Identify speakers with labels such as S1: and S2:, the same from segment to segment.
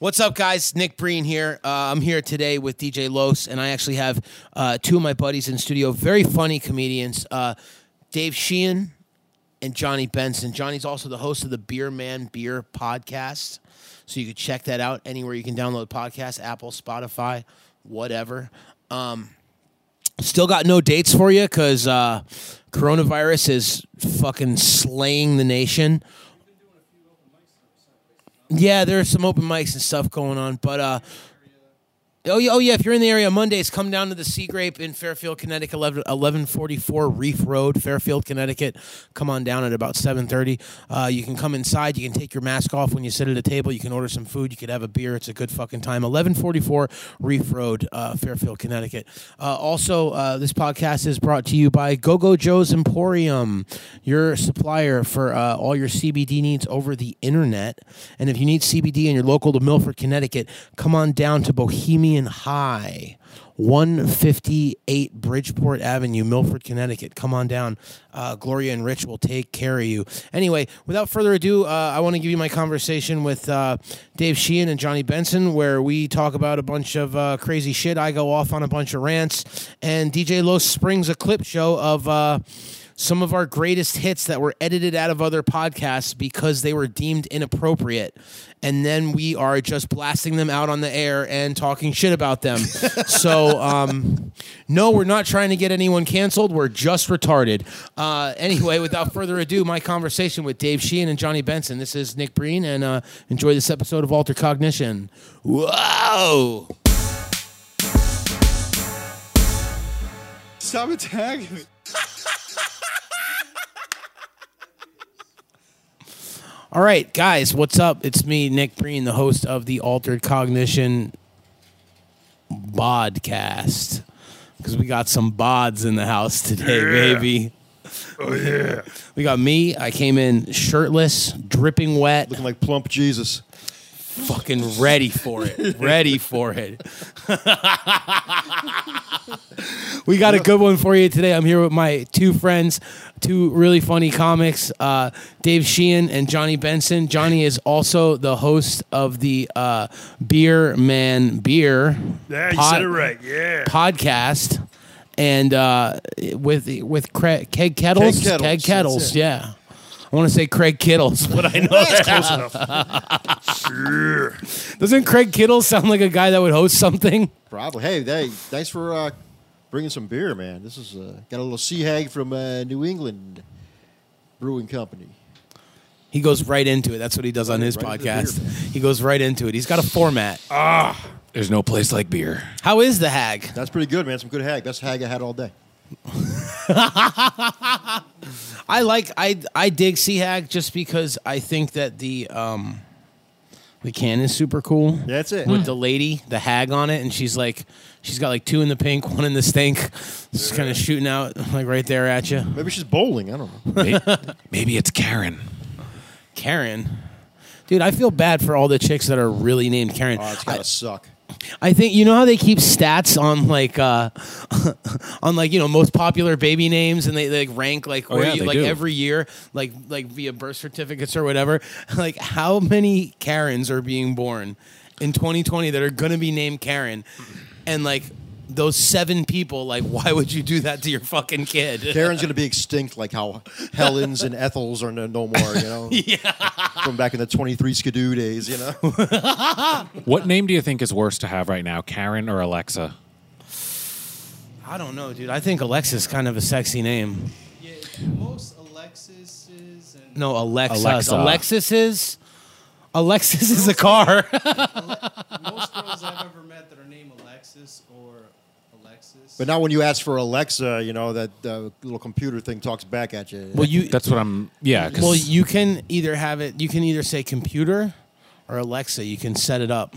S1: What's up, guys? Nick Breen here. Uh, I'm here today with DJ Los, and I actually have uh, two of my buddies in studio, very funny comedians, uh, Dave Sheehan and Johnny Benson. Johnny's also the host of the Beer Man Beer podcast. So you can check that out anywhere you can download podcasts, Apple, Spotify, whatever. Um, Still got no dates for you because uh, coronavirus is fucking slaying the nation. Yeah, there are some open mics and stuff going on, but uh, oh yeah, oh yeah. If you're in the area, Mondays come down to the Sea Grape in Fairfield, Connecticut, eleven forty four Reef Road, Fairfield, Connecticut. Come on down at about seven thirty. Uh, you can come inside. You can take your mask off when you sit at a table. You can order some food. You could have a beer. It's a good fucking time. Eleven forty four Reef Road, uh, Fairfield, Connecticut. Uh, also, uh, this podcast is brought to you by GoGo Joe's Emporium, your supplier for uh, all your CBD needs over the internet. And if you need CBD and you're local to Milford, Connecticut, come on down to Bohemian High. 158 Bridgeport Avenue, Milford, Connecticut. Come on down. Uh, Gloria and Rich will take care of you. Anyway, without further ado, uh, I want to give you my conversation with uh, Dave Sheehan and Johnny Benson, where we talk about a bunch of uh, crazy shit. I go off on a bunch of rants, and DJ Los Springs a clip show of. Uh, some of our greatest hits that were edited out of other podcasts because they were deemed inappropriate. And then we are just blasting them out on the air and talking shit about them. so, um, no, we're not trying to get anyone canceled. We're just retarded. Uh, anyway, without further ado, my conversation with Dave Sheehan and Johnny Benson. This is Nick Breen, and uh, enjoy this episode of Alter Cognition. Whoa!
S2: Stop attacking me.
S1: All right, guys, what's up? It's me, Nick Breen, the host of the Altered Cognition podcast. Because we got some bods in the house today, baby.
S2: Oh yeah.
S1: We got me. I came in shirtless, dripping wet,
S2: Looking like plump Jesus.
S1: fucking ready for it. Ready for it. we got a good one for you today. I'm here with my two friends, two really funny comics, uh, Dave Sheehan and Johnny Benson. Johnny is also the host of the uh, Beer Man Beer
S3: Yeah, you
S1: pod-
S3: said it right. Yeah.
S1: podcast, and uh, with with Craig, Keg Kettles,
S2: Kettles,
S1: Keg
S2: that's
S1: Kettles,
S2: it.
S1: yeah. I want to say Craig Kittles, but I know
S3: That's close enough. sure.
S1: doesn't Craig Kittles sound like a guy that would host something?
S2: Probably. Hey, hey, thanks for uh, bringing some beer, man. This is uh, got a little sea hag from uh, New England Brewing Company.
S1: He goes right into it. That's what he does on his
S2: Right into the
S1: podcast.
S2: beer.
S1: He goes right into it. He's got a format.
S4: There's no place like beer.
S1: How is the hag?
S2: That's pretty good, man. Some good hag. Best hag I had all day.
S1: I like I I dig Sea Hag just because I think that the um the can is super cool.
S2: That's it.
S1: With the lady, the hag on it, and she's like she's got like two in the pink, one in the stink. Just kind of shooting out like right there at you.
S2: Maybe she's bowling. I don't know.
S4: Maybe, maybe it's Karen.
S1: Karen. Dude, I feel bad for all the chicks that are really named Karen.
S2: Oh, it's
S1: I-
S2: gotta suck.
S1: I think you know how they keep stats on like uh on like you know most popular baby names and they, they like rank like
S4: Oh,
S1: where
S4: yeah,
S1: you,
S4: they
S1: like
S4: do.
S1: every year like like via birth certificates or whatever like how many Karens are being born in 2020 that are going to be named Karen and like those seven people like why would you do that to your fucking kid
S2: Karen's gonna be extinct, like how Helens and Ethels are no, no more. You know. yeah. From back in the twenty-three Skidoo days, you know.
S4: What name do you think is worse to have right now, Karen or Alexa?
S1: I don't know dude I think Alexa's kind of a sexy name
S5: Yeah, most Alexis's and
S1: no Alexis
S4: Alexa.
S1: Alexis is Alexis is a car
S5: most girls I've ever met that are named Alexis or Alexis.
S2: But now, when you ask for Alexa, you know that uh, little computer thing talks back at you.
S1: well you
S4: That's what I'm. Yeah, because
S1: Well, you can either have it. You can either say computer or Alexa. You can set it up.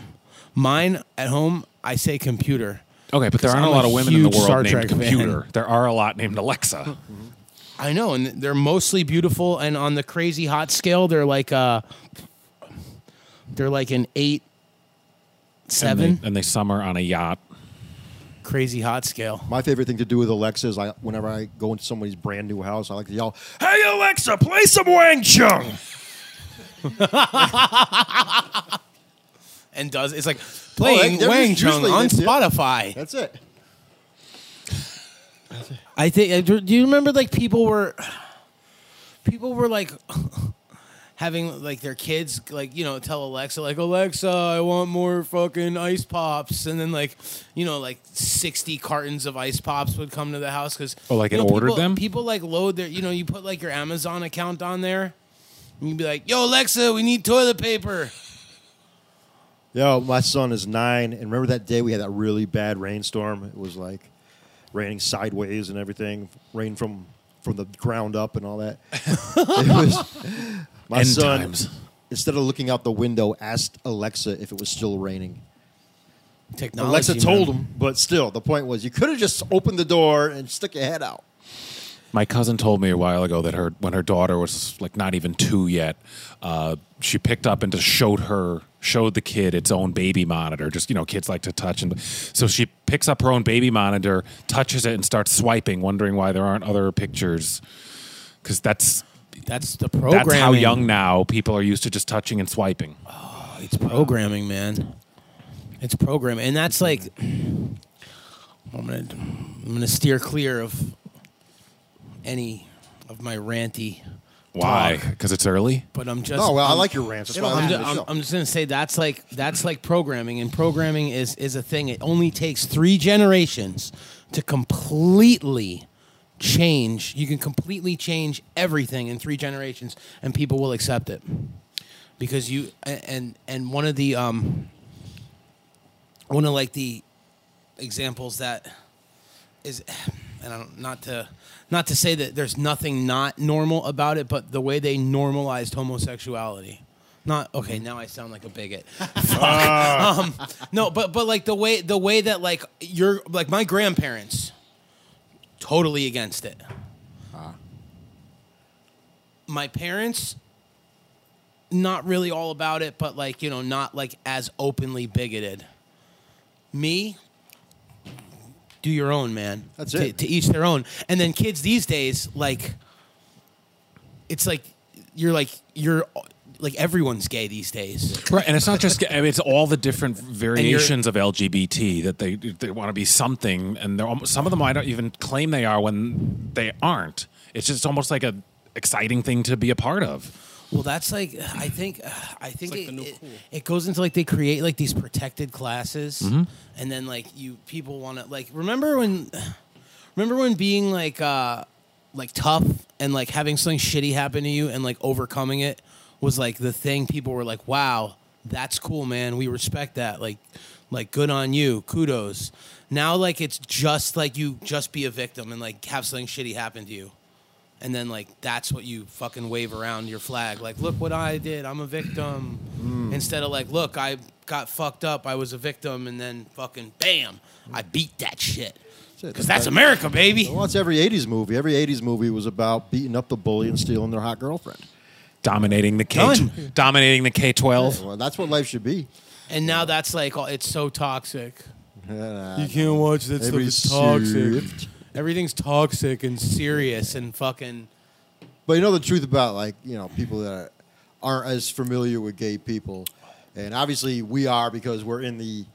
S1: Mine at home, I say computer.
S4: okay, but there aren't
S1: I'm
S4: a lot
S1: a
S4: of women in the
S1: huge
S4: world
S1: Star
S4: named
S1: Trek fan.
S4: computer. There are a lot named Alexa.
S1: I know, and they're mostly beautiful. And on the crazy hot scale, they're like uh, they're like an eight,
S4: And they-
S1: seven
S4: and they, summer on a yacht.
S1: crazy hot scale.
S2: My favorite thing to do with Alexa is I, whenever I go into somebody's brand new house, I like to yell,
S3: Hey, Alexa, play some Wang Chung.
S1: and does it's like playing
S2: they're
S1: Wang
S2: just usually
S1: Chung on
S2: this, yeah.
S1: Spotify.
S2: That's it.
S1: I think. I Do do you remember like people were, people were like, having like their kids like you know tell Alexa like Alexa I want more fucking ice pops and then like you know like sixty cartons of ice pops would come to the house because
S4: Oh, like
S1: you
S4: it
S1: know,
S4: ordered
S1: people-
S4: them?
S1: People like load their you know you put like your Amazon account on there. and You'd be like, "Yo, Alexa, we need toilet paper."
S2: Yo, my son is nine, and remember that day we had that really bad rainstorm? It was like raining sideways and everything, rain from from the ground up and all that. it was my
S4: End
S2: son.
S4: times.
S2: Instead of looking out the window, asked Alexa if it was still raining.
S1: Technology.
S2: Alexa
S1: man.
S2: told him, but still, the point was you could have just opened the door and stuck your head out.
S4: My cousin told me a while ago that her when her daughter was like not even two yet, uh, she picked up and just showed her showed the kid its own baby monitor. Just you know, kids like to touch and so she picks up her own baby monitor, touches it, and starts swiping, wondering why there aren't other pictures. Because that's
S1: That's the program.
S4: that's how young now people are used to just touching and swiping.
S1: It's programming, man. It's programming, and that's like I'm gonna I'm gonna steer clear of any of my ranty.
S4: Why? Because it's early.
S1: But I'm just
S2: Oh well, I
S1: I'm-
S2: like your rants. That's why
S1: I'm,
S2: I
S1: ju-
S2: listen to the
S1: I'm,
S2: show.
S1: I'm just gonna say that's like that's like programming, and programming is is a thing. It only takes three generations to completely change. You can completely change everything in three generations, and people will accept it because you a- and and one of the um one of like the examples that is and I don't not to not to say that there's nothing not normal about it, but the way they normalized homosexuality. Not okay. Now I sound like a bigot. Fuck. Um, no, but but like the way the way that like your like my grandparents, totally against it. My parents, not really all about it, but like you know, not like as openly bigoted. Me, do your own, man.
S2: That's
S1: to,
S2: it.
S1: To each their own. And then kids these days, like, it's like you're like you're like everyone's gay these days.
S4: Right, and it's not just I mean, it's all the different
S1: you're-
S4: variations of LGBT that they they want to be something, and they're almost, some of them I don't even claim they are when they aren't. It's just almost like a exciting thing to be a part of.
S1: Well, that's like I think uh, I think
S5: like
S1: it,
S5: the new
S1: it,
S5: cool.
S1: it goes into like they create like these protected classes, and then like you people want to like remember when remember when being like uh like tough and like having something shitty happen to you and like overcoming it was like the thing people were like wow that's cool man we respect that like like good on you kudos now like it's just like you just be a victim and like have something shitty happen to you and then like that's what you fucking wave around your flag like look what i did i'm a victim instead of like look i got fucked up i was a victim and then fucking bam i beat that shit
S2: it.
S1: because that's america baby
S2: Well, that's every '80s movie. Every '80s movie was about beating up the bully and stealing their hot girlfriend.
S4: Dominating the K,
S1: Done.
S4: dominating the K twelve.
S2: Well, that's what life should be.
S1: and now that's like oh, it's so toxic
S2: You
S1: can't watch that
S2: toxic.
S1: everything's toxic and serious and fucking
S2: But you know the truth about like you know people that are, aren't as familiar with gay people, and obviously we are because we're in the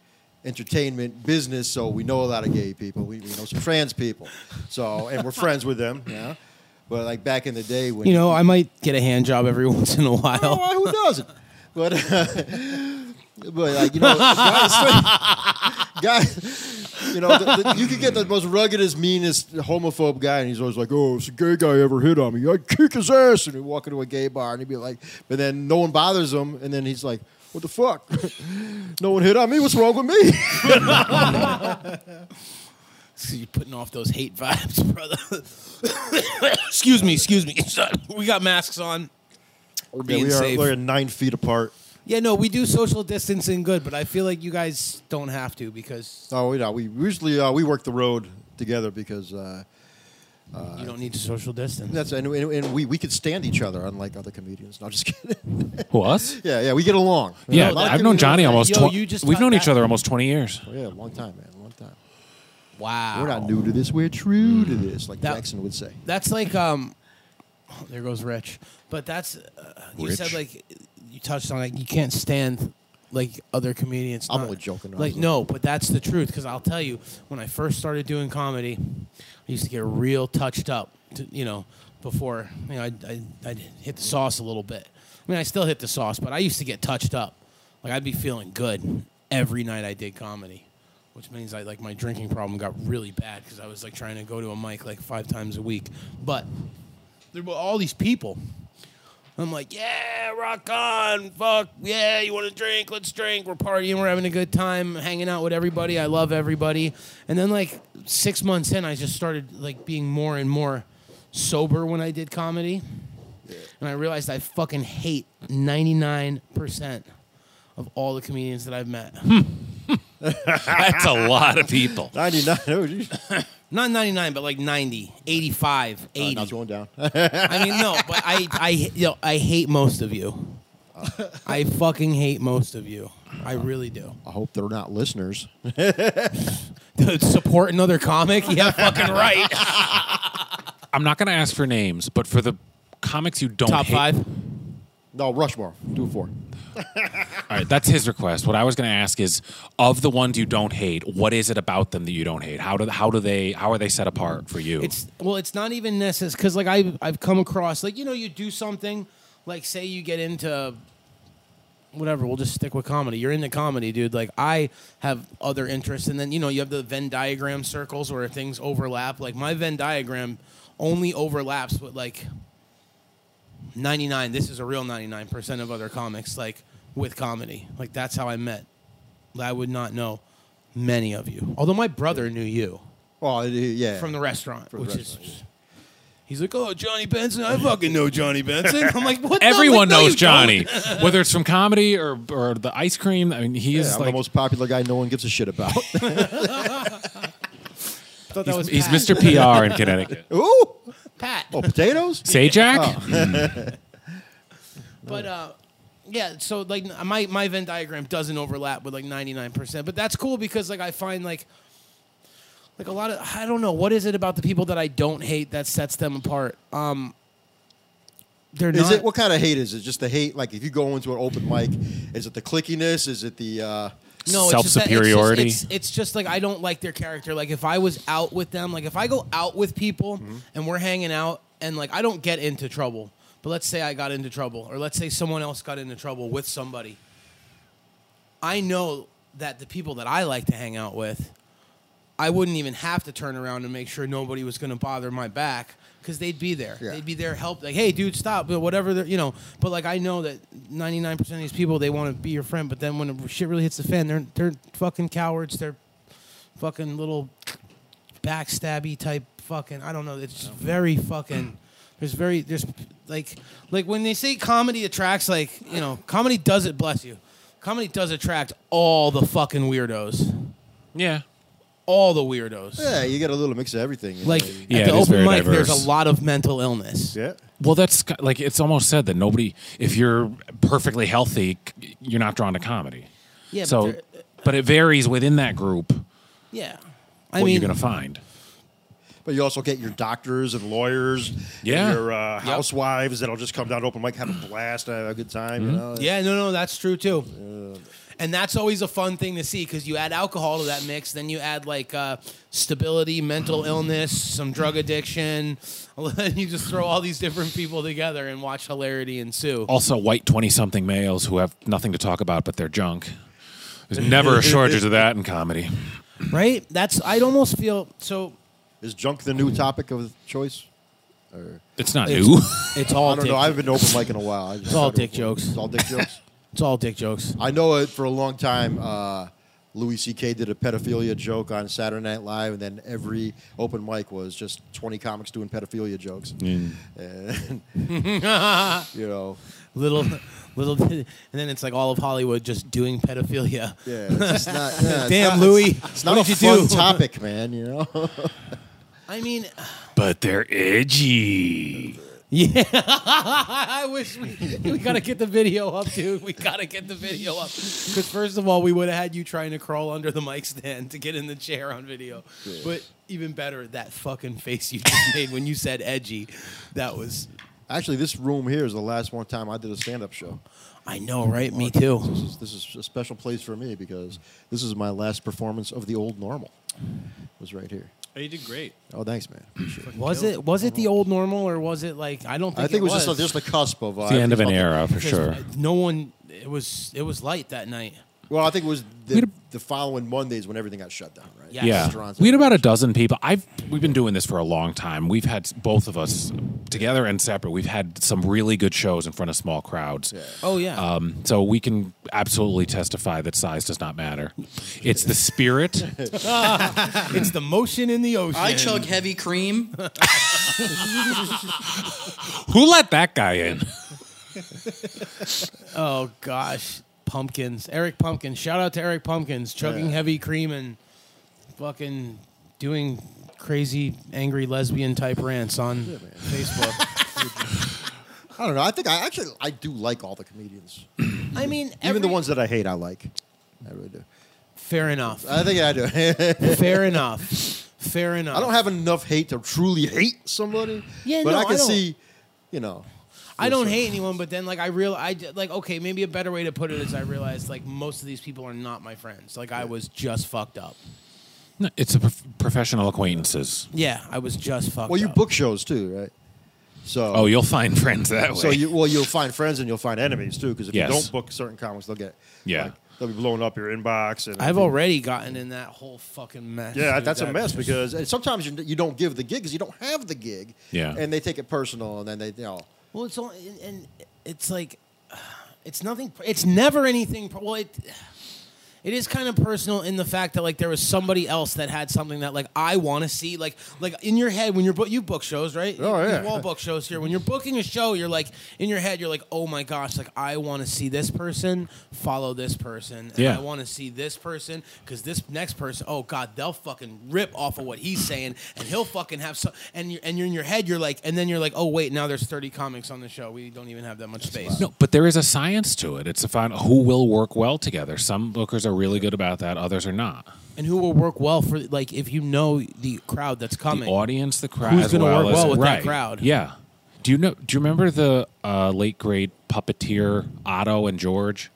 S2: entertainment business, so we know a lot of gay people. We, we know some trans people, so and we're friends with them. Yeah, but like back in the day when
S1: you know i might get a hand job every once in a
S2: Oh,
S1: while
S2: why- who doesn't? But but like you know, guys, guys you know, the, the, you could get the most ruggedest, meanest homophobe guy, and he's always like, "Oh, if a gay guy ever hit on me, I'd kick his ass." And he'd walk into a gay bar, and he'd be like, but then no one bothers him, and then he's like, "What the fuck? no one hit on me. What's wrong with me?"
S1: So you're putting off those hate vibes brother excuse me excuse me we got masks on
S2: We're
S1: being
S2: we are
S1: safe.
S2: we're nine feet apart.
S1: yeah no we do social distancing good but i feel like you guys don't have to because
S2: Oh, you know, we usually uh, we work the road together because. Uh,
S1: you don't need to social distance
S2: that's and, and, and we, we could stand each other, unlike other comedians. No, I'm just kidding.
S4: Who us?
S2: Yeah, yeah, we get along.
S4: Yeah,
S2: a lot of
S4: I've known
S2: comedians-
S4: Johnny almost.
S1: Yo,
S4: tw-
S1: you just
S4: we've
S1: got
S4: known each
S1: that-
S4: other almost twenty years.
S2: Yeah, long time, man, long time.
S1: wow
S2: We're not new to this. We're true
S4: Mm.
S2: to this, like
S1: That-
S2: Jackson would say.
S1: That's like um, there goes Rich. But that's uh, you
S4: Rich.
S1: said like you touched on like you can't stand like other comedians.
S2: I'm
S1: not.
S2: only joking,
S1: Like
S2: obviously.
S1: no, but that's the truth. Because I'll tell you, when I first started doing comedy, I used to get real touched up. To, you know, before you know, I I I'd hit the sauce a little bit. I mean, I still hit the sauce, but I used to get touched up. Like I'd be feeling good every night I did comedy, which means I like my drinking problem got really bad because I was like trying to go to a mic like five times a week. But there were all these people. I'm like, yeah, rock on, fuck, yeah, you want to drink? Let's drink. We're partying, we're having a good time, hanging out with everybody. I love everybody. And then, like, six months in, I just started, like, being more and more sober when I did comedy. And I realized I fucking hate 99% of all the comedians that I've met.
S4: That's a lot of people.
S2: 99. Oh, geez.
S1: Not 99, but like 90, 85,
S2: Uh,
S1: 80.
S2: not going down.
S1: I mean, no, but I, I, you know, I hate most of you. I fucking hate most of you. I really do.
S2: I hope they're not listeners.
S1: Support another comic? Yeah, fucking right.
S4: I'm not going to ask for names, but for the comics you don't
S1: Top
S4: hate-
S1: five.
S2: No, Rushmore. Do it four.
S4: All right, that's his request. What I was going to ask is, of the ones you don't hate, what is it about them that you don't hate? How do how do they how are they set apart for you?
S1: It's well, it's not even necessary because like I I've come across like you know you do something like say you get into whatever. We'll just stick with comedy. You're into comedy, dude. Like I have other interests, and then you know you have the Venn diagram circles where things overlap. Like my Venn diagram only overlaps with like 99. This is a real 99 percent of other comics like with comedy. Like that's how I met. I would not know many of you, although my brother knew you
S2: Well, it- yeah.
S1: from the restaurant,
S2: the
S1: which
S2: restaurant,
S1: is. He's like, oh, Johnny Benson. I fucking know Johnny Benson. I'm like, what? the-
S4: Everyone
S1: like, no,
S4: knows
S1: you
S4: Johnny,
S1: don't.
S4: whether it's from comedy or or the ice cream. I mean, he
S2: yeah,
S4: is
S2: I'm
S4: like
S2: the most popular guy no one gives a shit about.
S1: I thought that was
S4: he's, he's
S1: Pat.
S4: Mr. PR in Connecticut.
S2: Ooh.
S1: Pat.
S2: Oh, potatoes?
S4: Sajak.
S2: Oh.
S1: But uh, yeah, so like my my Venn diagram doesn't overlap with like 99%, but that's cool because like I find like like a lot of I don't know what is it about the people that I don't hate that sets them apart. Um they're
S2: Is
S1: not
S2: it what kind of hate is it? Just the hate? Like if you go into an open mic, is it the clickiness? Is it the uh,
S1: no it's just that-
S4: Self-superiority.
S1: It's, just- it's, it's just like I don't like their character. Like if I was out with them, like if I go out with people and we're hanging out, and like I don't get into trouble. But let's say I got into trouble, or let's say someone else got into trouble with somebody. I know that the people that I like to hang out with, I wouldn't even have to turn around and make sure nobody was going to bother my back because they'd be there.
S2: Yeah.
S1: They'd be there, help, like, hey, dude, stop, but whatever, they're- you know. But like, I know that 99% of these people, they want to be your friend, but then when shit really hits the fan, they're, they're fucking cowards. They're fucking little backstabby type fucking I don't know. It's very fucking there's very there's like like when they say comedy attracts like you know comedy does it bless you. Comedy does attract all the fucking weirdos.
S4: yeah,
S1: All the weirdos.
S2: yeah, you get a little mix of everything.
S1: Like
S4: Yeah,
S1: at
S4: it
S1: the
S4: is
S1: open
S4: very
S1: mic there's
S4: diverse.
S1: a lot of mental illness.
S2: yeah.
S4: Well, that's ki- like it's almost said that nobody, if you're perfectly healthy, c- you're not drawn to comedy.
S1: Yeah, but
S4: so,
S1: there-
S4: but it varies within that group what
S1: Yeah. I mean
S4: you're going to find.
S2: But you also get your doctors and lawyers, and
S4: Yeah.
S2: your uh, housewives that'll just come down to open mic, have a blast, have a good time. You know,
S1: Yeah, no, no, that's true too. And that's always a fun thing to see because you add alcohol to that mix, then you add like uh, stability, mental illness, some drug addiction. you just throw all these different people together and watch hilarity ensue.
S4: Also, white twenty-something males who have nothing to talk about but their junk. There's never a shortage of that in comedy.
S1: Right? That's I'd almost feel so.
S2: Is junk the new topic of choice?
S4: It's not
S1: It's-
S4: new.
S1: It's all
S2: I don't
S1: dick,
S2: know. I haven't been to open mic in a while. I just
S1: all
S2: started-
S1: dick jokes.
S2: It's all dick jokes.
S1: it's all dick jokes.
S2: I know it for a long time. Uh, Louis C.K. did a pedophilia joke on Saturday Night Live, and then every open mic was just 20 comics doing pedophilia jokes.
S1: Mm.
S2: And, you know,
S1: Little, little, and then it's like all of Hollywood just doing pedophilia.
S2: yeah, it's just not. yeah, it's
S1: Damn,
S2: not-
S1: Louis,
S2: it's, it's not
S1: what
S2: a
S1: did you
S2: fun
S1: do?
S2: topic, man. You know,
S1: I mean,
S4: but they're edgy.
S1: Yeah, I wish we, we gotta get the video up, dude. We gotta get the video up because first of all, we would have had you trying to crawl under the mic stand to get in the chair on video. But even better, that fucking face you just made when you said edgy, that was.
S2: actually, this room here is the last one time I did a stand-up show.
S1: I know, right? Me too.
S2: This is, this is a special place for me because this is my last performance of the old normal. Was right here.
S5: Oh, you did great.
S2: Oh, thanks, man. Appreciate it.
S1: Was it was it the old normal or was it like I don't think
S2: I think it was, just just the cusp of uh,
S4: It's the end of an
S2: something.
S4: era for sure.
S1: No one. It was it was light that night.
S2: Well, I think it was the, the following Mondays when everything got shut down, right?
S1: Yeah.
S4: Yeah,
S2: Restaurants
S4: we had about a dozen people. I've we've been doing this for a long time. We've had s- both of us together and separate. We've had some really good shows in front of small crowds.
S1: Oh yeah.
S4: Um, so we can absolutely testify that size does not matter. It's the spirit.
S1: it's the motion in the ocean.
S6: I chug heavy cream.
S4: Who let that guy in?
S1: Oh gosh, pumpkins. Eric Pumpkins. Shout out to Eric Pumpkins chugging
S2: Yeah.
S1: heavy cream and fucking doing crazy angry lesbian type rants on Facebook.
S2: I don't know. I think I actually I do like all the comedians,
S1: I mean,
S2: even the
S1: every-
S2: ones that I hate. I like. I really do.
S1: Fair enough.
S2: I think I do. I
S1: Fair enough. Fair enough.
S2: don't have enough hate to truly hate somebody.
S1: Yeah,
S2: but
S1: no,
S2: I can
S1: I don't-
S2: see, you know.
S1: I don't
S2: Sure.
S1: hate anyone, but then like I real I d- like okay, maybe a better way to put it is I realized like most of these people are not my friends. Like I was just fucked up.
S4: No, It's a prof- professional acquaintances.
S1: Yeah, I was just fucked.
S2: Well, you
S1: up.
S2: book shows too, right? So
S4: Oh, you'll find friends that way.
S2: So you well, you'll find friends and you'll find enemies too. Because if
S4: Yes.
S2: you don't book certain comics, they'll get
S4: Yeah.
S2: like, they'll be blowing up your inbox. And
S1: I've already gotten in that whole fucking mess.
S2: yeah,
S1: dude.
S2: that's a
S1: That-
S2: mess because and sometimes you, you don't give the gig because you don't have the gig.
S4: Yeah.
S2: and they take it personal, and then they you know
S1: Well, it's only and, and it's like it's nothing. It's never anything. Well, it it is kind of personal in the fact that like there was somebody else that had something that like I want to see. Like like in your head when you're book you book shows right?
S2: Oh,
S1: You-
S2: yeah.
S1: you all book shows here. When you're booking a show, you're like in your head you're like oh my gosh like I want to see this person follow this person. And
S4: Yeah.
S1: I want to see this person because this next person oh god they'll fucking rip off of what he's saying and he'll fucking have some and you're, and you're in your head you're like and then you're like oh wait now there's 30 comics on the show we don't even have that much space.
S4: No, but there is a science to it. It's to find who will work well together. Some bookers are really good about that, others are not.
S1: and who will work well for like if you know the crowd that's
S4: The
S1: coming.
S4: audience, the crowd,
S1: Who's
S4: as
S1: gonna
S4: well
S1: work
S4: as,
S1: well with that
S4: right.
S1: crowd?
S4: Yeah. Do you know? Do you remember the uh, late great puppeteer Otto and George?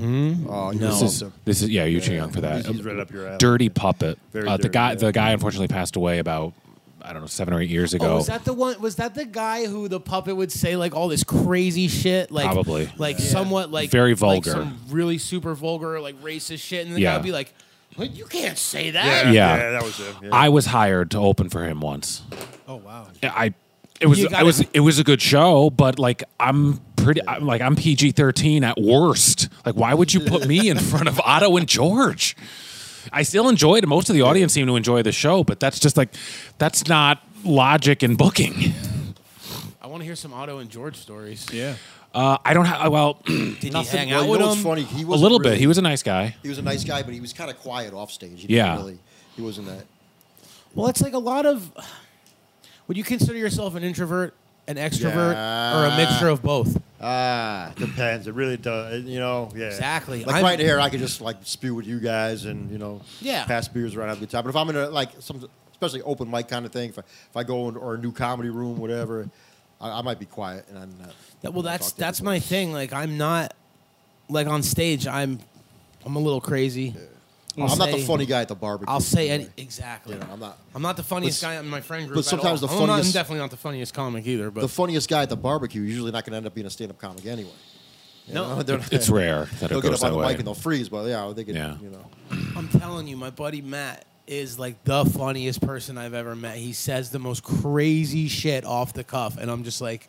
S4: Um,
S2: oh
S1: No.
S2: this is-
S4: This is yeah, you're too young for that. Um,
S2: He's right up your alley.
S4: Dirty puppet.
S2: Very
S4: uh, the
S2: dirty,
S4: guy,
S2: yeah.
S4: the guy, unfortunately passed away about I don't know seven or eight years
S1: Oh,
S4: ago.
S1: was that the one? Was that the guy who the puppet would say like all this crazy shit, like
S4: Probably.
S1: like somewhat like
S4: Very
S1: like
S4: vulgar.
S1: some really super vulgar, like racist shit, and the guy
S4: Yeah.
S1: would be like, "What? "You can't say that."
S2: yeah,
S4: Yeah.
S2: that was him. Yeah.
S4: I was hired to open for him once.
S1: Oh wow!
S4: I it was
S1: You
S4: it
S1: gotta-
S4: was it was a good show, but like I'm pretty I'm, like I'm PG thirteen at worst. Like why would you put me in front of Otto and George? I still enjoyed it. Most of the audience seemed to enjoy the show, but that's just like that's not logic in booking.
S1: I want to hear some Otto and George stories.
S4: Yeah. Uh, I don't have well
S1: Did
S2: Nothing-
S1: he hang
S2: well,
S1: out
S2: you
S1: with
S2: know what's
S1: him?
S2: funny? He
S4: a
S2: was
S4: little bit. He was a nice guy.
S2: he was a nice guy, but he was kind of quiet off stage. He didn't
S4: Yeah.
S2: really, he wasn't that.
S1: Well, it's like a lot of. Would you consider yourself an introvert, an extrovert, or a
S2: Yeah.
S1: mixture of both?
S2: Ah, depends. It really does. You know, yeah.
S1: Exactly.
S2: Like
S1: I'm-
S2: right here, I could just like spew with you guys and you know,
S1: Yeah.
S2: pass beers around, have a good time. But if I'm in a like some especially open mic kind of thing, if I, if I go in or a new comedy room, whatever, I, I might be quiet and I'm not.
S1: That, well,
S2: not
S1: that's
S2: talk to
S1: that's my
S2: everybody.
S1: thing. Like I'm not, like on stage, I'm, I'm a little crazy. I'll
S2: I'm not the
S1: say-
S2: funny guy at the barbecue.
S1: I'll say any,
S2: anyway.
S1: exactly.
S2: You know, I'm not-
S1: I'm not the funniest
S2: But s-
S1: guy in my friend group.
S2: but sometimes
S1: at all. Oh,
S2: the
S1: I'm not- I'm
S2: funniest-
S1: definitely not the funniest comic either. But
S2: the funniest guy at the barbecue. is Usually not going to end up being a stand-up comic anyway. You
S1: No.
S2: know, they're-
S4: It's rare that
S2: They'll
S4: it
S2: get
S4: goes
S2: up on
S4: that
S2: the
S4: way.
S2: mic and they'll freeze, but yeah, they can,
S4: Yeah.
S2: you know.
S1: I'm telling you, my buddy Matt is like the funniest person I've ever met. He says the most crazy shit off the cuff, and I'm just like,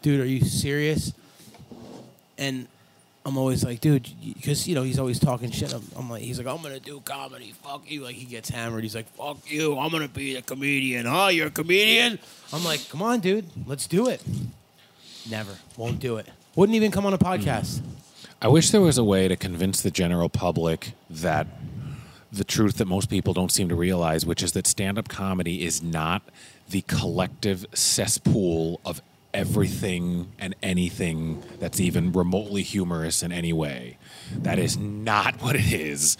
S1: dude, are you serious? And I'm always like, dude, because you know he's always talking shit. I'm, I'm like, he's like, I'm gonna do comedy. Fuck you. Like he gets hammered. He's like, fuck you. I'm gonna be a comedian. Oh, you're a comedian. I'm like, come on, dude, let's do it. Never. Won't do it. Wouldn't even come on a podcast.
S4: I wish there was a way to convince the general public that the truth that most people don't seem to realize, which is that stand up comedy is not the collective cesspool of everything and anything that's even remotely humorous in any way. That is not what it is.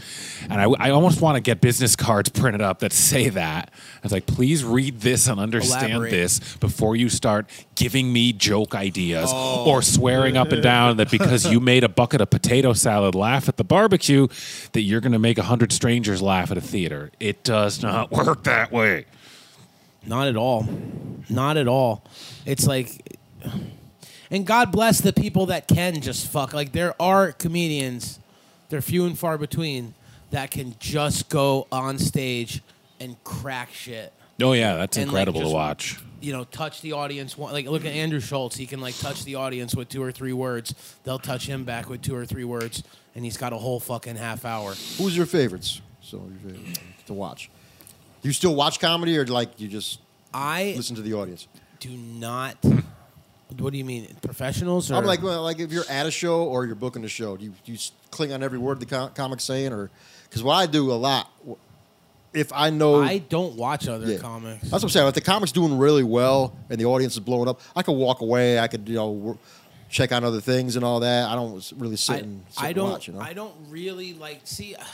S4: And I, I almost want to get business cards printed up that say that. I was like, please read this and understand
S1: Elaborate.
S4: this before you start giving me joke ideas
S1: Oh,
S4: or swearing up and down that because you made a bucket of potato salad laugh at the barbecue, that you're going to make a 100 strangers laugh at a theater. It does not work that way.
S1: Not at all. Not at all. It's like, and God bless the people that can just fuck. Like, there are comedians, they're few and far between, that can just go on stage and crack shit.
S4: Oh, yeah, that's
S1: And, like,
S4: incredible
S1: just-
S4: to watch.
S1: You know, touch the audience. one- Like, look at Andrew Schultz. He can, like, touch the audience with two or three words. They'll touch him back with two or three words, and he's got a whole fucking half hour.
S2: Who's your favorites? So your favorite to watch. Do you still watch comedy, or like you just
S1: I
S2: listen to the audience?
S1: do not. What do you mean, professionals? Or
S2: I'm like, well, like if you're at a show or you're booking a show, do you, do you s- cling on every word the com- comic's saying, or because what I do a lot, w- if I know,
S1: I don't watch other
S2: Yeah.
S1: comics.
S2: that's what I'm saying. If the comic's doing really well and the audience is blowing up, I could walk away. I could you know wor- check on other things and all that. I don't s- really sit and, sit
S1: I
S2: and
S1: don't.
S2: watch. You know,
S1: I don't really like. See,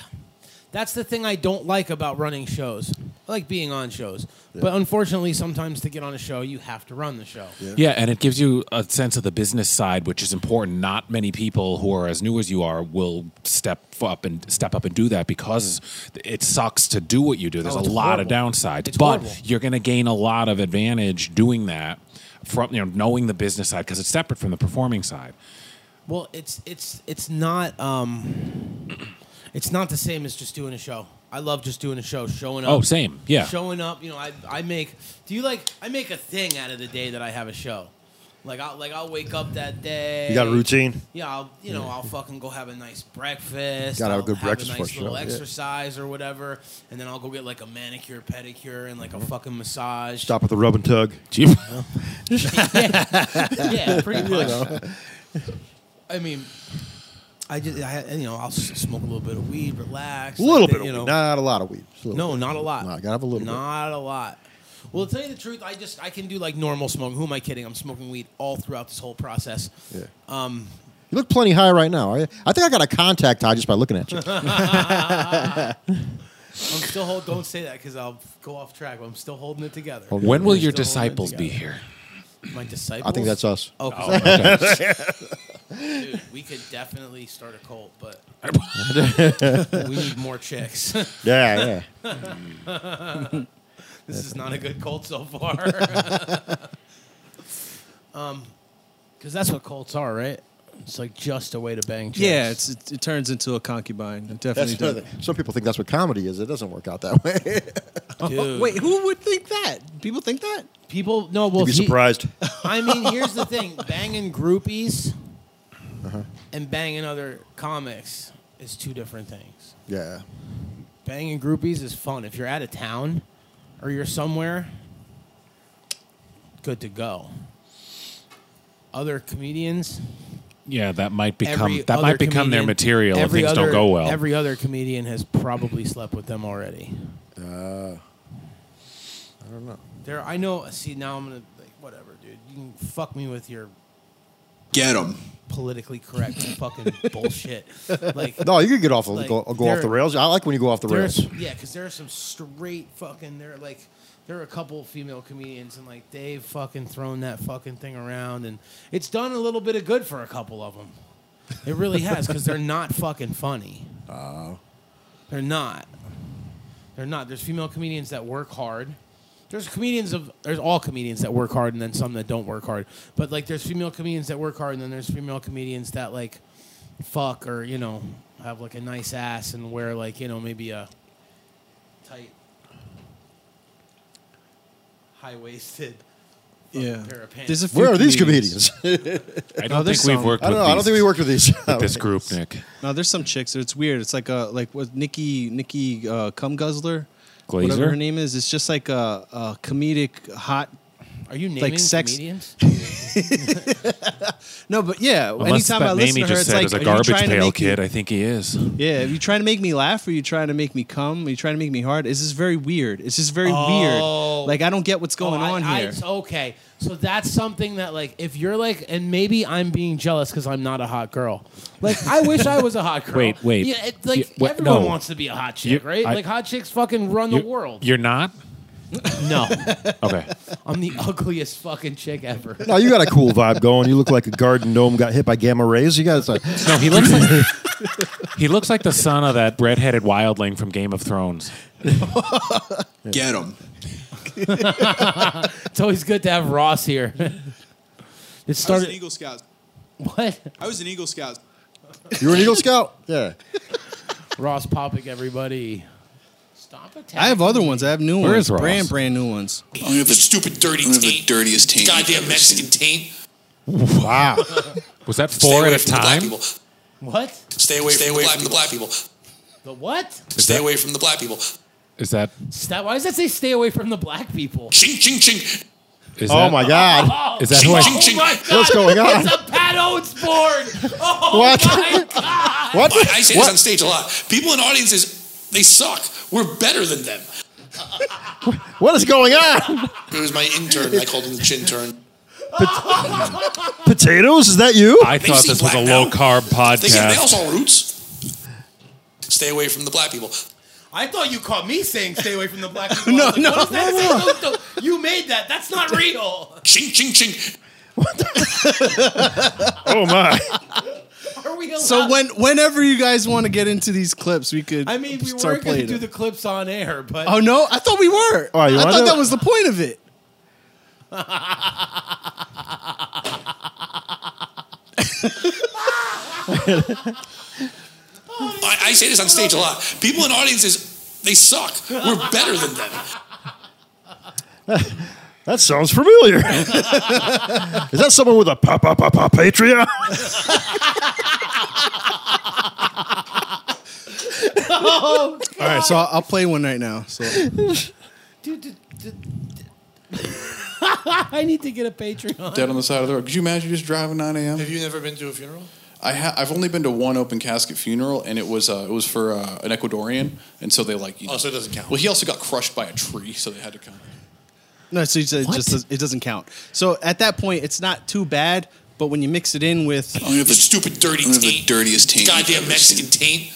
S1: that's the thing I don't like about running shows. I like being on shows, but unfortunately, sometimes to get on a show, you have to run the show.
S4: Yeah, and it gives you a sense of the business side, which is important. Not many people who are as new as you are will step up and step up and do that because it sucks to do what you do. There's
S1: Mm. Oh,
S4: a
S1: it's
S4: lot of
S1: horrible.
S4: downsides,
S1: It's
S4: but
S1: horrible.
S4: you're going to gain a lot of advantage doing that from you know knowing the business side because it's separate from the performing side.
S1: Well, it's it's it's not um, it's not the same as just doing a show. I love just doing a show, showing up.
S4: Oh, same, yeah.
S1: Showing up, you know, I I make. Do you like? I make a thing out of the day that I have a show. Like I will like I'll wake up that day.
S2: you got a routine.
S1: Yeah, I'll, you know, I'll fucking go have a nice breakfast.
S2: Gotta have
S1: I'll
S2: a good breakfast
S1: Have a
S2: for
S1: nice
S2: sure,
S1: little
S2: yeah.
S1: exercise or whatever, and then I'll go get like a manicure, pedicure, and like a fucking massage.
S2: Uh-huh. Stop with the rub and tug.
S1: yeah, pretty much. I mean, I just, I, had- you know, I'll s- smoke a little bit of weed, relax,
S2: A little
S1: like,
S2: bit, of
S1: you
S2: weed.
S1: know.
S2: not a lot of weed. Just a little
S1: No,
S2: bit.
S1: not a lot.
S2: No, I gotta have a little bit.
S1: Not a lot. Well, to tell you the truth, I just I can do like normal smoking. Who am I kidding? I'm smoking weed all throughout this whole process.
S2: Yeah. Um, you look plenty high right now. I, I think I got a contact high just by looking at you.
S1: I'm still hold. Don't say that because I'll go off track. But I'm still holding it together.
S4: When
S1: Still
S4: will your
S1: holding it
S4: disciples be
S1: together.
S4: here?
S1: My disciples.
S2: I think that's us.
S1: Okay.
S4: Oh, okay.
S1: Dude, we could definitely start a cult, but we need more chicks. this
S2: Yeah, yeah.
S1: is not a good cult so far. um, because that's what cults are, right? It's like just a way to bang. Chicks.
S6: Yeah, it's, it, it turns into a concubine. It definitely
S2: That's
S6: does.
S2: another- some people think that's what comedy is. It doesn't work out that way.
S1: Dude.
S6: Wait, who would think that? People think that?
S1: people. No, well, he-
S2: surprised.
S1: I mean, here's the thing: banging groupies and banging other comics is two different things.
S2: yeah.
S1: Banging groupies is fun. If you're out of town or you're somewhere, good to go. Other comedians,
S4: yeah, that might become
S1: every
S4: that
S1: other
S4: might become their
S1: comedian-
S4: material if
S1: every
S4: things
S1: other-
S4: don't go well.
S1: Every other comedian has probably slept with them already.
S2: Uh, I don't know.
S1: There, I know. See, now I'm gonna like whatever, dude. You can fuck me with your
S7: Get him.
S1: politically correct fucking bullshit. Like
S2: No, you could get off. the
S1: Like,
S2: go, go off
S1: there-
S2: the rails. I like when you go off the
S1: There's,
S2: rails.
S1: yeah, because there are some straight fucking. There are like, there are a couple female comedians, and like they've fucking thrown that fucking thing around, and it's done a little bit of good for a couple of them. It really has, because they're not fucking funny. Oh. They're not. They're not. There's female comedians that work hard. There's comedians of there's all comedians that work hard and then some that don't work hard. But like there's female comedians that work hard and then there's female comedians that like fuck or you know have like a nice ass and wear like you know maybe a tight high waisted
S6: Yeah.
S1: pair of pants.
S6: There's a few
S2: Where are these comedians?
S4: I don't
S6: there's
S4: think we've
S6: some.
S4: worked.
S2: I don't
S4: with
S2: know. I don't
S4: these-
S2: think we worked with these.
S4: with this group, Nick.
S6: No, there's some chicks. It's weird. It's like a like what Nikki Nikki uh, Cum Guzzler,
S4: Glazer?
S6: whatever her name is. It's just like a, a comedic hot.
S1: Are you naming
S6: sex-
S1: comedians?
S6: no, but yeah.
S4: Unless
S6: anytime I
S4: that name
S6: listen
S4: he
S6: to her,
S4: just
S6: it's
S4: said
S6: like,
S4: is a
S6: are you
S4: garbage
S6: trying to
S4: pail
S6: make me-
S4: kid, I think he is.
S6: Yeah, are you trying to make me laugh? Are you trying to make me cum? Are you trying to make me hard? It's just very weird. It's just very
S1: Oh.
S6: weird. Like I don't get what's going
S1: Oh, I-
S6: on
S1: I-
S6: here.
S1: it's okay. So that's something that like if you're like and maybe I'm being jealous because I'm not a hot girl. Like I wish I was a hot girl.
S4: Wait, wait.
S1: Yeah, it, like
S4: You- wha-
S1: everyone
S4: no.
S1: wants to be a hot
S4: You-
S1: chick, right?
S4: I-
S1: like hot chicks fucking run the world.
S4: You're not?
S1: No,
S4: Okay.
S1: I'm the ugliest fucking chick ever.
S2: No, you got a cool vibe going. You look like a garden gnome got hit by gamma rays. You guys like,
S4: No, he looks like he looks like the son of that redheaded wildling from Game of Thrones.
S7: Get him.
S1: It's always good to have Ross here. it
S7: I was an
S1: started
S7: Eagle Scout.
S1: what
S7: I was an Eagle Scout.
S2: you were an Eagle Scout? Yeah.
S1: Ross Popick, everybody. Stop attacking.
S6: I have other ones. I have new
S4: Where
S6: ones.
S4: is Ross?
S6: Brand brand new ones.
S8: You have the stupid, dirty
S7: I'm the
S8: taint.
S7: dirtiest team.
S8: Goddamn Mexican taint.
S2: Wow.
S4: Was that
S8: Stay
S4: four
S8: away
S4: at a
S8: from the black
S4: time?
S8: people.
S1: what?
S8: Stay away, Stay from, away from the black people.
S1: The what?
S8: Stay away from the black people.
S4: Is that
S1: Stop- Why does that say stay away from the black people?
S8: Ching, ching, ching.
S4: is
S2: Oh
S4: that-
S2: my God.
S1: Oh,
S4: Is that who I-
S8: Ching, ching.
S1: my God.
S2: What's going on?
S1: It's a Pat Oates board. Oh
S2: What?
S1: my God.
S2: What?
S8: I say this on
S2: What?
S8: stage a lot. People in audiences, they suck. We're better than them.
S2: what is going on?
S8: It was my intern. I called him the chin turn.
S2: Potatoes? Is that you?
S4: I thought
S8: seen
S4: this was a
S8: black
S4: low
S8: now.
S4: carb
S8: They get nails
S4: podcast.
S8: all roots. Stay away from the black people.
S1: I thought you caught me saying stay away from the black people. no, no, what is that? Don't- don't- You made that. That's not real.
S8: Ching, ching, ching.
S2: Oh my.
S1: Are we allowed?
S6: So when whenever you guys want to get into these clips, we could.
S1: I mean, we were
S6: start
S1: going to
S6: playing.
S1: do
S6: it.
S1: the clips on air, but
S6: oh no! I thought we
S2: Oh,
S6: were.
S2: you
S6: I
S2: wanna
S6: thought
S2: do
S6: that
S2: it?
S6: was the point of it.
S8: I, I say this on stage a lot. People in audiences, they suck. We're better than them.
S2: That sounds familiar. is that someone with a pa pa pa pa patria?
S6: All right, so I'll, I'll play one right now. So
S1: dude, dude, dude, dude. I need to get a Patreon.
S7: Dead on the side of the road. Could you imagine just driving 9 a.m.?
S8: you never been to a funeral?
S7: I ha- I've only been to one open casket funeral, and it was uh, it was for uh, an Ecuadorian, and so they like. You know,
S8: Oh, so it doesn't count.
S7: Well, he also got crushed by a tree, so they had to come.
S6: no, so you said it just does- it doesn't count. So at that point, it's not too bad. But when you mix it in with
S8: You have the stupid, dirty
S7: I'm the
S8: taint.
S7: dirtiest taint I've
S8: Goddamn
S7: ever
S8: Mexican taint.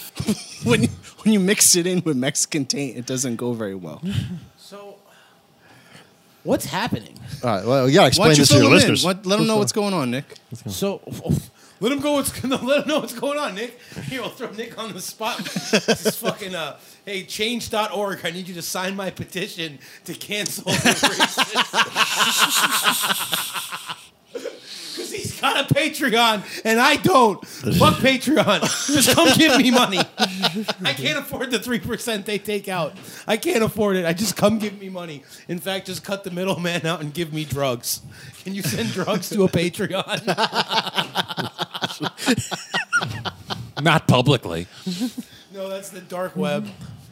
S6: when you, when you mix it in with Mexican taint, it doesn't go very well.
S1: So, what's happening?
S2: All right, well, you gotta explain
S6: Why don't you
S2: this to
S6: fill
S2: your
S6: them
S2: listeners.
S6: in? What, let them know what's going on, Nick.
S1: So let him go. What's, let him know what's going on, Nick. Here, I'll throw Nick on the spot. this is fucking uh, hey, change.org. I need you to sign my petition to cancel the racist. Because he's got a Patreon and I don't. Fuck Patreon. Just come give me money. I can't afford the 3% they take out. I can't afford it. I just come give me money. In fact, just cut the middleman out and give me drugs. Can you send drugs to a Patreon?
S4: Not publicly.
S1: No, that's the dark web.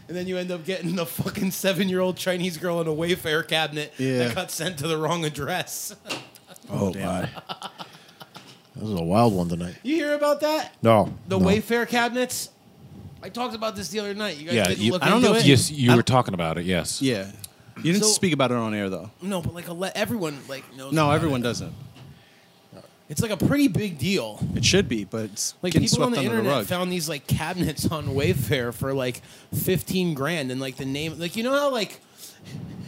S1: And then you end up getting a fucking seven year old Chinese girl in a Wayfair cabinet
S6: Yeah.
S1: that got sent to the wrong address.
S2: oh my. This is a wild one tonight.
S1: You hear about that?
S2: No.
S1: The
S2: no.
S1: Wayfair cabinets? I talked about this the other night. You guys
S4: Yeah,
S1: didn't
S4: you,
S1: look
S6: I don't
S1: into
S6: know if
S1: it.
S4: you, you
S6: I-
S4: were talking about it. Yes.
S6: Yeah, you didn't
S1: So-
S6: speak about it on air though.
S1: no, but like a le- everyone like knows.
S6: No,
S1: about
S6: everyone
S1: it.
S6: doesn't.
S1: It's like a pretty big deal.
S6: It should be, but it's
S1: Like
S6: getting
S1: people on
S6: swept
S1: the
S6: under the
S1: internet
S6: rug.
S1: found these like cabinets on Wayfair for like fifteen grand, and like the name, like you know how like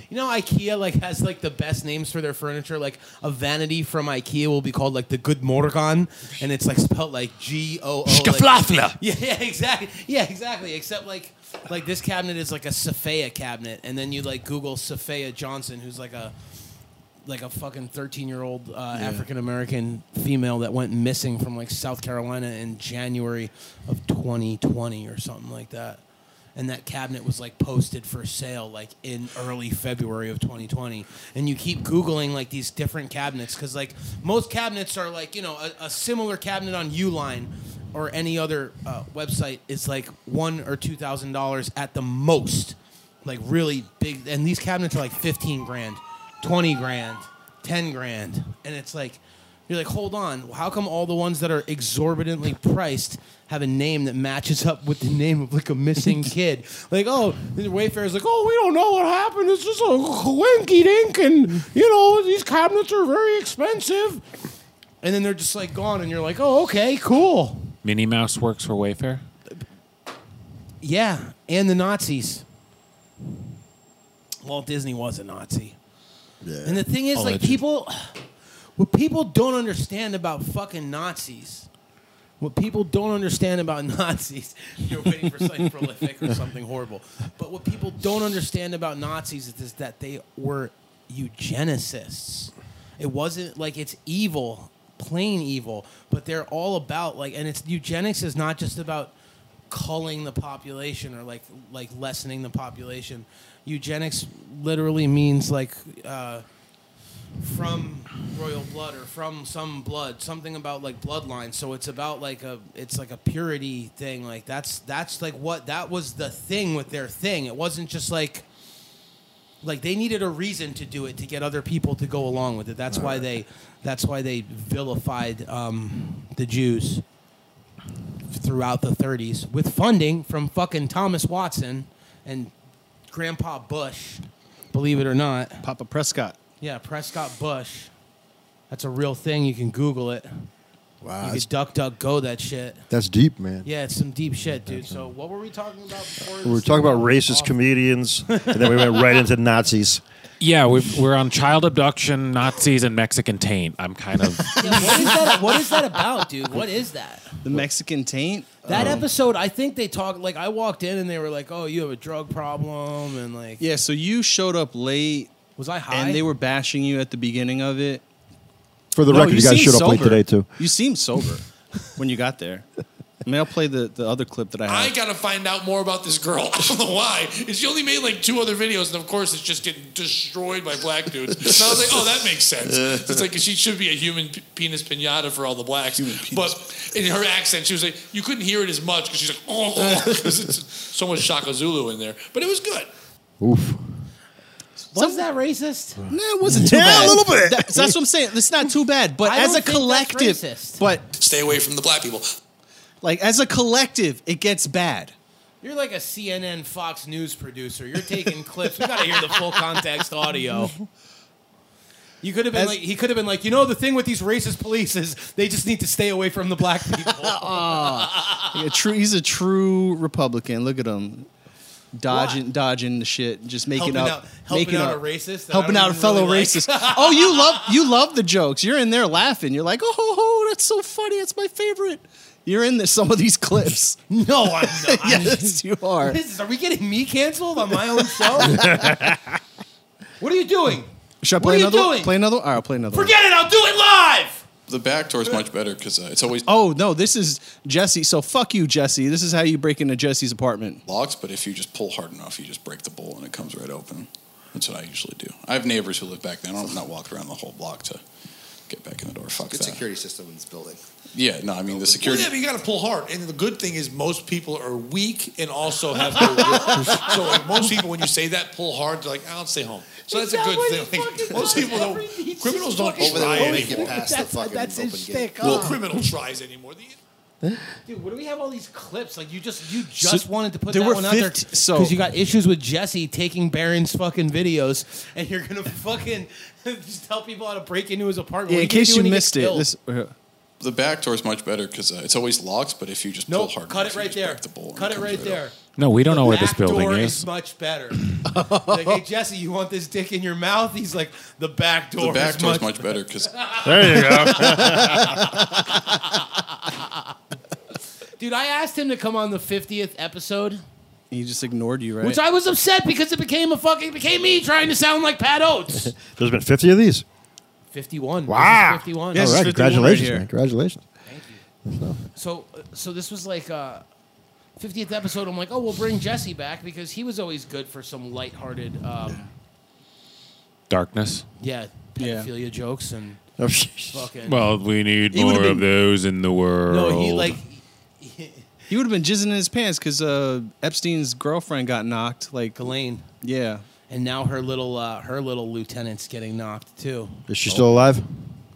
S1: you know how IKEA like has like the best names for their furniture. Like a vanity from IKEA will be called like the Good Morgon, and it's like spelled like G O O. Oh, like-
S4: Scaflafla.
S1: Yeah, yeah, exactly. Yeah, exactly. Except like like this cabinet is like a Sophia cabinet, and then you like Google Sophia Johnson, who's like a like a fucking 13 year old uh, African American female that went missing from like South Carolina in January of 2020 or something like that. And that cabinet was like posted for sale like in early February of 2020. And you keep Googling like these different cabinets because like most cabinets are like, you know, a, a similar cabinet on Uline or any other uh, website is like one or $2,000 at the most. Like really big. And these cabinets are like 15 grand. 20 grand, 10 grand. And it's like, You're like, hold on. How come all the ones that are exorbitantly priced have a name that matches up with the name of like a missing kid? Like, oh, the Wayfair's like, oh, we don't know what happened. It's just a winky dink, and you know these cabinets are very expensive. And then they're just like gone, and you're like, oh, okay, cool.
S4: Minnie Mouse works for Wayfair.
S1: Yeah, and the Nazis. Walt Disney was a Nazi. And the thing is, like,
S4: Alleged.
S1: people, what people don't understand about fucking Nazis, what people don't understand about Nazis, you're waiting for something prolific or something horrible. But what people don't understand about Nazis is that they were eugenicists. It wasn't like it's evil, plain evil, but they're all about, like, and it's eugenics is not just about culling the population or like like lessening the population. Eugenics literally means like uh, from royal blood or from some blood, something about like bloodline. So it's about like a it's like a purity thing. Like that's that's like what that was the thing with their thing. It wasn't just like like they needed a reason to do it to get other people to go along with it. That's why they that's why they vilified um, the Jews throughout the 30s with funding from fucking Thomas Watson and Grandpa Bush, believe it or not.
S6: Papa Prescott.
S1: Yeah, Prescott Bush. That's a real thing. You can Google it.
S2: Wow,
S1: You
S2: that's,
S1: could duck, duck, go that shit.
S2: that's deep, man.
S1: Yeah, it's some deep shit, dude. So what were we talking about before?
S2: We were talking about racist comedians, and then we went right into Nazis.
S4: Yeah, we've, we're on child abduction, Nazis, and Mexican taint. I'm kind of
S1: Yeah, what, is that, what is that about, dude? What is that?
S6: The Mexican taint.
S1: That
S2: Um,
S1: episode, I think they talked, like, I walked in and they were like, oh, you have a drug problem. And, like,
S6: Yeah, so you showed up late
S1: was I high?
S6: and they were bashing you at the beginning of it.
S2: For the
S6: No,
S2: record, you, guys
S6: seem
S2: showed up late
S6: sober.
S2: today too.
S6: You seemed sober when you got there. I mean, I'll play the, the other clip that I
S8: I
S6: have.
S8: gotta find out more about this girl. I don't know why. She only made like two other videos, and of course, it's just getting destroyed by black dudes. And I was like, oh, that makes sense. It's like she should be a human p- penis pinata for all the blacks. But in her accent, she was like, you couldn't hear it as much because she's like, oh, oh," 'cause it's so much Shaka Zulu in there. But it was good.
S2: Oof.
S1: was that racist?
S6: Nah, it wasn't too
S2: Yeah, a
S6: bad.
S2: little bit.
S6: That- that's what I'm saying. It's not too bad, but
S1: I
S6: as
S1: don't
S6: a
S1: think that's
S6: collective,
S1: racist.
S6: but
S8: Stay away from the black people.
S6: like as a collective, it gets bad.
S1: You're like a CNN Fox News producer. You're taking clips. We got to hear the full context audio. You could have been
S6: As-
S1: like he could have been like, you know, the thing with these racist police is they just need to stay away from the black people.
S6: Like, a true, he's a true Republican. Look at him. Dodging, dodging the shit, just making
S1: Helping
S6: up,
S1: out- helping
S6: making
S1: out
S6: up,
S1: a racist that
S6: helping
S1: I
S6: out
S1: don't
S6: a
S1: even
S6: fellow
S1: really like.
S6: racist. oh, you love, you love the jokes. You're in there laughing. You're like, oh, ho, ho, that's so funny. That's my favorite. You're in this, some of these clips.
S1: no, I'm not.
S6: yes, you are.
S1: This is- are we getting me canceled on my own show? what are you doing?
S6: Should I
S1: What are
S6: play
S1: you
S6: another? one?
S1: doing?
S6: Play another? one? All right, I'll play another. one.
S1: Forget it. I'll do it live.
S7: The back door is much better because uh, it's always
S6: Oh no, this is Jesse. So fuck you, Jesse. This is how you break into Jesse's apartment.
S7: locks, but if you just pull hard enough, you just break the bowl and it comes right open. That's what I usually do. I have neighbors who live back there. I don't not walk around the whole block to get back in the door. Fuck
S9: Good
S7: that.
S9: security system in this building.
S7: Yeah, no, I mean the
S8: Well,
S7: security.
S8: yeah, but you got to pull hard. And the good thing is, most people are weak and also have no will. so like, most people, when you say that, pull hard. They're like, I'll stay home. So that's a
S1: Is that what he
S8: good thing. Like,
S1: fucking
S8: most
S1: does?
S8: people don't.
S1: Every- he's
S8: Criminals
S1: just
S8: don't
S1: fucking
S9: Over there,
S8: try
S9: we
S8: anymore.
S9: get past the
S1: That's,
S9: fucking
S1: that's
S9: open
S1: his
S9: gate.
S1: shtick.
S8: No
S1: Oh.
S8: criminal tries anymore. The-
S1: Dude, what do we have all these clips? Like you just you just
S6: So,
S1: wanted to put
S6: there
S1: that
S6: were
S1: one out there
S6: 50 so-
S1: you got issues with Jesse taking Barron's fucking videos, and you're gonna fucking just tell people how to break into his apartment.
S6: Yeah,
S1: What
S6: in
S1: are gonna
S6: case
S1: do
S6: you
S1: when gets
S6: missed it,
S1: killed?
S6: this uh,
S7: The back door is much better because uh, it's always locked. But if you just
S1: nope,
S7: pull hard,
S1: cut
S7: enough,
S1: it
S7: you
S1: right
S7: just
S1: there.
S7: break the bowl and
S1: cut it
S7: it comes
S1: right there.
S7: open.
S4: no. We don't know where this
S1: Back
S4: building
S1: door
S4: is.
S1: much better. like, hey Jesse, you want this dick in your mouth? He's like, the back door.
S7: The back
S1: is
S7: door
S1: much.
S7: is much better because
S2: There you go.
S1: Dude, I asked him to come on the fiftieth episode.
S6: he just ignored you, right?
S1: Which I was upset because it became a fucking it became me trying to sound like Pat Oates.
S2: There's been 50 of these.
S1: Fifty one.
S2: Wow.
S1: Fifty one.
S6: Yes.
S2: All
S6: This is
S2: right,
S6: 51 right
S2: congratulations,
S6: here.
S2: man. Congratulations.
S1: So, so this was like uh, 50th episode. I'm like, oh, we'll bring Jesse back because he was always good for some lighthearted, um,
S4: Darkness.
S1: yeah,
S6: Yeah.
S1: pedophilia jokes and
S2: Oh,
S1: fucking.
S4: Well, we need
S6: He would've more of been-
S4: those in the world.
S1: no, he like
S6: he would have been jizzing in his pants because uh, Epstein's girlfriend got knocked. Like,
S1: Ghislaine,
S6: yeah,
S1: and now her little uh, her little lieutenant's getting knocked too.
S2: Oh. Is she still alive?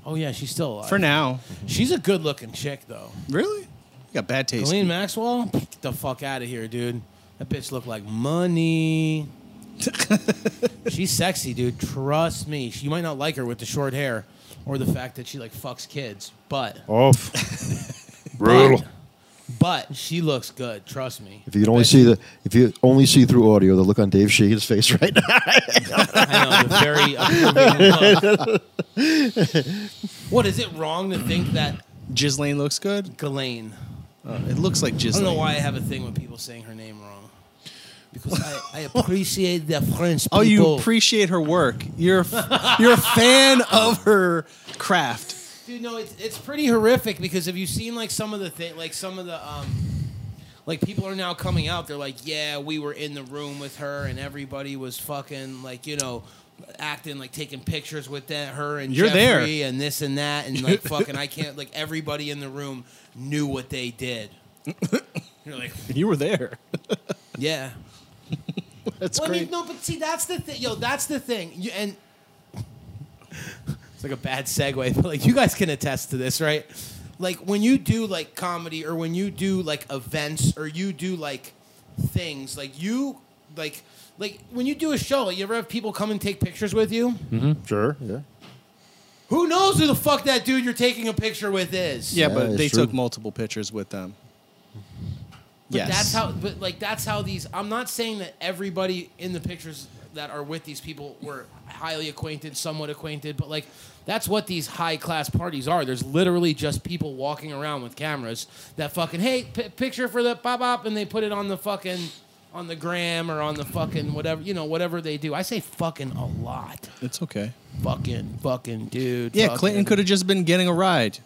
S1: Oh yeah, she's still alive.
S6: For now.
S1: she's a good-looking chick though.
S6: Really? You got bad taste.
S1: Colleen Maxwell, get the fuck out of here, dude. That bitch looked like money. She's sexy, dude. Trust me. You might not like her with the short hair or the fact that she like fucks kids, but
S2: Off.
S1: brutal. But, but she looks good. Trust me.
S2: If you can only see the, if you only see through audio, the look on Dave Sheehan's face right now.
S1: I know the very approving look. what is it wrong to think that
S6: Ghislaine looks good.
S1: Ghislaine?
S6: It looks like
S1: Uh, I
S6: Ghislaine.
S1: don't know why I have a thing with people saying her name wrong. Because I, I appreciate the French people.
S6: Oh, you appreciate her work. You're you're a fan of her craft.
S1: Dude, no, it's it's pretty horrific because have you seen like some of the thing, like some of the um, like people are now coming out. They're like, yeah, we were in the room with her, and everybody was fucking like, you know, acting like taking pictures with that her and
S6: You're there.
S1: Jeffrey and this and that, and like fucking, I can't like everybody in the room knew what they did. You're like,
S6: You were there.
S1: yeah.
S6: That's
S1: Well, I mean,
S6: great.
S1: no, but see, that's the thing, yo. That's the thing, you, and it's like a bad segue. But like, you guys can attest to this, right? Like when you do like comedy, or when you do like events, or you do like things, like you like like when you do a show, like, you ever have people come and take pictures with you?
S2: Mm-hmm. sure. Yeah.
S1: Who knows who the fuck that dude you're taking a picture with is?
S6: Yeah,
S2: Yeah,
S6: but
S2: it's
S6: they
S2: true.
S6: took multiple pictures with them.
S1: But
S6: yes.
S1: that's how. But like that's how these. I'm not saying that everybody in the pictures that are with these people were highly acquainted, somewhat acquainted, but like that's what these high class parties are. There's literally just people walking around with cameras that fucking hey p- picture for the pop up and they put it on the fucking on the gram or on the fucking whatever you know whatever they do. I say fucking a lot.
S6: it's okay.
S1: Fucking fucking dude.
S6: Yeah,
S1: fucking.
S6: Clinton could have just been getting a ride.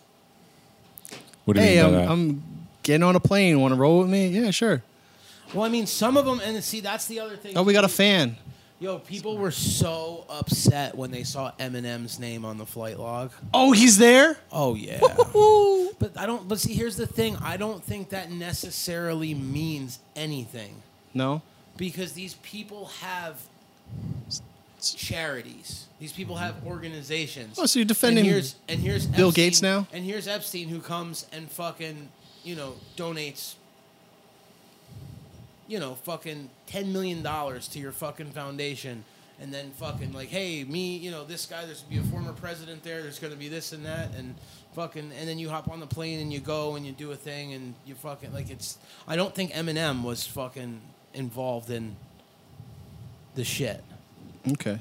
S4: What do you
S6: Hey,
S4: mean
S6: I'm,
S4: by that?
S6: I'm getting on a plane. Want to roll with me? Yeah, sure.
S1: Well, I mean some of them and see that's the other thing.
S6: Oh, we got a fan.
S1: Yo, people were so upset when they saw Eminem's name on the flight log.
S6: Oh, he's there.
S1: Oh yeah. but I don't. But see, here's the thing. I don't think that necessarily means anything
S6: No.
S1: because these people have charities. These people have organizations.
S6: Oh, so you're defending
S1: and here's, and here's
S6: Bill
S1: Epstein-
S6: Gates now?
S1: And here's Epstein who comes and fucking you know donates. You know, fucking ten million dollars to your fucking foundation, and then fucking like, hey, me, you know, this guy, there's gonna be a former president there, there's gonna be this and that, and fucking, and then you hop on the plane and you go and you do a thing and you fucking like it's. I don't think Eminem was fucking involved in the shit.
S6: Okay.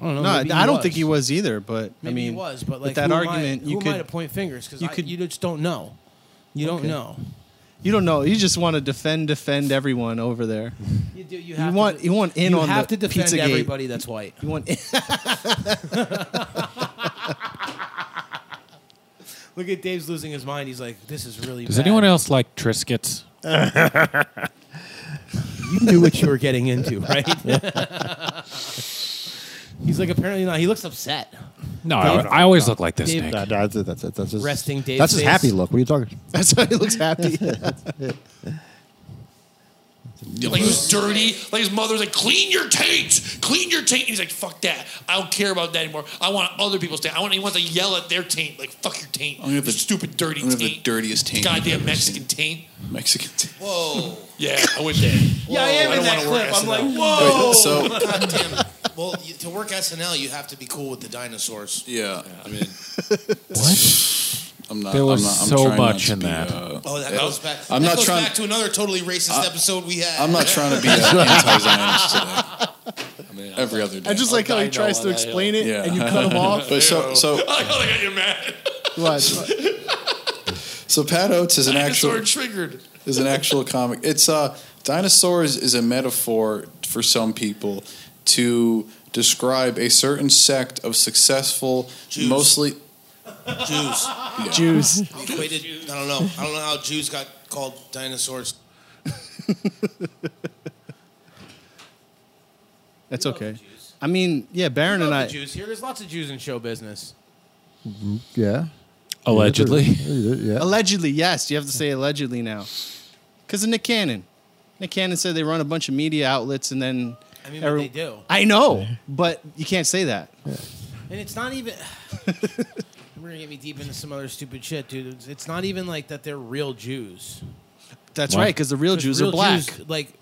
S1: I don't know.
S6: No, I I
S1: maybe
S6: don't think he was either. But
S1: Maybe
S6: I mean,
S1: he was, but
S6: with
S1: like
S6: that
S1: who
S6: argument,
S1: am I,
S6: you
S1: who am I
S6: could
S1: to point fingers because
S6: you
S1: you,
S6: could-
S1: you just don't know. You don't
S6: Okay.
S1: know.
S6: you don't know. You just want to defend, defend everyone over there.
S1: You do. You,
S6: You
S1: have
S6: want-
S1: to,
S6: you want in
S1: you
S6: on
S1: have
S6: the
S1: to defend
S6: Pizzagate.
S1: everybody that's white.
S6: You want
S1: Look at Dave's losing his mind. He's like, this is really.
S4: Does anyone else like Triscuits?
S1: You knew what you were getting into, right? He's like, apparently not. He looks upset.
S4: No, I, I always look like this,
S1: Dave-
S4: Nick.
S2: Nah, nah, that's, that's, that's, that's his,
S1: Resting Dave
S2: That's his
S1: face.
S2: happy look. What are you talking?
S6: that's why he looks happy.
S8: Like he was dirty. Like his mother was like, "Clean your taint, clean your taint." And he's like, "Fuck that. I don't care about that anymore. I want other people's taint. I want." He wants to yell at their taint, like, "Fuck your taint,
S7: I'm gonna have the-
S8: stupid dirty
S7: I'm gonna have the
S8: taint,
S7: dirtiest taint I've
S8: goddamn
S7: ever
S8: Mexican taint."
S7: Mexican.
S8: Whoa. Yeah, I wish that.
S1: Yeah, I am
S8: I
S1: in
S8: don't
S1: that
S8: wanna work
S1: clip. I'm
S8: SNL.
S1: like, whoa.
S7: So
S9: Goddamn. Well, you, to work SNL, you have to be cool with the dinosaurs.
S7: yeah, I mean, I'm not.
S4: There was
S7: I'm not, I'm
S4: so
S7: trying not
S4: much
S7: to
S4: in
S7: be,
S4: that.
S7: uh,
S9: Oh, that
S7: Yeah.
S9: goes back.
S7: I'm
S9: that
S7: not
S9: goes
S7: trying-
S9: back to another totally racist episode we had.
S7: I'm not trying to be an anti-Zionist today. Every other day.
S6: I just like how he tries to explain it,
S7: Yeah.
S6: and you cut him off.
S7: But so so
S8: I got you mad.
S6: What?
S7: so Pat Oates is an
S8: Dinosaur
S7: actual
S8: triggered.
S7: is an actual comic. It's uh dinosaurs is a metaphor for some people to describe a certain sect of successful
S9: Jews.
S7: mostly
S9: Jews.
S6: Jews.
S9: Equated, I don't know. I don't know how Jews got called dinosaurs.
S6: That's okay. I mean, yeah, Baron and I.
S1: Jews here. There's lots of Jews in show business.
S2: Yeah.
S4: Allegedly.
S2: Yeah.
S6: Allegedly, yes. You have to say allegedly now. Because of Nick Cannon. Nick Cannon said they run a bunch of media outlets and then.
S1: I mean,
S6: every-
S1: what they do.
S6: I know, but you can't say that.
S1: And it's not even. We're gonna get me deep into some other stupid shit, dude. It's, it's not even like that they're real Jews.
S6: That's
S4: What?
S6: right, because the real
S1: 'Cause
S6: Jews
S1: real
S6: are black.
S1: Jews, like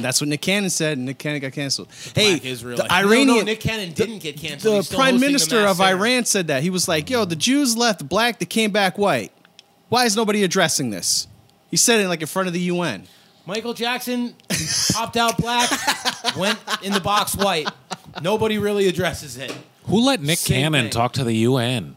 S6: That's what Nick Cannon said, and Nick Cannon got canceled. Hey,
S1: black Israel.
S6: the
S1: No, no,
S6: Iranian,
S1: Nick Cannon didn't get canceled.
S6: the
S1: He's still
S6: prime
S1: hosting the
S6: minister
S1: mass
S6: of
S1: singer.
S6: Iran said that. He was like, yo, the Jews left black, they came back white. Why is nobody addressing this? He said it like in front of the UN.
S1: Michael Jackson popped out black, went in the box white. Nobody really addresses it.
S4: Who let Nick
S1: Same
S4: Cannon
S1: thing.
S4: talk to the UN?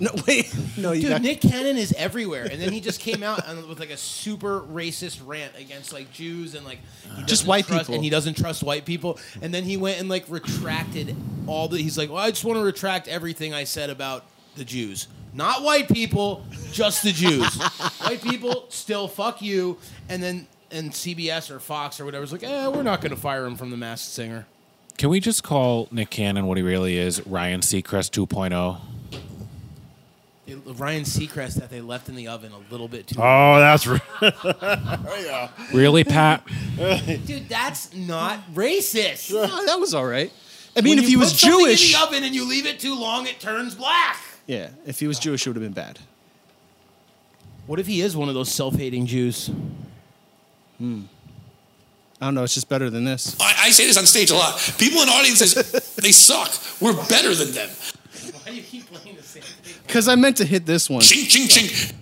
S6: No, wait. No, you
S1: Dude,
S6: got,
S1: Nick Cannon is everywhere, and then he just came out and- with like a super racist rant against like Jews and like he doesn't
S6: Uh. white
S1: trust,
S6: people.
S1: and he doesn't trust white people. And then he went and like retracted all the. He's like, well, I just want to retract everything I said about the Jews, not white people, just the Jews. white people still fuck you. And then and CBS or Fox or whatever's like, eh, we're not going to fire him from the Masked Singer.
S4: Can we just call Nick Cannon what he really is? Ryan Seacrest oh? 2.0.
S1: They, Ryan Seacrest that they left in the oven a little bit too.
S3: Oh, that's right.
S4: Really, Pat?
S1: Dude, that's not racist.
S6: Oh, that was all right. I mean,
S1: When
S6: if he
S1: you
S6: was
S1: put something
S6: Jewish.
S1: in the oven and you leave it too long, it turns black.
S6: Yeah, if he was Jewish, it would have been bad.
S1: What if he is one of those self-hating Jews?
S6: I don't know. It's just better than this.
S8: I, I say this on stage a lot. People in audiences, they suck. We're better than them.
S1: Why do you keep playing the same thing?
S6: Because I meant to hit this one.
S8: Ching, ching, ching.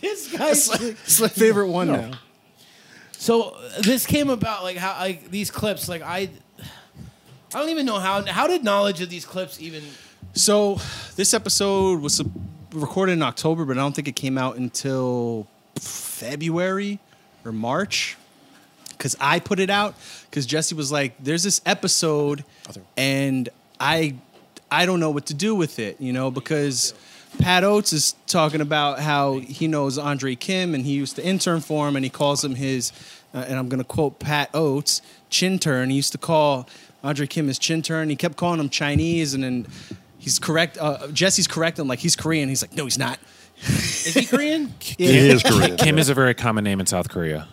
S1: This guy's
S6: It's my favorite one now.
S1: so uh, this came about like how like these clips like I I don't even know how how did knowledge of these clips even
S6: So this episode was sup- recorded in October, but I don't think it came out until February or March. Because I put it out. Because Jesse was like, "There's this episode, and I, I don't know what to do with it." You know, because Pat Oates is talking about how he knows Andre Kim and he used to intern for him, and he calls him his, uh, and I'm going to quote Pat Oates, chin turn. He used to call Andre Kim his chin turn. He kept calling him Chinese, and then he's correct. Uh, Jesse's correct him, like he's Korean. He's like, no, he's not.
S1: is he Korean?
S6: Yeah.
S3: He is Korean.
S4: Kim is a very common name in South Korea.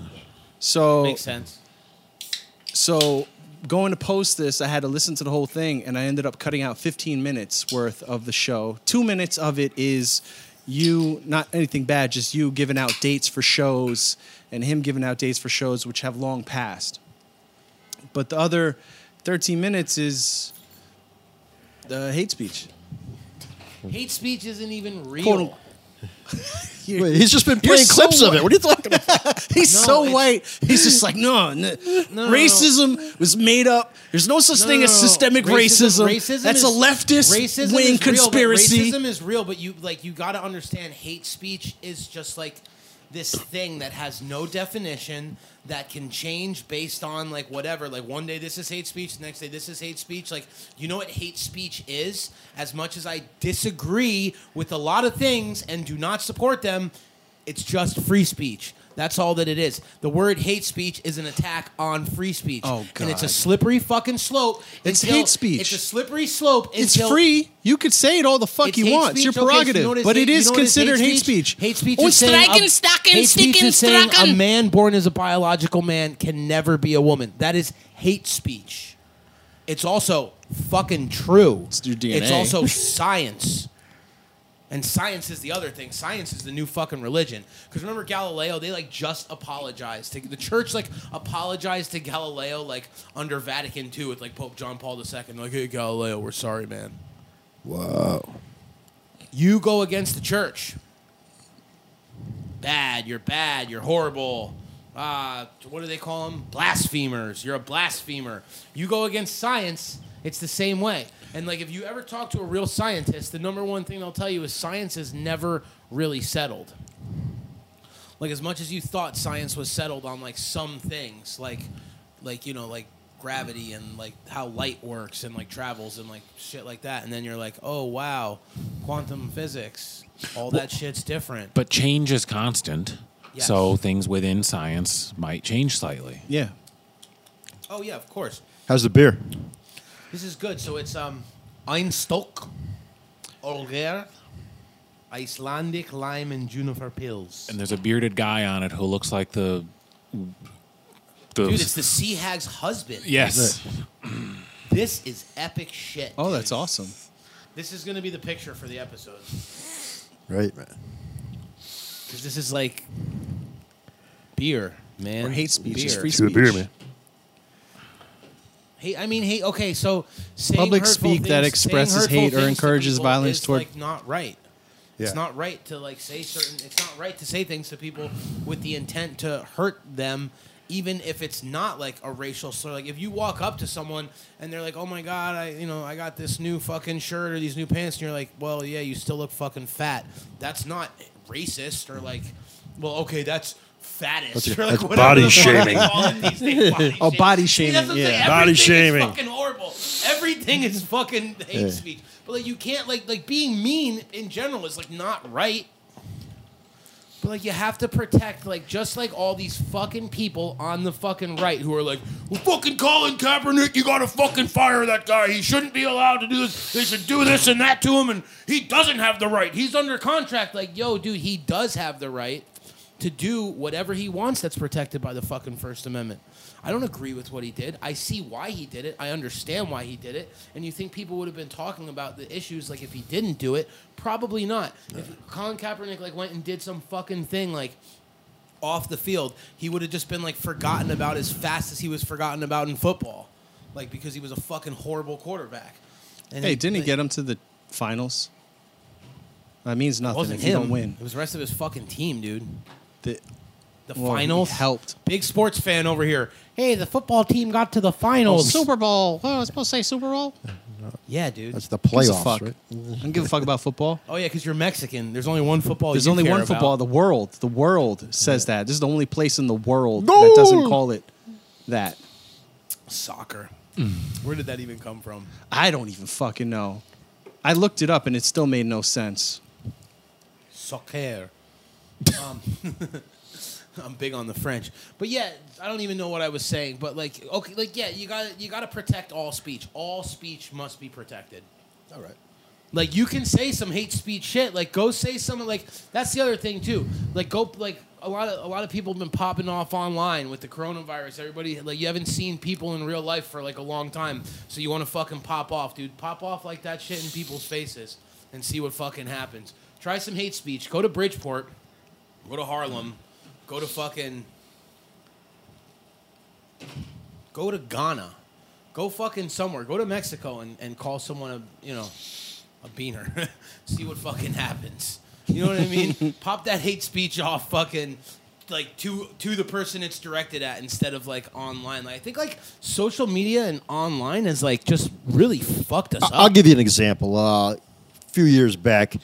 S6: So
S1: Makes sense.
S6: So going to post this, I had to listen to the whole thing, and I ended up cutting out 15 minutes worth of the show. Two minutes of it is you, not anything bad, just you giving out dates for shows, and him giving out dates for shows which have long passed. But the other 13 minutes is the hate speech.
S1: Hate speech isn't even real.
S6: Quote,
S2: Wait, he's just been playing
S6: so
S2: clips of
S6: white.
S2: it. What are you talking about?
S6: He's
S1: No,
S6: so
S1: it's-
S6: white. He's just like, no, n-
S1: no, no.
S6: racism was made up. There's no such
S1: No,
S6: thing
S1: no, no,
S6: as
S1: no.
S6: systemic racism. That's
S1: is-
S6: a leftist
S1: racism
S6: wing
S1: is real, but
S6: conspiracy.
S1: racism is real, but you like you got to understand hate speech is just like this thing that has no definition that can change based on like whatever. Like one day this is hate speech, the next day this is hate speech. Like you know what hate speech is? As much as I disagree with a lot of things and do not support them, it's just free speech. That's all that it is. The word hate speech is an attack on free speech.
S6: Oh,
S1: And it's a
S6: God.
S1: slippery fucking slope.
S6: It's
S1: until-
S6: hate speech.
S1: It's a slippery slope.
S6: It's
S1: until-
S6: free. You could say it all the fuck
S1: It's
S6: you
S1: hate
S6: want. It's your
S1: speech. Okay, so you
S6: prerogative.
S1: know what
S6: but it
S1: you
S6: is
S1: know what
S6: considered hate speech.
S1: Hate speech
S6: Oh,
S1: is saying
S6: striking,
S1: a,
S6: stocking,
S1: hate speech
S6: sticking,
S1: is saying a
S6: stocking.
S1: man born as a biological man can never be a woman. That is hate speech. It's also fucking true. It's
S6: your DNA.
S1: It's also science. And science is the other thing. Science is the new fucking religion. Because remember Galileo, they like just apologized. To, the church like apologized to Galileo like under Vatican II with like Pope John Paul II. Like, hey Galileo, we're sorry, man. Whoa. You go against the church. Bad. You're bad. You're horrible. Uh, what do they call them? Blasphemers. You're a blasphemer. You go against science. It's the same way. And like, if you ever talk to a real scientist, the number one thing they'll tell you is science is never really settled. Like, as much as you thought science was settled on like some things, like, like you know, like gravity and like how light works and like travels and like shit like that, and then you're like, oh wow, quantum physics, all that shit's different.
S4: But change is constant.
S1: Yes.
S4: So things within science might change slightly.
S6: yeah.
S1: Oh yeah, of course.
S2: How's the beer?
S1: This is good. So it's um Einstock Olger Icelandic lime and juniper pills.
S4: And there's a bearded guy on it who looks like the. the
S1: Dude, it's the sea hag's husband.
S4: yes.
S1: This is epic shit.
S6: Oh, that's awesome.
S1: This is going to be the picture for the episode.
S2: Right, man.
S1: 'Cause this is like beer, man.
S6: Or hate speech. It's
S1: Beer.
S6: free
S3: To the
S6: speech.
S3: beer, man.
S1: Hate- I mean, hate. Okay, so saying
S6: Public
S1: hurtful
S6: speak that
S1: things- saying
S6: expresses
S1: hurtful
S6: hate or
S1: things to
S6: encourages
S1: people
S6: violence
S1: is,
S6: toward-
S1: like not right.
S2: Yeah.
S1: It's not right to like say certain. It's not right to say things to people with the intent to hurt them, even if it's not like a racial slur. Like if you walk up to someone and they're like, "Oh my god, I you know I got this new fucking shirt or these new pants," and you're like, "Well, yeah, you still look fucking fat." That's not racist or like, well, okay, that's. Fattest. or, like,
S2: that's
S1: whatever
S3: body
S1: the fuck they
S3: shaming.
S1: call it these days, body
S6: Oh, body
S1: See, that's
S6: shaming.
S1: what I'm saying.
S6: yeah.
S3: Body
S1: Everything is
S3: shaming.
S1: fucking horrible. Everything is fucking hate
S2: Yeah.
S1: speech. But like you can't like like being mean in general is like not right. But like you have to protect like just like all these fucking people on the fucking right who are like, well, fucking Colin Kaepernick, you gotta fucking fire that guy. He shouldn't be allowed to do this. They should do this and that to him, and he doesn't have the right. He's under contract. Like, yo, dude, he does have the right to do whatever he wants that's protected by the fucking First Amendment. I don't agree with what he did. I see why he did it. I understand why he did it. And you think people would have been talking about the issues like if he didn't do it? Probably not. If Colin Kaepernick like went and did some fucking thing like off the field, he would have just been like forgotten about as fast as he was forgotten about in football. Like because he was a fucking horrible quarterback. And
S6: Hey, didn't he
S1: like,
S6: get him to the finals? That means
S1: It
S6: nothing
S1: wasn't
S6: if you
S1: him.
S6: don't win.
S1: It was the rest of his fucking team, dude.
S6: The-
S1: The
S6: Well, he
S1: finals
S6: helped.
S1: Big sports fan over here. Hey, the football team got to the finals.
S6: Super Bowl. Oh, I was supposed to say Super Bowl.
S1: Yeah, dude.
S2: That's the
S6: Gives a
S2: playoffs,
S6: fuck.
S2: right?
S6: I don't give a fuck about football.
S1: Oh yeah, because you're Mexican. There's only one football.
S6: There's
S1: Oh, you
S6: only
S1: care
S6: one football.
S1: about.
S6: The world. The world says that. This is the only place in the world that doesn't call it that. Mm.
S1: Soccer. Where did that even come from?
S6: I don't even fucking know. I looked it up and it still made no sense.
S1: Soccer. Um, I'm big on the French, but yeah, I don't even know what I was saying. But like, okay, like yeah, you got to you got to protect all speech. All speech must be protected.
S2: All right.
S1: Like you can say some hate speech shit. Like go say something. Like that's the other thing too. Like go like a lot of a lot of people have been popping off online with the coronavirus. Everybody like you haven't seen people in real life for like a long time, so you want to fucking pop off, dude. Pop off like that shit in people's faces and see what fucking happens. Try some hate speech. Go to Bridgeport. Go to Harlem. Go to fucking. Go to Ghana. Go fucking somewhere. Go to Mexico and, and call someone a you know a beaner. See what fucking happens. You know what I mean? Pop that hate speech off fucking like to to the person it's directed at instead of like online. Like I think like social media and online has like just really fucked us
S2: I-
S1: up.
S2: I'll give you an example. Uh, a few years back,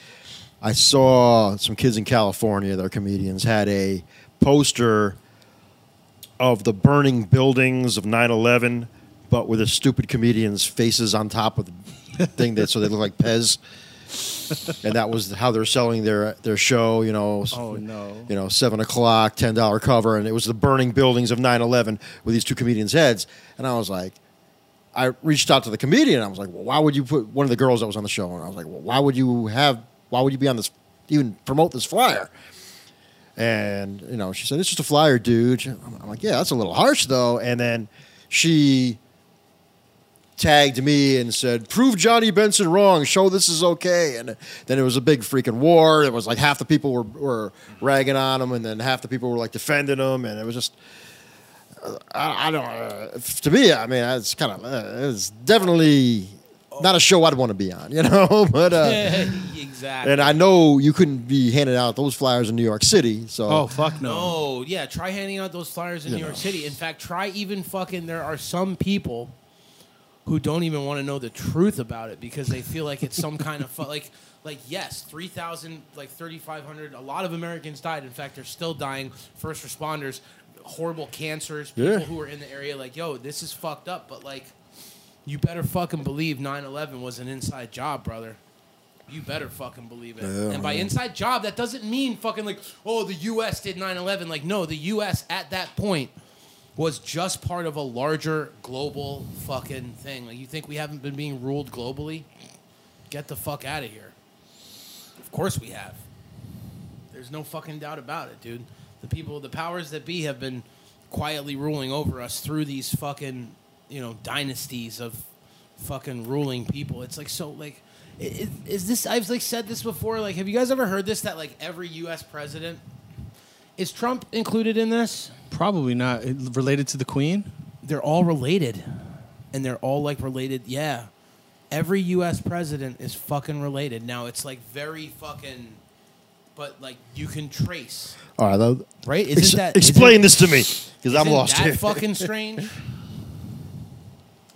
S2: I saw some kids in California that are comedians had a poster of the burning buildings of 9/11, but with a stupid comedian's faces on top of the thing that so they look like Pez. and that was how they're selling their their show. You know, s-
S6: Oh, no.
S2: you know, seven o'clock, ten dollar cover, and it was the burning buildings of 9-11 with these two comedians' heads. And I was like, I reached out to the comedian. and I was like, well, why would you put one of the girls that was on the show? And I was like, well, why would you have? Why would you be on this? Even promote this flyer? And you know, she said, it's just a flyer, dude. I'm I'm like, yeah, that's a little harsh though. And then she tagged me and said, "Prove Johnny Benson wrong. Show this is okay." And then it was a big freaking war. It was like half the people were, were ragging on him, and then half the people were like defending him, and it was just. I, I don't. Uh, f- to me, I mean, it's kind of. Uh, it's definitely not a show I'd want to be on, you know. but uh,
S1: exactly.
S2: and I know you couldn't be handing out those flyers in New York City, so
S6: Oh, fuck no.
S1: No, yeah, try handing out those flyers in New York City. In fact, try even fucking. There are some people who don't even want to know the truth about it because they feel like it's some kind of fu- like like yes, three thousand, like thirty five hundred. A lot of Americans died. In fact, they're still dying. First responders, horrible cancers. People
S2: Yeah.
S1: who are in the area, like yo, this is fucked up. But like, you better fucking believe 9-11 was an inside job, brother. You better fucking believe it. and by inside job, that doesn't mean fucking like, oh, the U.S. did 9 11. Like, no, the U.S. at that point was just part of a larger global fucking thing. Like, you think we haven't been being ruled globally? Get the fuck out of here. Of course we have. There's no fucking doubt about it, dude. The people, the powers that be have been quietly ruling over us through these fucking, you know, dynasties of fucking ruling people. It's like so like i- i- is this I've like said this before like have you guys ever heard this that like every US president is Trump included in this?
S6: Probably not It- related to the Queen.
S1: They're all related. And they're all like related. Yeah. Every US president is fucking related. Now it's like very fucking but like you can trace,
S2: All right, though.
S1: right? Isn't
S2: Ex-
S1: that isn't-
S2: explain this to me because I'm
S1: isn't
S2: lost
S1: that
S2: here.
S1: fucking strange.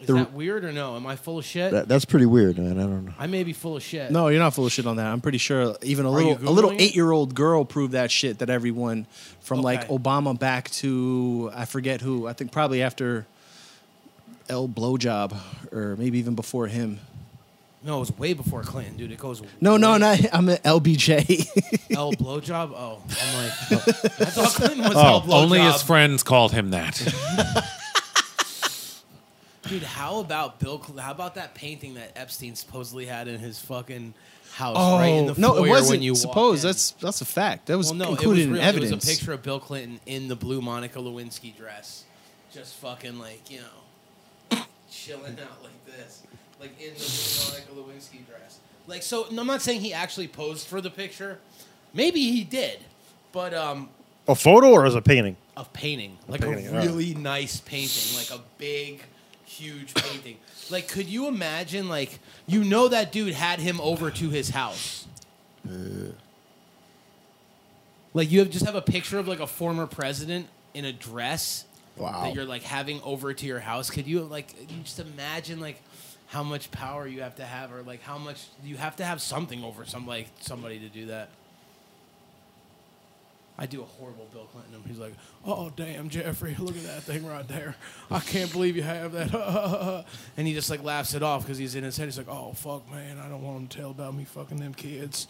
S1: Is
S2: The-
S1: that weird or no? Am I full of shit?
S2: That- that's pretty weird, man. I don't know.
S1: I may be full of shit.
S6: No, you're not full of shit on that. I'm pretty sure even a
S1: you
S6: little a little
S1: Googling it?
S6: eight year old girl proved that shit that everyone from like
S1: Okay.
S6: Obama back to I forget who I think probably after El Blowjob or maybe even before him.
S1: No, it was way before Clinton, dude. It goes.
S6: No, no,
S1: way-
S6: not I'm at LBJ.
S1: L blowjob. Oh, I'm like, I thought Clinton was L
S4: Oh,
S1: blowjob.
S4: only his friends called him that.
S1: dude. How about Bill? Cl- How about that painting that Epstein supposedly had in his fucking house? right in the
S6: Oh, no,
S1: foyer
S6: it wasn't.
S1: When you
S6: Suppose
S1: walk in.
S6: that's that's a fact. That was
S1: well, no,
S6: included
S1: it was
S6: in
S1: real.
S6: evidence.
S1: It was a picture of Bill Clinton in the blue Monica Lewinsky dress, just fucking like you know, chilling out like this, like in the blue Monica Lewinsky dress. Like so, no, I'm not saying he actually posed for the picture. Maybe he did, but um,
S2: A photo or as a painting?
S1: a painting, like a,
S2: painting, alright.
S1: really nice painting, like a big, huge painting. Like, could you imagine? Like, you know that dude had him over to his house. Like, you have, just have a picture of like a former president in a dress
S2: Wow.
S1: that you're like having over to your house. Could you like you just imagine like how much power you have to have, or like how much you have to have something over some like somebody to do that? I do a horrible Bill Clinton. He's like, "Oh damn, Jeffrey, look at that thing right there. I can't believe you have that." and he just like laughs it off because he's in his head. He's like, "Oh fuck, man, I don't want him to tell about me fucking them kids.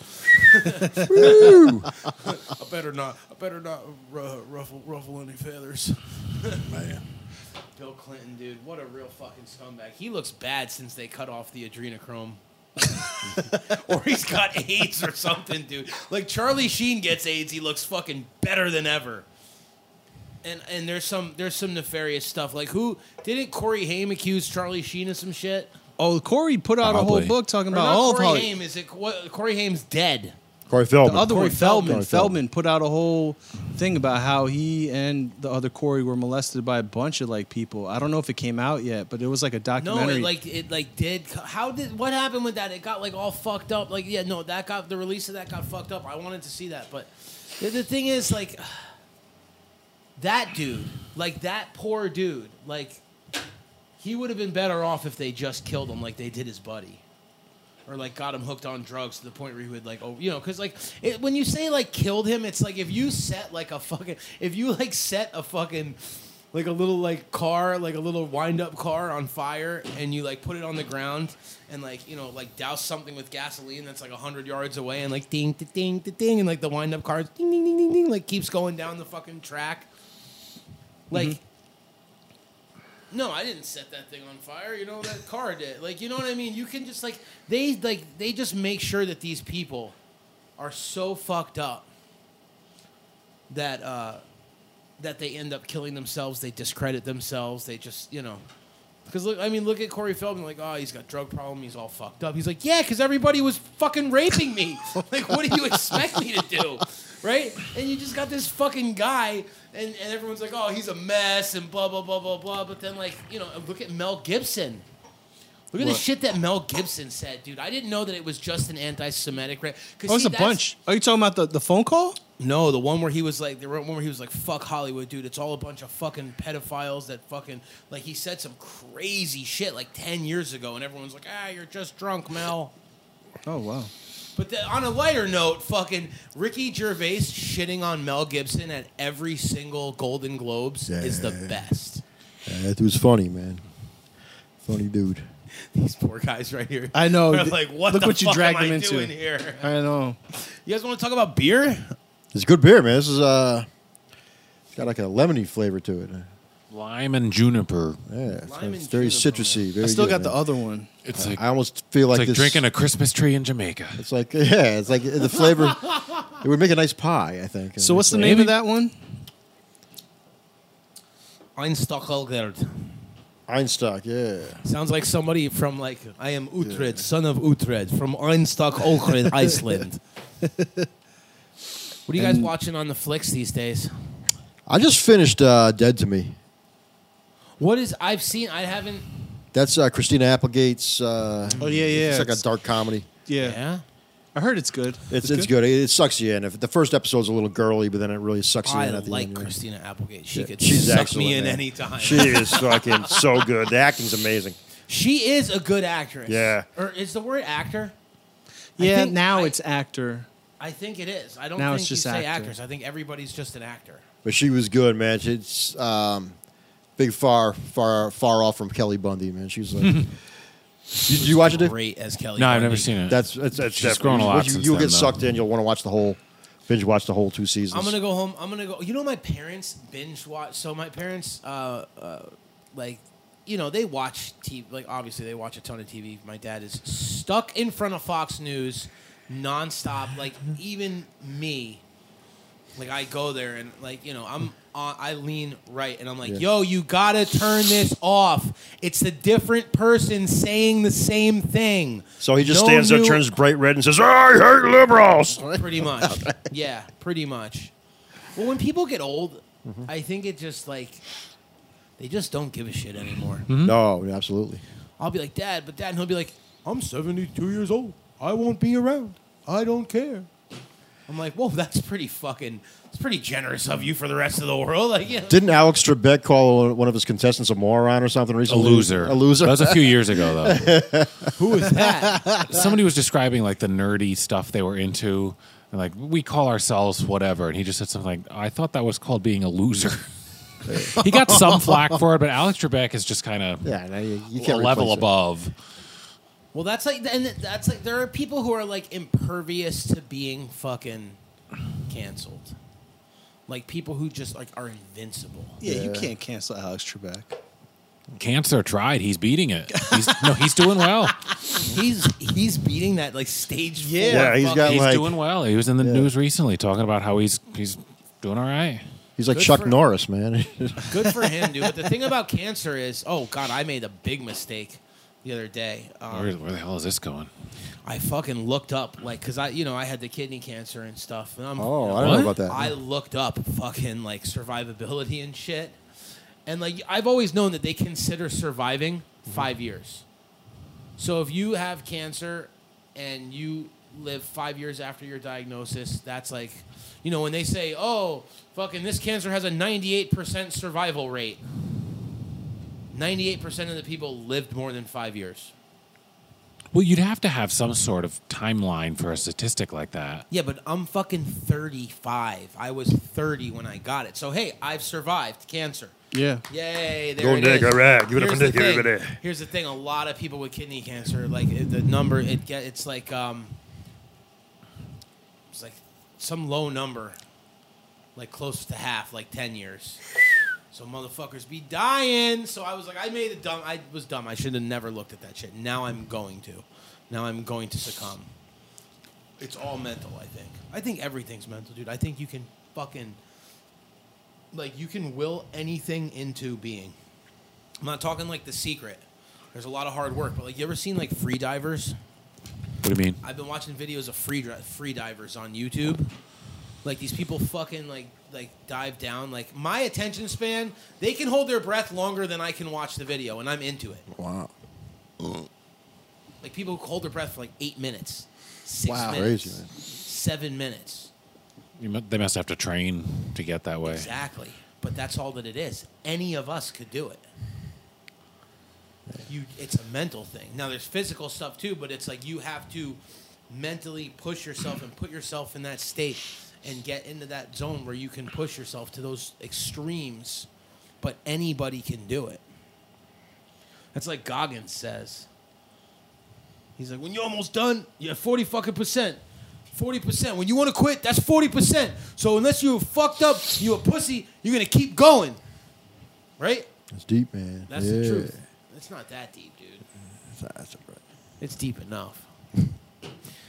S1: I better not. I better not uh, ruffle ruffle any feathers." Bill Clinton, dude, what a real fucking scumbag. He looks bad since they cut off the adrenochrome. or he's got AIDS or something, dude. Like Charlie Sheen gets AIDS, he looks fucking better than ever. And and there's some there's some nefarious stuff. Like who didn't Corey Haim accuse Charlie Sheen of some shit?
S6: oh, Corey put out a
S4: Probably.
S6: whole book talking
S1: Or
S6: about
S1: not
S6: all of
S1: Corey
S6: Hollywood.
S1: Haim is it what, Corey Haim's dead.
S2: Corey
S6: The
S2: Feldman.
S6: other
S1: Corey
S6: one, Feldman.
S1: Feldman.
S6: Feldman. put out a whole thing about how he and the other Corey were molested by a bunch of like people. I don't know if it came out yet, but it was like a
S1: No,
S6: documentary.
S1: it like it like did. co- How did what happened with that? It got like all fucked up. Like yeah, no, that got the release of that got fucked up. I wanted to see that, but the, the thing is like that dude, like that poor dude, like he would have been better off if they just killed him like they did his buddy. Or like got him hooked on drugs to the point where he would like oh you know because like it, when you say like killed him it's like if you set like a fucking if you like set a fucking like a little like car, like a little wind up car on fire, and you like put it on the ground and like you know like douse something with gasoline that's like hundred yards away, and like ding, ding, ding, ding, ding, and like the wind up car ding, ding, ding, ding, ding, like keeps going down the fucking track. Like, no, I didn't set that thing on fire. You know that car did. Like, you know what I mean? You can just like they like they just make sure that these people are so fucked up that uh that they end up killing themselves. They discredit themselves. They just, you know, because look, I mean, look at Corey Feldman. Like, oh, he's got drug problem. He's all fucked up. He's like, yeah, because everybody was fucking raping me. like, what do you expect me to do, right? And you just got this fucking guy, and and everyone's like, oh, he's a mess, and blah blah blah blah blah. But then, like, you know, look at Mel Gibson. Look at the shit that Mel Gibson said, dude. I didn't know that it was just an anti-Semitic. Ra-
S6: oh, it's a bunch. Are you talking about the, the phone call?
S1: no, the one where he was like, the one where he was like, "Fuck Hollywood, dude. It's all a bunch of fucking pedophiles that fucking like." He said some crazy shit like ten years ago, and everyone's like, "Ah, you're just drunk, Mel."
S6: Oh wow.
S1: But the, on a lighter note, fucking Ricky Gervais shitting on Mel Gibson at every single Golden Globes is the
S2: Yeah.
S1: best.
S2: that was funny, man. Funny dude.
S1: These poor guys right here.
S6: I know.
S1: They're like, what?
S6: Look
S1: the
S6: what you
S1: fuck
S6: dragged
S1: am
S6: them
S1: I
S6: into.
S1: doing here.
S6: I know.
S1: You guys want to talk about beer?
S2: It's good beer, man. This is uh, it's got like a lemony flavor to it.
S4: Lime and juniper.
S2: Yeah, so
S1: Lime and
S2: it's very
S1: juniper,
S2: citrusy. Very
S6: I still
S2: good,
S6: got the
S2: man.
S6: other one.
S4: It's like
S2: I almost feel
S4: it's
S2: like,
S4: like
S2: this,
S4: drinking a Christmas tree in Jamaica.
S2: It's like yeah, it's like the flavor. it would make a nice pie, I think.
S6: So what's
S2: It's
S6: the
S2: like-
S6: name of that one?
S1: Einstockelgeld.
S2: Einstock, yeah.
S1: Sounds like somebody from like I am Utrecht, son of Utrecht, from Einstock, Utrecht, Iceland. what are you guys watching on the flicks these days?
S2: I just finished uh, Dead to Me.
S1: What is I've seen? I haven't.
S2: That's uh, Christina Applegate's. Uh,
S6: Oh, yeah, yeah.
S2: It's like a
S6: It's-
S2: dark comedy.
S6: Yeah.
S1: Yeah.
S6: I heard it's good.
S2: It's, it's good. It, it sucks you in. If the first episode's a little girly, but then it really sucks you
S1: I
S2: in at the
S1: like
S2: end.
S1: Christina Applegate. She
S2: Yeah,
S1: could
S2: she's
S1: suck
S2: excellent,
S1: me in
S2: man.
S1: any time.
S2: She
S1: She,
S2: is fucking so good. The acting's amazing.
S1: is a good actress.
S2: Yeah.
S1: Or is the word actor? I
S6: Yeah,
S1: think
S6: now
S1: I-
S6: it's actor.
S1: I think it is. I don't
S6: Now
S1: think
S6: it's just
S1: you say
S6: actor.
S1: actors. I think everybody's just an actor.
S2: But she was good, man. She's um, big far, far, far off from Kelly Bundy, man. She's like. you, you watch it? Dave?
S1: Great as Kelly.
S4: No, I've
S1: Bundy.
S4: never seen it.
S2: That's that's, that's
S4: She's
S2: definitely-
S4: grown a lot
S2: You,
S4: since
S2: you'll
S4: then,
S2: get
S4: though.
S2: sucked in. You'll want to watch the whole binge watch the whole two seasons.
S1: I'm gonna go home. I'm gonna go. You know, my parents binge watch. So my parents, uh, uh, like, you know, they watch TV. Like, obviously, they watch a ton of TV. My dad is stuck in front of Fox News nonstop. Like, even me, like, I go there and like, you know, I'm. On, I lean right and I'm like,
S2: Yeah.
S1: yo, you gotta turn this off. It's a different person saying the same thing.
S2: So he just
S1: No
S2: stands there,
S1: new-
S2: turns bright red, and says, "I hate liberals."
S1: pretty much. yeah, pretty much. Well, when people get old, I think it just like they just don't give a shit anymore.
S4: Hmm?
S2: No, absolutely.
S1: I'll be like, Dad, but Dad, and he'll be like, I'm 72 years old. I won't be around. I don't care. I'm like, whoa, that's pretty fucking. It's pretty generous of you for the rest of the world. Like, yeah.
S2: Didn't Alex Trebek call one of his contestants a moron or something
S4: A
S2: recently?
S4: loser.
S2: A loser.
S4: That was a few years ago, though.
S1: who is that?
S4: Somebody was describing like the nerdy stuff they were into, and like we call ourselves whatever. And he just said something like, "I thought that was called being a loser." he got some flack for it, but Alex Trebek is just kind of
S2: yeah, no, you, you
S4: a
S2: can't
S4: level
S2: replace it.
S4: above.
S1: well, that's like, and that's like, there are people who are like impervious to being fucking canceled. Like people who just like are invincible.
S6: Yeah, you can't cancel Alex Trebek.
S4: Cancer tried. He's beating it. He's, no, he's doing well.
S1: He's he's beating that like stage. Yeah,
S2: Yeah, he's got
S4: He's
S2: like
S4: doing well. He was in the
S2: Yeah.
S4: news recently talking about how he's he's doing all right.
S2: he's like
S1: Good
S2: Chuck
S1: for-
S2: Norris, man.
S1: good for him, dude. But the thing about cancer is, oh god, I made a big mistake the other day.
S4: Where,
S1: Um,
S4: where the hell is this going?
S1: I fucking looked up like because I you know I had the kidney cancer and stuff. And I'm,
S2: oh,
S1: you
S2: I don't know about
S4: What?
S2: that.
S1: I looked up fucking like survivability and shit. And like I've always known that they consider surviving
S2: Mm-hmm.
S1: five years. So if you have cancer and you live five years after your diagnosis, that's like, you know, when they say, oh, fucking this cancer has a 98% survival rate, 98% of the people lived more than five years.
S4: Well, you'd have to have some sort of timeline for a statistic like that.
S1: Yeah, but I'm fucking 35. I was 30 when I got it. So hey, I've survived cancer.
S6: Yeah.
S1: Yay! There
S3: Go,
S1: it
S3: Nick,
S1: is.
S3: all right. Give it up
S1: Here's
S3: for Nick,
S1: the thing.
S3: everybody.
S1: Here's the thing: a lot of people with kidney cancer, like it- the number, it get it's like um, it's like some low number, like close to half, like ten years. So motherfuckers be dying. So I was like, I made a dumb. I was dumb. I should have never looked at that shit. Now I'm going to. Now I'm going to succumb. It's all mental. I think. I think everything's mental, dude. I think you can fucking like you can will anything into being. I'm not talking like the secret. There's a lot of hard work, but like you ever seen like free divers?
S4: What do you mean?
S1: I've been watching videos of free dri- free divers on YouTube. Like these people fucking like like dive down. Like my attention span, they can hold their breath longer than I can watch the video, and I'm into it.
S2: wow,
S1: Like people who hold their breath for like eight minutes, six
S2: Wow.
S1: minutes,
S2: Crazy, man.
S1: seven minutes.
S4: You mu- they must have to train to get that way.
S1: Exactly. But that's all that it is. Any of us could do it. You, it's a mental thing. Now there's physical stuff too, but it's like you have to mentally push yourself and put yourself in that state and get into that zone where you can push yourself to those extremes. But anybody can do it. That's like Goggins says. He's like, when you're almost done, you're at 40 fucking percent. 40%. When you want to quit, that's 40%. So unless you're fucked up, you're a pussy, you're going to keep going. Right?
S2: that's deep, man.
S1: That's
S2: yeah.
S1: the truth. It's not that deep, dude.
S2: That's right.
S1: It's deep enough.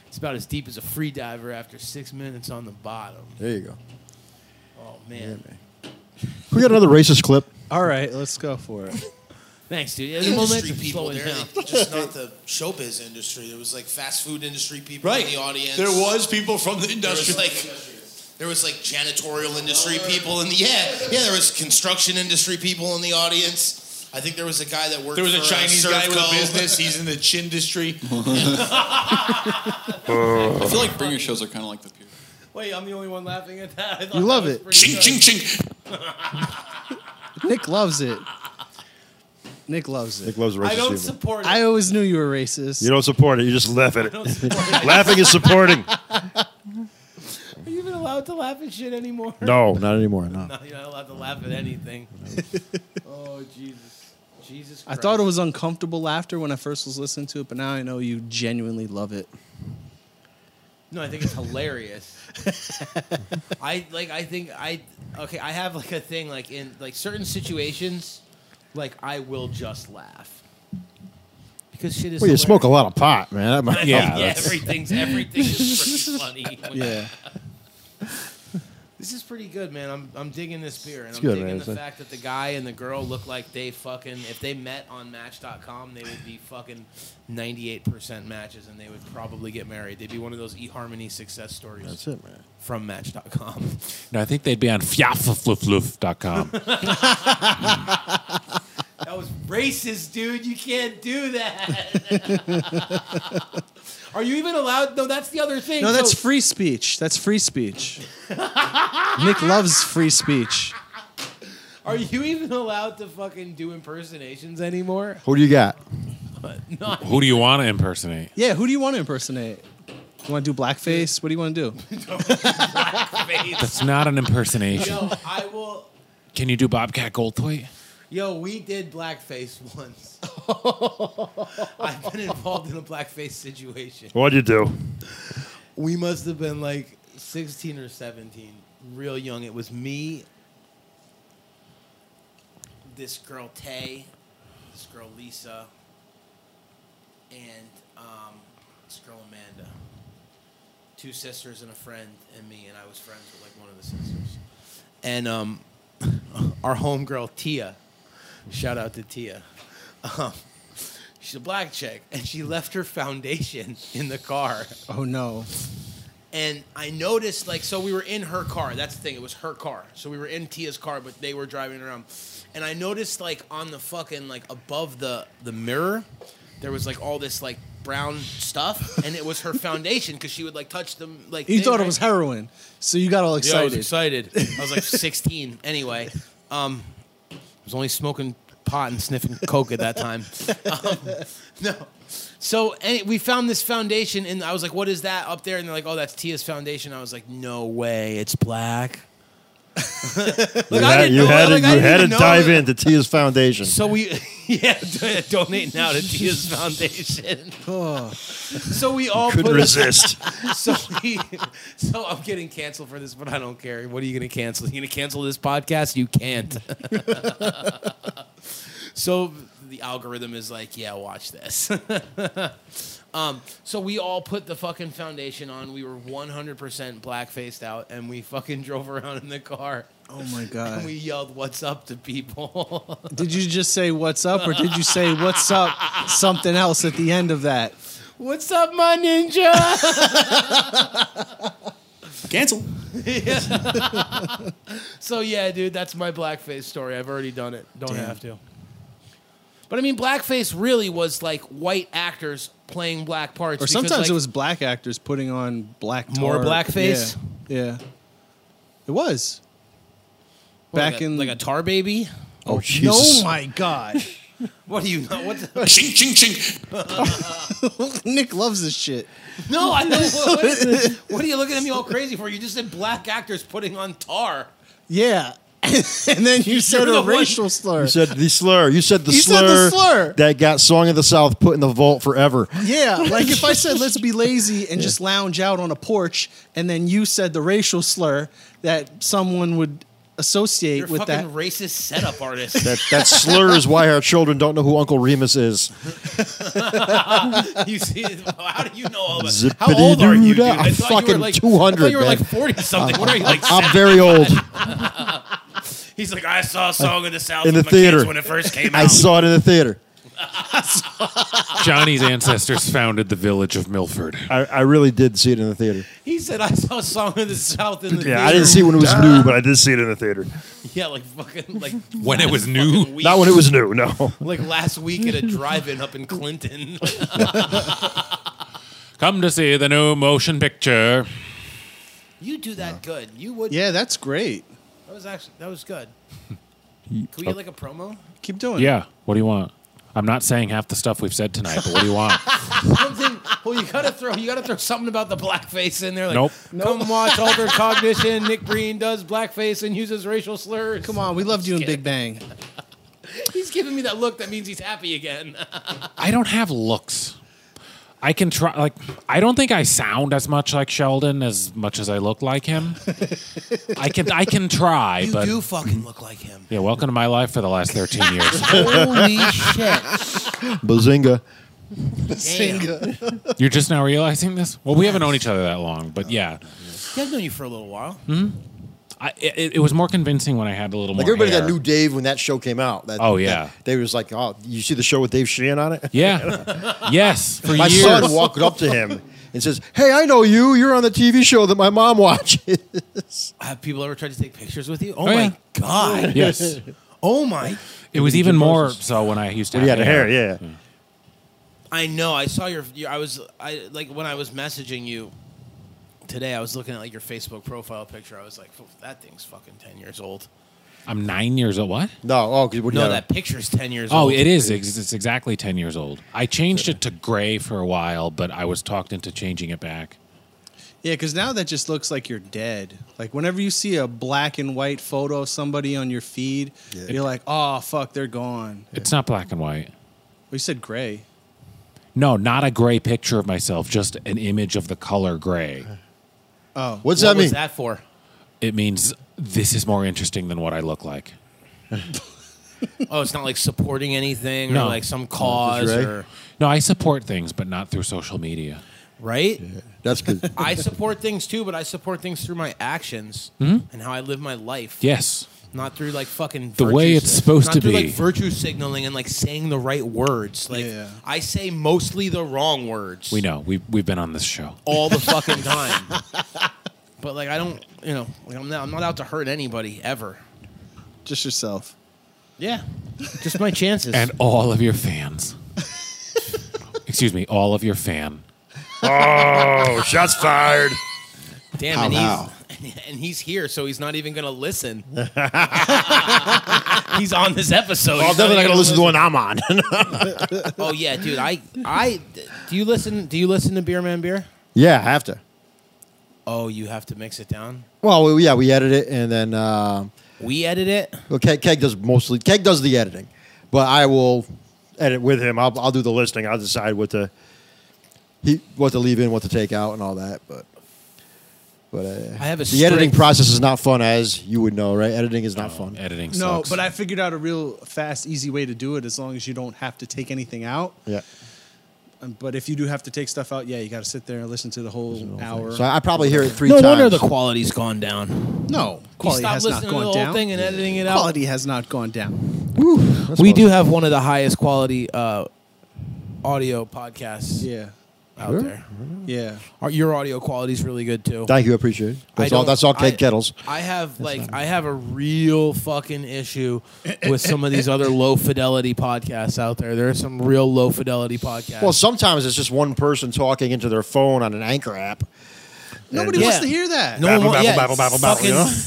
S1: it's about as deep as a free diver after six minutes on the bottom.
S2: There you go.
S1: Oh, man.
S2: We got another racist clip.
S6: All right, let's go for it.
S1: Thanks, dude. There's a
S9: industry
S1: momentum
S9: people
S1: slowing
S9: there,
S1: down.
S9: like, just not the showbiz industry. There was like fast food industry people
S8: Right.
S9: in the audience.
S8: There was people from the
S9: There
S8: industry.
S9: was like there was like janitorial industry people in the yeah yeah. There was construction industry people in the audience. I think there was a guy that worked.
S8: There was a
S9: for, uh,
S8: Chinese guy with
S9: Servco.
S8: a business. He's in the chin industry.
S7: I feel like bringer shows are kind of like the pure.
S1: Wait, I'm the only one laughing at that. I thought
S6: You love
S1: that was
S6: it.
S1: pretty
S8: Ching,
S1: good.
S8: ching, ching.
S6: Nick loves it. Nick loves it.
S2: Nick loves racist
S1: I don't
S2: humor.
S1: support it.
S6: I always knew you were racist.
S2: you don't support it. You just laugh at
S1: I
S2: it.
S1: don't support it.
S2: Laughing is supporting.
S1: Are you even allowed to laugh at shit anymore?
S2: No, not anymore. No.
S1: No, you're not allowed to laugh at anything. oh Jesus, Jesus!
S6: I
S1: Christ.
S6: thought it was uncomfortable laughter when I first was listening to it, but now I know you genuinely love it.
S1: No, I think it's hilarious. I like. I think I. Okay, I have like a thing like in like certain situations, like I will just laugh because shit is.
S2: Well, you smoke a
S1: hilarious.
S2: lot of pot, man. That might-
S1: yeah,
S4: that's-
S1: everything's everything is pretty funny.
S6: Yeah.
S1: This is pretty good, man. I'm, I'm digging this beer, and I'm
S2: good,
S1: digging
S2: man.
S1: the
S2: It's-
S1: fact that the guy and the girl look like they fucking. If they met on Match.com, they would be fucking 98% matches, and they would probably get married. They'd be one of those eHarmony success stories
S2: That's it, man.
S1: from Match.com.
S4: No, I think they'd be on fiafafluffluff.com.
S1: that was racist, dude. You can't do that. Are you even allowed? No, that's the other thing.
S6: No, that's
S1: So-
S6: free speech. That's free speech. Nick loves free speech.
S1: Are you even allowed to fucking do impersonations anymore?
S2: Who do you got?
S1: Oh, Not
S4: Who do you want to impersonate?
S6: Yeah, who do you want to impersonate? You want to do blackface? What do you want to do?
S1: face.
S4: It's not an impersonation.
S1: Yo, I will.
S4: Can you do Bobcat Goldthwait?
S1: Yo, we did blackface once. I've been involved in a blackface situation.
S3: What'd you do?
S1: We must have been like 16 or 17, real young. It was me, this girl Tay, this girl Lisa, and um, this girl Amanda. Two sisters and a friend, and me, and I was friends with like one of the sisters. And um, our homegirl Tia, shout out to Tia. Um, she's a black chick, and she left her foundation in the car
S6: Oh no.
S1: and I noticed like so we were in her car. That's the thing. It was her car. So we were in Tia's car, but they were driving around. And I noticed like on the fucking like above the the mirror, there was like all this like brown stuff, and it was her foundation because she would like touch them like.
S6: You
S1: thing,
S6: thought it
S1: right?
S6: was heroin, so you got all
S1: Yeah, I was
S6: excited.
S1: excited. I was like 16. Anyway, um, I was only smoking pot and sniffing coke at that time. Um, no. So any, we found this foundation, and I was like, "What is that up there?" And they're like, "Oh, that's Tia's foundation." I was like, "No way, it's black." like, I
S2: You had,
S1: didn't
S2: you
S1: know,
S2: had,
S1: like,
S2: to,
S1: I
S2: you
S1: didn't
S2: had to
S1: even know
S2: dive
S1: that-
S2: into Tia's foundation.
S1: so we, yeah, do- donate now to Tia's foundation. so we all
S3: Couldn't
S1: put
S3: resist.
S1: so we, so I'm getting canceled for this, but I don't care. What are you going to cancel? You going to cancel this podcast? You can't. so the algorithm is like, yeah, watch this. um, so we all put the fucking foundation on. We were 100% black faced out, and we fucking drove around in the car.
S6: Oh my god.
S1: And we yelled, "What's up?" to people.
S6: Did you just say what's up, or did you say what's up something else at the end of that?
S1: What's up, my ninja?
S7: Cancel.
S1: so yeah, dude, that's my blackface story. I've already done it. Don't
S6: Damn.
S1: have to. But I mean, blackface really was like white actors playing black parts.
S6: Or
S1: because,
S6: sometimes
S1: like-
S6: it was black actors putting on black tar.
S1: More blackface?
S6: Yeah. Yeah. It was.
S1: what,
S6: back
S1: like a,
S6: in
S1: like a tar baby.
S2: oh, Jesus.
S6: Oh my god.
S1: What do you know? What? The,
S8: Ching, ching, ching.
S6: Nick loves this shit.
S1: no, I know. What, what is- what are you looking at me all crazy for? You just said black actors putting on tar.
S6: Yeah. and then you said
S1: the
S6: a
S1: one-
S6: racial slur.
S2: You said the slur. You said the,
S6: You
S2: slur,
S6: said the slur.
S2: that got Song of the South put in the vault forever.
S6: Yeah, like if I said let's be lazy and just lounge out on a porch, and then you said the racial slur that someone would associate
S1: You're a
S6: with
S1: fucking
S6: that.
S1: racist setup artist.
S2: That, that slur is why our children don't know who Uncle Remus is.
S1: you see? How do you know all that?
S2: Zippity
S1: How old are you, dude?
S2: doo dah.
S1: I
S2: I'm
S1: thought you were
S2: fucking
S1: like
S2: 200,
S1: I thought you were
S2: man.
S1: like forty something. What are you like?
S2: I'm very old.
S1: He's like, I saw Song of the South
S2: In
S1: with
S2: the
S1: my kids
S2: theater.
S1: when it first came out.
S2: I saw it in the theater.
S4: Johnny's ancestors founded the village of Milford.
S2: I, I really did see it in the theater.
S1: he said, I saw Song of the South in the
S3: Yeah,
S2: I didn't see it when it was new, but I did.
S3: see it in the theater.
S1: Yeah, like fucking like
S4: When it was
S1: fucking
S4: new,
S1: week.
S2: Not when it was new. No.
S1: like last week at a drive-in up in Clinton.
S4: come to see the new motion picture.
S1: you do that good. You would.
S6: Yeah, that's great.
S1: That was actually that was good. Can we get like a promo?
S6: Keep doing. it.
S4: Yeah, what do you want? I'm not saying half the stuff we've said tonight, but what do you want?
S1: Something. Well, you gotta throw you gotta throw something about the blackface in there. Like,
S4: Nope.
S1: Come watch Alter Cognition. Nick Breen does blackface and uses racial slurs.
S6: Come on, we loved you in Big Bang.
S1: He's giving me that look. That means he's happy again.
S4: I don't have looks. I can try. Like, I don't think I sound as much like Sheldon as much as I look like him. I can, I can try,
S1: you
S4: but
S1: do fucking look like him.
S4: yeah. Welcome to my life for the last 13 years.
S1: Holy shit!
S2: Bazinga.
S1: Damn.
S4: You're just now realizing this. Well, we haven't known each other that long, but yeah,
S1: Yeah, I've known you for a little while.
S4: I, it, it was more convincing when I had a little
S2: Like
S4: more.
S2: everybody
S4: hair.
S2: got new Dave when that show came out. That,
S4: Oh, yeah.
S2: that- they was like, oh, you see the show with Dave Sheehan on it?
S4: Yeah. yes. For
S2: My
S4: years.
S2: son walked up to him and says, "Hey, I know you. You're on the TV show that my mom watches."
S1: Have people ever tried to take pictures with you? Oh,
S4: Oh,
S1: my
S4: yeah.
S1: god!
S4: yes.
S1: Oh my!
S4: It was even more so when I used to.
S2: he
S4: have
S2: had hair, yeah.
S1: I know. I saw your. your I was. I like when I was messaging you today. I was looking at like your Facebook profile picture. I was like, "Phew, that thing's fucking ten years old.
S4: I'm nine years old. What?
S2: No, oh, because
S1: No, that picture's ten years
S4: Oh,
S1: old.
S4: it is. It's it's exactly ten years old. I changed it to gray for a while, but I was talked into changing it back.
S6: Yeah, because now that just looks like you're dead. Like whenever you see a black and white photo of somebody on your feed, you're like, oh fuck, they're gone.
S4: It's not black and white.
S6: We said gray.
S4: No, not a gray picture of myself. Just an image of the color gray.
S6: Uh-huh. Oh,
S2: What's
S1: What
S2: that mean?
S1: was that for?
S4: It means this is more interesting than what I look like.
S1: Oh, it's not like supporting anything or
S4: No.
S1: like some cause
S2: right.
S1: or
S4: No, I support things, but not through social media.
S1: right.
S2: That's good.
S1: I support things too, but I support things through my actions
S4: Hmm?
S1: and how I live my life.
S4: Yes.
S1: Not through like fucking
S4: The way
S1: virtue
S4: it's
S1: sig-
S4: supposed
S1: not
S4: to
S1: through,
S4: be.
S1: Like virtue signaling and like saying the right words. Like
S6: Yeah.
S1: I say mostly the wrong words.
S4: We know. We we've been on this show.
S1: all the fucking time. but like I don't, you know, like I'm not, I'm not out to hurt anybody ever.
S6: just yourself.
S1: Yeah, just my chances.
S4: And all of your fans. Excuse me, all of your fan.
S3: Oh, shots fired.
S1: Damn,
S7: How
S1: and
S7: now?
S1: he's and he's here, so he's not even gonna listen. he's on this episode.
S2: I'm
S1: He's not
S2: definitely not
S1: even
S2: gonna listen to the one I'm on.
S1: Oh yeah, dude. I I do you listen? Do you listen to Beer Man Beer?
S2: yeah, I have to.
S1: Oh, you have to mix it down.
S2: Well, we- yeah, we edit it, and then um
S1: We edit it.
S2: well, Keg, Keg does mostly. Keg does the editing, but I will edit with him. I'll, I'll do the listing. I'll decide what to he what to leave in, what to take out, and all that. But but uh,
S1: I have a
S2: the editing
S1: strict-
S2: process is not fun, as you would know, right? Editing is not fun.
S4: Editing
S6: No,
S4: sucks.
S6: but I figured out a real fast, easy way to do it as long as you don't have to take anything out.
S2: yeah.
S6: Um, But if you do have to take stuff out, yeah, you got to sit there and listen to the whole hour.
S2: So I, I probably hear it three
S1: No
S2: times.
S1: wonder the quality's gone down.
S6: no,
S1: You
S6: quality
S1: stop
S6: has not
S1: listening to the
S6: gone
S1: whole
S6: down.
S1: thing and editing it out.
S6: Quality has not gone down.
S1: we do have one of the highest quality uh, audio podcasts
S6: Yeah,
S1: out there.
S6: yeah.
S1: Our, your audio quality's really good too.
S2: Thank you, I appreciate it.
S1: I
S2: That's all.
S1: don't-
S2: That's all. Keg
S1: I-
S2: Kettles.
S1: I have like I have a real fucking issue with some of these other low fidelity podcasts out there. There are some real low fidelity podcasts.
S2: Well, sometimes it's just one person talking into their phone on an Anchor app.
S6: Nobody
S1: Yeah.
S6: wants to hear that.
S1: no
S3: Babble,
S1: one,
S3: babble,
S1: yeah,
S3: babble, babble, babble,
S1: fucking-
S3: you know?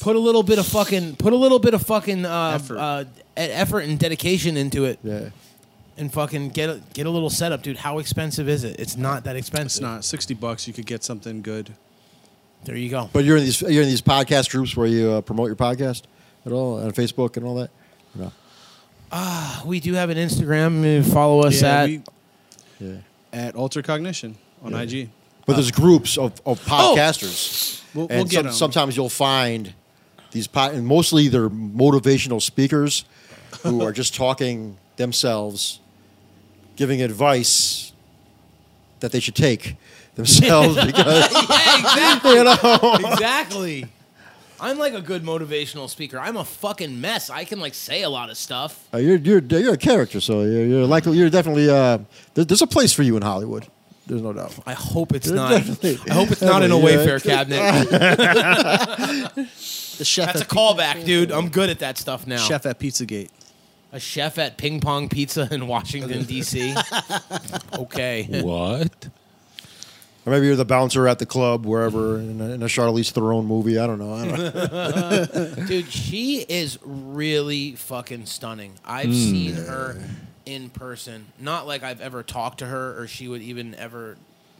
S1: Put a little bit of fucking put a little bit of fucking uh,
S6: Effort.
S1: Uh, e- effort and dedication into it,
S2: Yeah.
S1: and fucking get a, get a little setup, dude. How expensive is it? It's not that expensive.
S6: It's not sixty bucks. You could get something good.
S1: There you go.
S2: But you're in these you're in these podcast groups where you uh, promote your podcast at all on Facebook and all that. No.
S1: We do have an Instagram. uh, Follow us at.
S6: we-
S2: Yeah.
S6: at Alter Cognition on IG.
S2: But there's groups of, of podcasters,
S6: Oh. We'll-
S2: and
S6: we'll get
S2: some-
S6: 'em.
S2: sometimes you'll find these pod, and mostly they're motivational speakers who are just talking themselves, giving advice that they should take themselves because Uh,
S1: Yeah, exactly.
S2: you know.
S1: exactly. I'm like a good motivational speaker. I'm a fucking mess. I can like say a lot of stuff.
S2: Uh, you're, you're you're a character, so you're, you're like you're definitely uh, there, there's a place for you in Hollywood. There's no doubt.
S1: I hope it's
S2: There's
S1: not.
S2: definitely-
S1: I hope it's not in a
S2: Definitely, yeah.
S1: Wayfair cabinet.
S6: The chef
S1: That's a
S6: at
S1: callback, dude. I'm good at that stuff now.
S6: chef at Pizzagate.
S1: A chef at Ping Pong Pizza in Washington D.C. okay.
S4: What?
S2: Or maybe you're the bouncer at the club, wherever, in a, in a Charlize Theron movie. I don't know. I don't know.
S1: Dude, she is really fucking stunning. I've seen her in person. Not like I've ever talked to her or she would even ever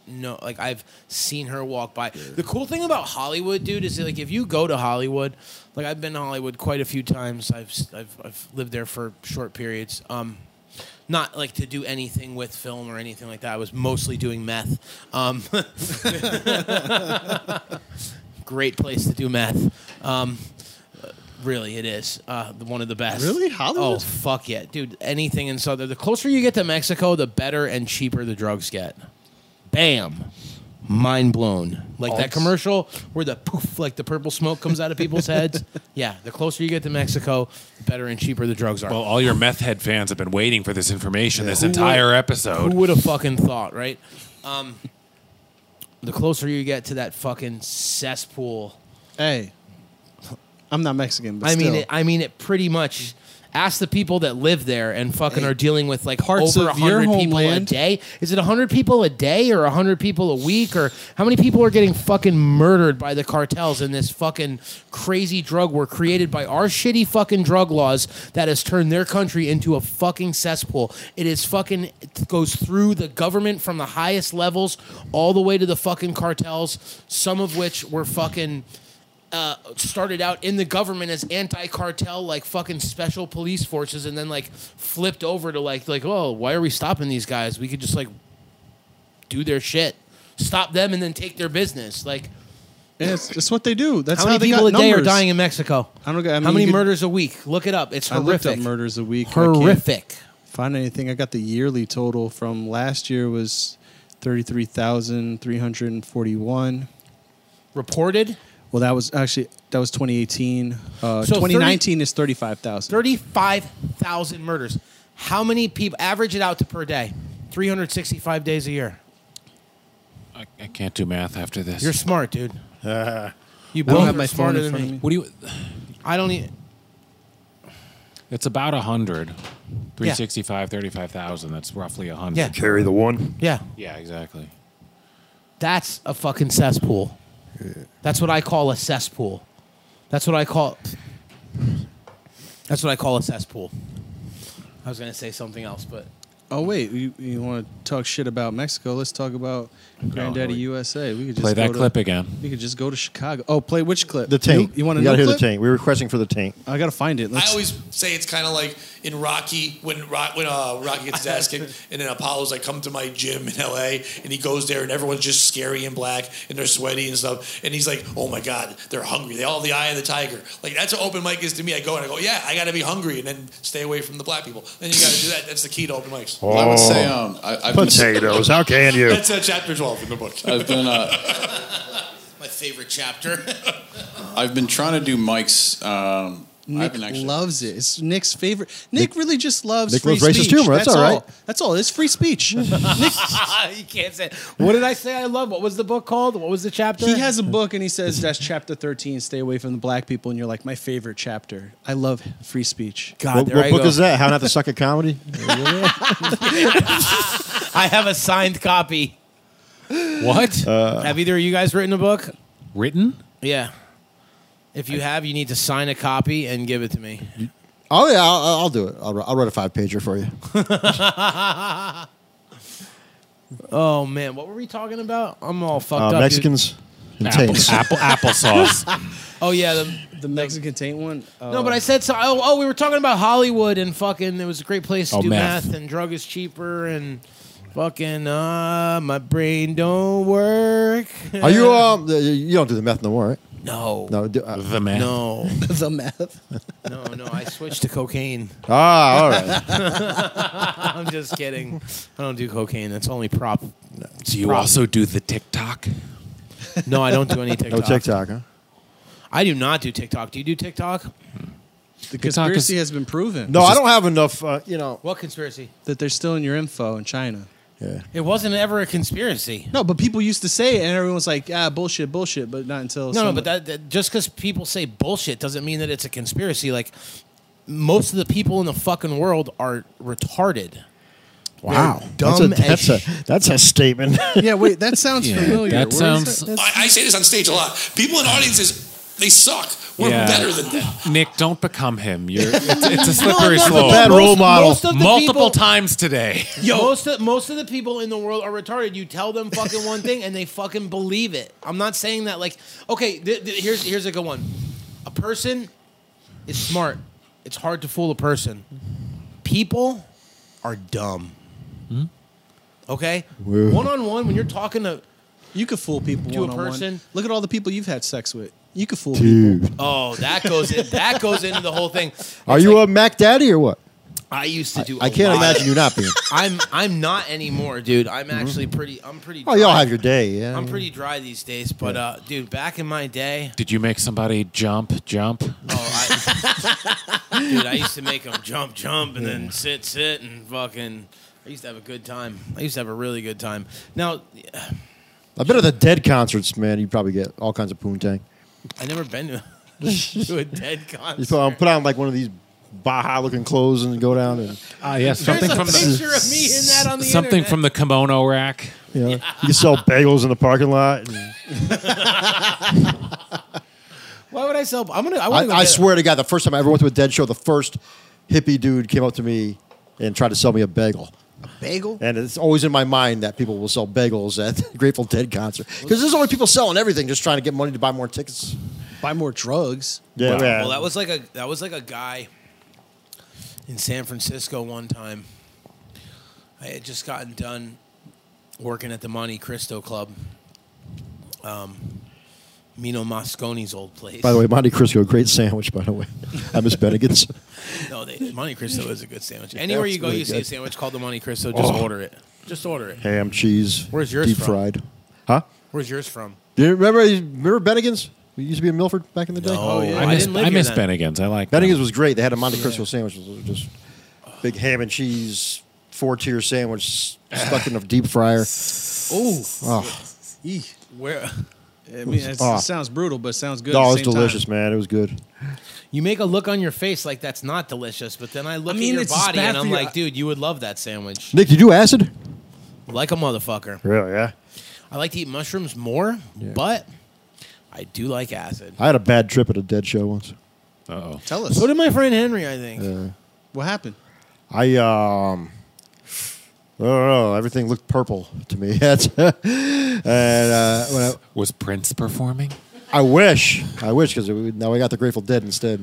S1: know. Like I've seen her walk by. The cool thing about Hollywood, dude, is that, like if you go to Hollywood, like I've been to Hollywood quite a few times. I've I've I've lived there for short periods. Um not like to do anything with film or anything like that. I was mostly doing meth. Um, great place to do meth. Um, Really, it is uh, the- one of the best.
S6: Really? Hollywood?
S1: Oh fuck yeah, dude! Anything in southern. The closer you get to Mexico, the better and cheaper the drugs get. Bam, mind blown. Like that commercial where the poof, like the purple smoke comes out of people's heads. Yeah, the closer you get to Mexico, the better and cheaper the drugs are.
S4: Well, all your meth head fans have been waiting for this information this entire episode.
S1: Who would have fucking thought, right? Um, the closer you get to that fucking cesspool.
S6: Hey, I'm not Mexican, but
S1: I mean,
S6: still.
S1: it, I mean, it pretty much. Ask the people that live there and fucking are dealing with like
S6: Parts
S1: over
S6: of your
S1: hundred people
S6: homeland.
S1: a day. Is it hundred people a day or hundred people a week or how many people are getting fucking murdered by the cartels in this fucking crazy drug war created by our shitty fucking drug laws that has turned their country into a fucking cesspool. It is fucking it goes through the government from the highest levels all the way to the fucking cartels, some of which were fucking uh, started out in the government as anti-cartel, like fucking special police forces, and then like flipped over to like like oh, why are we stopping these guys? We could just like do their shit, stop them, and then take their business. Like
S6: Yeah, it's, it's what they do. That's
S1: how
S6: how,
S1: many
S6: they
S1: people a
S6: got
S1: day are
S6: numbers.
S1: dying in Mexico?
S6: I don't. get- I mean,
S1: how many
S6: you could-
S1: murders a week? Look it up. It's
S6: I looked up
S1: horrific.
S6: murders a week. I can't
S1: horrific.
S6: Find anything? I got the yearly total from last year was thirty-three thousand three hundred and forty-one.
S1: Reported
S6: Well, that was actually that was 2018. Uh,
S1: So
S6: 2019 is 35,000.
S1: thirty-five thousand murders. How many people? Average it out to per day. Three hundred sixty-five days a year.
S4: I, I can't do math after this.
S1: You're smart, dude. you
S6: I don't
S1: both
S6: have
S1: are
S6: my phone
S1: smarter
S6: in
S1: than
S6: front of
S1: me.
S6: me.
S4: what do you?
S1: I don't e-, even.
S4: It's about a hundred. 365, 35,000. That's roughly a hundred.
S1: Yeah.
S3: Carry the one.
S1: Yeah,
S4: Yeah, exactly.
S1: that's a fucking cesspool. That's what I call a cesspool. That's what I call. That's what I call a cesspool. I was gonna say something else, but
S6: Oh wait, you, you want to talk shit about Mexico? Let's talk about Granddaddy USA. We could just
S4: Play
S6: go
S4: that
S6: to-
S4: clip again.
S6: We could just go to Chicago. Oh, play which clip?
S2: The tank.
S6: You, want to
S2: you gotta
S6: new
S2: hear
S6: clip?
S2: the tank. We're requesting for the tank.
S6: I gotta find it. Let's,
S8: I always say it's kind of like in Rocky when Rock, when uh, Rocky gets his ass kicked, and then Apollo's like, "Come to my gym in L.A." and he goes there, and everyone's just scary and black, and they're sweaty and stuff, and he's like, "Oh my God, they're hungry. They all have the eye of the tiger." Like that's what open mic is to me. I go and I go, "Yeah, I got to be hungry," and then stay away from the black people. Then you got to do that. That's the key to open mics.
S7: Well, I would say um, I,
S2: Oh,
S7: I've been,
S3: Potatoes. How can you?
S8: That's uh, chapter twelve in the book.
S7: I've been uh,
S9: My favorite chapter.
S7: I've been trying to do Mike's. Um, I
S6: Nick
S7: haven't actually.
S6: loves it. It's Nick's favorite. Nick, really just loves
S2: Nick
S6: free
S2: loves racist
S6: speech.
S2: humor. That's all right.
S6: That's all. It's free speech.
S1: you can't say. What did I say? I love. What was the book called? What was the chapter?
S6: he has a book and he says that's chapter 13. Stay away from the black people. And you're like, my favorite chapter. I love free speech.
S1: God,
S2: what
S1: there
S2: what
S1: I
S2: book
S1: go.
S2: is that? How not to suck at comedy?
S1: I have a signed copy. Uh,
S4: What?
S1: have either of you guys written a book?
S4: Written?
S1: Yeah. If you have, you need to sign a copy and give it to me.
S2: oh yeah, I'll, I'll do it. I'll, wri- I'll write a five pager for you.
S1: Oh man, what were we talking about? I'm all fucked
S2: Uh,
S1: up. dude.
S2: Mexicans and
S4: Apple,
S2: tanks.
S4: apple, applesauce.
S1: Oh yeah, the,
S6: The Mexican taint one. Uh,
S1: No, but I said so. Oh, oh, we were talking about Hollywood and fucking. It was a great place to
S4: Oh,
S1: do
S4: meth.
S1: math. and drug is cheaper and fucking. Uh, my brain don't work.
S2: Are you um? the- You don't do the meth no more, right?
S1: no, no,
S2: No. Do, uh,
S4: the man.
S1: no,
S6: the meth.
S1: no, I switched to cocaine.
S2: ah, all right.
S1: I'm just kidding. I don't do cocaine. That's only prop.
S4: Do you also do the TikTok?
S1: No, I don't do any TikTok.
S2: No TikTok, huh?
S1: I do not do TikTok. Do you do TikTok?
S6: The
S4: TikTok
S6: conspiracy
S4: is-
S6: has been proven
S2: No, I don't have enough. Uh, you know,
S1: What conspiracy?
S6: that they're still in your info in China.
S1: It wasn't ever a conspiracy.
S6: No, but people used to say it, and everyone's like, "Ah, bullshit, bullshit." But not until
S1: No, no,
S6: some-
S1: but that, that just because people say bullshit doesn't mean that it's a conspiracy. Like most of the people in the fucking world are retarded.
S2: wow,
S1: dumb as
S2: that's a that's, a, that's a statement.
S6: yeah. Wait, that sounds
S1: Oh,
S6: familiar. Where
S4: that
S6: is
S4: sounds.
S6: that?
S8: I, I say this on stage a lot. People in audiences, they suck. We're
S4: Yeah.
S8: better than them.
S4: Nick, don't become him. You're, it's, it's a slippery slope.
S2: bad role model.
S1: Most of the people,
S4: Multiple times today.
S1: Yo. Most of, most of the people in the world are retarded. You tell them fucking one thing and they fucking believe it. I'm not saying that like okay, th- th- here's here's a good one. A person is smart. It's hard to fool a person. People are dumb. Okay? One on one when you're talking to
S6: You could fool people
S1: To a
S6: one-on-one.
S1: person?
S6: Look at all the people you've had sex with. You could fool people.
S2: Dude,
S1: Oh, that goes in that goes into the whole thing.
S2: are
S1: It's
S2: you
S1: like,
S2: a Mac Daddy or what?
S1: I used to do
S2: I
S1: a
S2: can't
S1: lot.
S2: imagine you not being.
S1: I'm I'm not anymore, dude. I'm actually pretty I'm pretty
S2: Oh, y'all
S1: dry.
S2: have your day. Yeah,
S1: I'm pretty dry these days, but uh, dude, back in my day,
S4: Did you make somebody jump? Jump?
S1: oh, I, dude, I used to make them jump, jump, and then sit, sit, and fucking. I used to have a good time. I used to have a really good time. Now,
S2: I've been at the Dead concerts, man. You probably get all kinds of poontang.
S1: I never been to, to a dead
S2: You
S1: concert.
S2: put on, put on like one of these Baja looking clothes and go down and
S4: Ah, yes. Something
S1: There's a
S4: from the
S1: picture of me in that on the
S4: something
S1: internet.
S4: from the kimono rack.
S2: you know you can sell bagels in the parking lot. and-
S1: Why would I sell? I'm gonna. I, wanna
S2: I,
S1: go
S2: I
S1: get-
S2: swear to God, the first time I ever went to a Dead show, the first hippie dude came up to me and tried to sell me a bagel.
S6: Bagel.
S2: And it's always in my mind that people will sell bagels at Grateful Dead concert because there's only people selling everything, just trying to get money to buy more tickets.
S6: Buy more drugs.
S2: Yeah, yeah.
S1: Well, that was like a that was like a guy in San Francisco one time. I had just gotten done working at the Monte Cristo Club, um, Mino Moscone's old place.
S2: by the way, Monte Cristo, great sandwich. By the way, I miss Bennigan's.
S1: no, they, Monte Cristo is a good sandwich. Anywhere
S2: it's
S1: you go,
S2: really
S1: you see a
S2: good.
S1: sandwich called the Monte Cristo. Just order it. Just order it.
S2: Ham, cheese,
S1: Where's yours
S2: deep
S1: from?
S2: fried, huh?
S1: Where's yours from?
S2: Do you remember? Remember Bennigan's? We used to be in Milford back in the day.
S1: No,
S4: I
S1: Oh, I
S4: miss,
S1: didn't live
S4: I
S1: here
S4: miss
S1: then.
S4: Bennigan's. I like
S2: Bennigan's
S4: them.
S2: was great. They had a Monte Cristo sandwich, it was just big ham and cheese, four tier sandwich stuck in a deep fryer.
S1: Oh,
S2: Oh,
S1: where
S6: I mean, it's,
S2: Ah.
S6: it sounds brutal, but it sounds good.
S2: oh it was
S6: at the same
S2: delicious,
S6: time.
S2: man. It was good.
S1: you make a look on your face like that's not delicious, but then I look
S6: I mean,
S1: at your
S6: it's just
S1: body
S6: bad
S1: and
S6: for
S1: I'm
S6: you.
S1: like, dude, you would love that sandwich,
S2: Nick, you do acid?
S1: like a motherfucker.
S2: Really? Yeah.
S1: I like to eat mushrooms more, but I do like acid.
S2: I had a bad trip at a dead show once.
S4: Uh-oh.
S6: Tell us
S1: So did my friend Henry, I think.
S6: what happened.
S2: I um, I don't know. Everything looked purple to me. That's- and uh, when I,
S4: Was Prince performing?
S2: I wish, I wish, because now I got the Grateful Dead instead.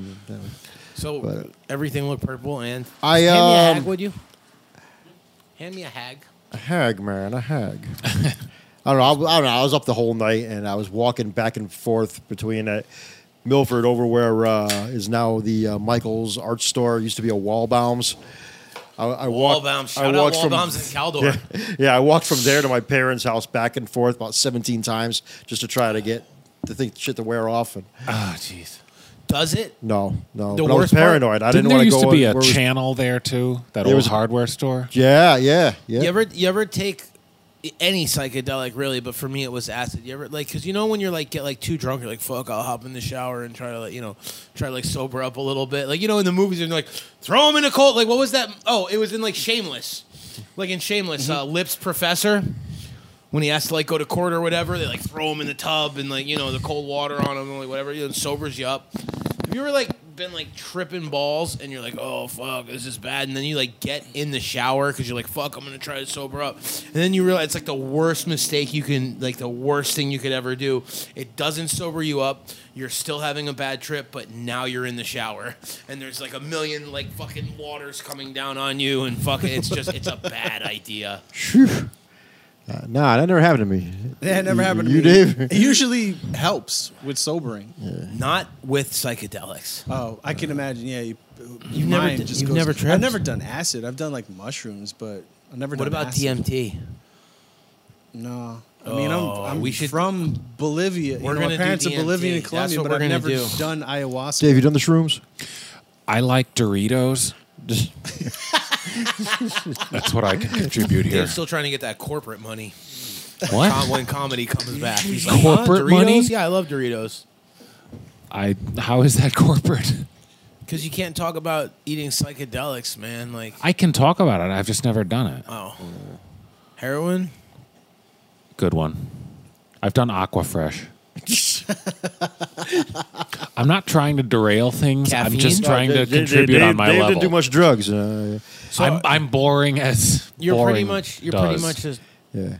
S1: So everything looked purple and
S2: I,
S1: hand me a hag,
S2: um,
S1: would you? Hand me a hag.
S2: A hag, man, a hag. I don't know. I, was- I don't know. I was up the whole night and I was walking back and forth between uh, Milford over where uh, is now the uh, Michaels Art Store. Used to be a Wallbaum's. I, I walked.
S1: Wallbaums.
S2: I
S1: Shout out
S2: walked from-
S1: Wallbaums and Caldor.
S2: Yeah, yeah, I walked from there to my parents' house back and forth about 17 times just to try to get the thing shit to wear off. And
S4: Oh, jeez.
S1: Does it?
S2: no, no,
S1: The
S2: but I was
S1: worst part-
S2: paranoid. I didn't
S4: Didn't there
S2: want
S4: used
S2: go.
S4: to be
S2: in-
S4: a
S2: where was-
S4: channel there too? That
S2: There
S4: old
S2: was a-
S4: hardware store.
S2: Yeah, yeah, yeah.
S1: You ever you ever take any psychedelic really, but for me it was acid. You ever like because you know when you're like get like too drunk, you're like fuck, I'll hop in the shower and try to like you know try to like sober up a little bit. Like you know in the movies they're like throw him in a cold. Like what was that? Oh, it was in like Shameless, like in Shameless, uh, Lips Professor. When he has to like go to court or whatever, they like throw him in the tub and like you know the cold water on him and like whatever, you know, it sobers you up. Have you ever like been like tripping balls and you're like, oh fuck, this is bad, and then you like get in the shower because you're like, fuck, I'm gonna try to sober up, and then you realize it's like the worst mistake you can, like the worst thing you could ever do. It doesn't sober you up. You're still having a bad trip, but now you're in the shower and there's like a million like fucking waters coming down on you and fucking, it's just it's a bad idea.
S2: Phew. Uh, nah, that never happened to me.
S6: That never
S2: You-
S6: happened to
S2: you
S6: me.
S2: Dave?
S6: It usually helps with sobering.
S1: Not with psychedelics.
S6: Oh, I can imagine. Yeah, you,
S1: You've
S6: you
S1: never
S6: mind
S1: d-
S6: just
S1: you've
S6: goes-
S1: never
S6: I've
S1: tripped?
S6: never done acid. I've done like mushrooms, but I've never.
S1: What
S6: done
S1: about
S6: acid.
S1: DMT?
S6: No. I mean, I'm,
S1: Oh,
S6: I'm
S1: we should-
S6: from Bolivia. You
S1: We're
S6: know,
S1: gonna
S6: my
S1: do
S6: parents are
S1: DMT.
S6: Bolivian and
S1: That's
S6: Colombian,
S1: what
S6: but
S1: we're
S6: I've
S1: gonna
S6: never
S1: do.
S6: done ayahuasca.
S2: Dave, you done the shrooms?
S4: I like Doritos. That's what I can contribute here.
S1: Dave's still trying to get that corporate money. Com-
S4: What?
S1: when comedy comes back, he's like, huh,
S4: Corporate
S1: Doritos?
S4: money?
S1: Yeah, I love Doritos.
S4: I how is that corporate?
S1: Because you can't talk about eating psychedelics, man. Like,
S4: I can talk about it. I've just never done it.
S1: oh, heroin.
S4: Good one. I've done Aquafresh. I'm not trying to derail things. I'm
S1: Caffeine?
S4: just
S1: No,
S4: trying
S2: They-
S4: to
S2: they-
S4: contribute
S2: they-
S4: on my
S2: Dave
S4: level.
S2: didn't do much drugs. Uh,
S1: So
S4: I'm, I'm boring as
S1: you're pretty
S4: boring
S1: much you're
S4: does.
S1: pretty much just
S2: yeah.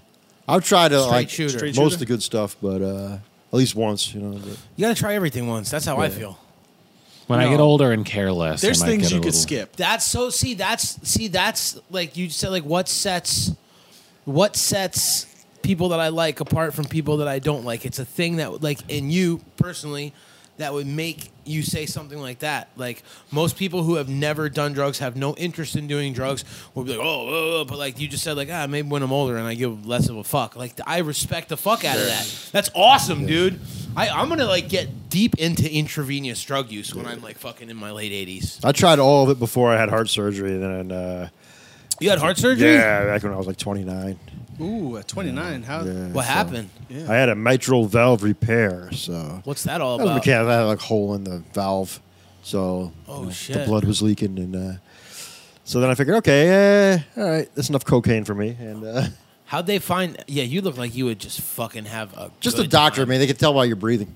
S2: I've tried to
S1: Straight
S2: like
S1: shooter. Straight
S2: most
S6: shooter?
S2: of the good stuff, but uh, at least once, you know. but-
S1: you got to try everything once. That's how I feel.
S4: when I
S6: No.
S4: get older and care less. I
S6: There's
S4: might
S6: things
S4: get a
S6: you could
S4: little-
S6: skip.
S1: That's so. See, that's see, that's like you said. Like, what sets, what sets people that I like apart from people that I don't like? It's a thing that like in you personally that would make you say something like that. Like most people who have never done drugs have no interest in doing drugs. Will be like, oh, oh, oh," but like you just said, like ah, maybe when I'm older and I give less of a fuck. Like I respect the fuck out of that. That's awesome, dude. I, I'm gonna like get deep into intravenous drug use when I'm like fucking in my late 80s.
S2: I tried all of it before I had heart surgery, and then uh,
S1: You had heart surgery?
S2: yeah, back when I was like 29,
S6: Ooh, at 29. How?
S2: Yeah.
S1: What
S2: So-
S1: happened?
S2: I had a mitral valve repair. So
S1: What's that all
S2: I was a
S1: about?
S2: mechanic. I had like a hole in the valve, so
S1: Oh,
S2: you know, the
S1: shit.
S2: blood was leaking, and uh, so then I figured, okay, uh, all right, that's enough cocaine for me, and uh,
S1: How'd they find? Yeah, you look like you would just fucking have a
S2: just
S1: good
S2: a doctor,
S1: time.
S2: man. They could tell while you're breathing.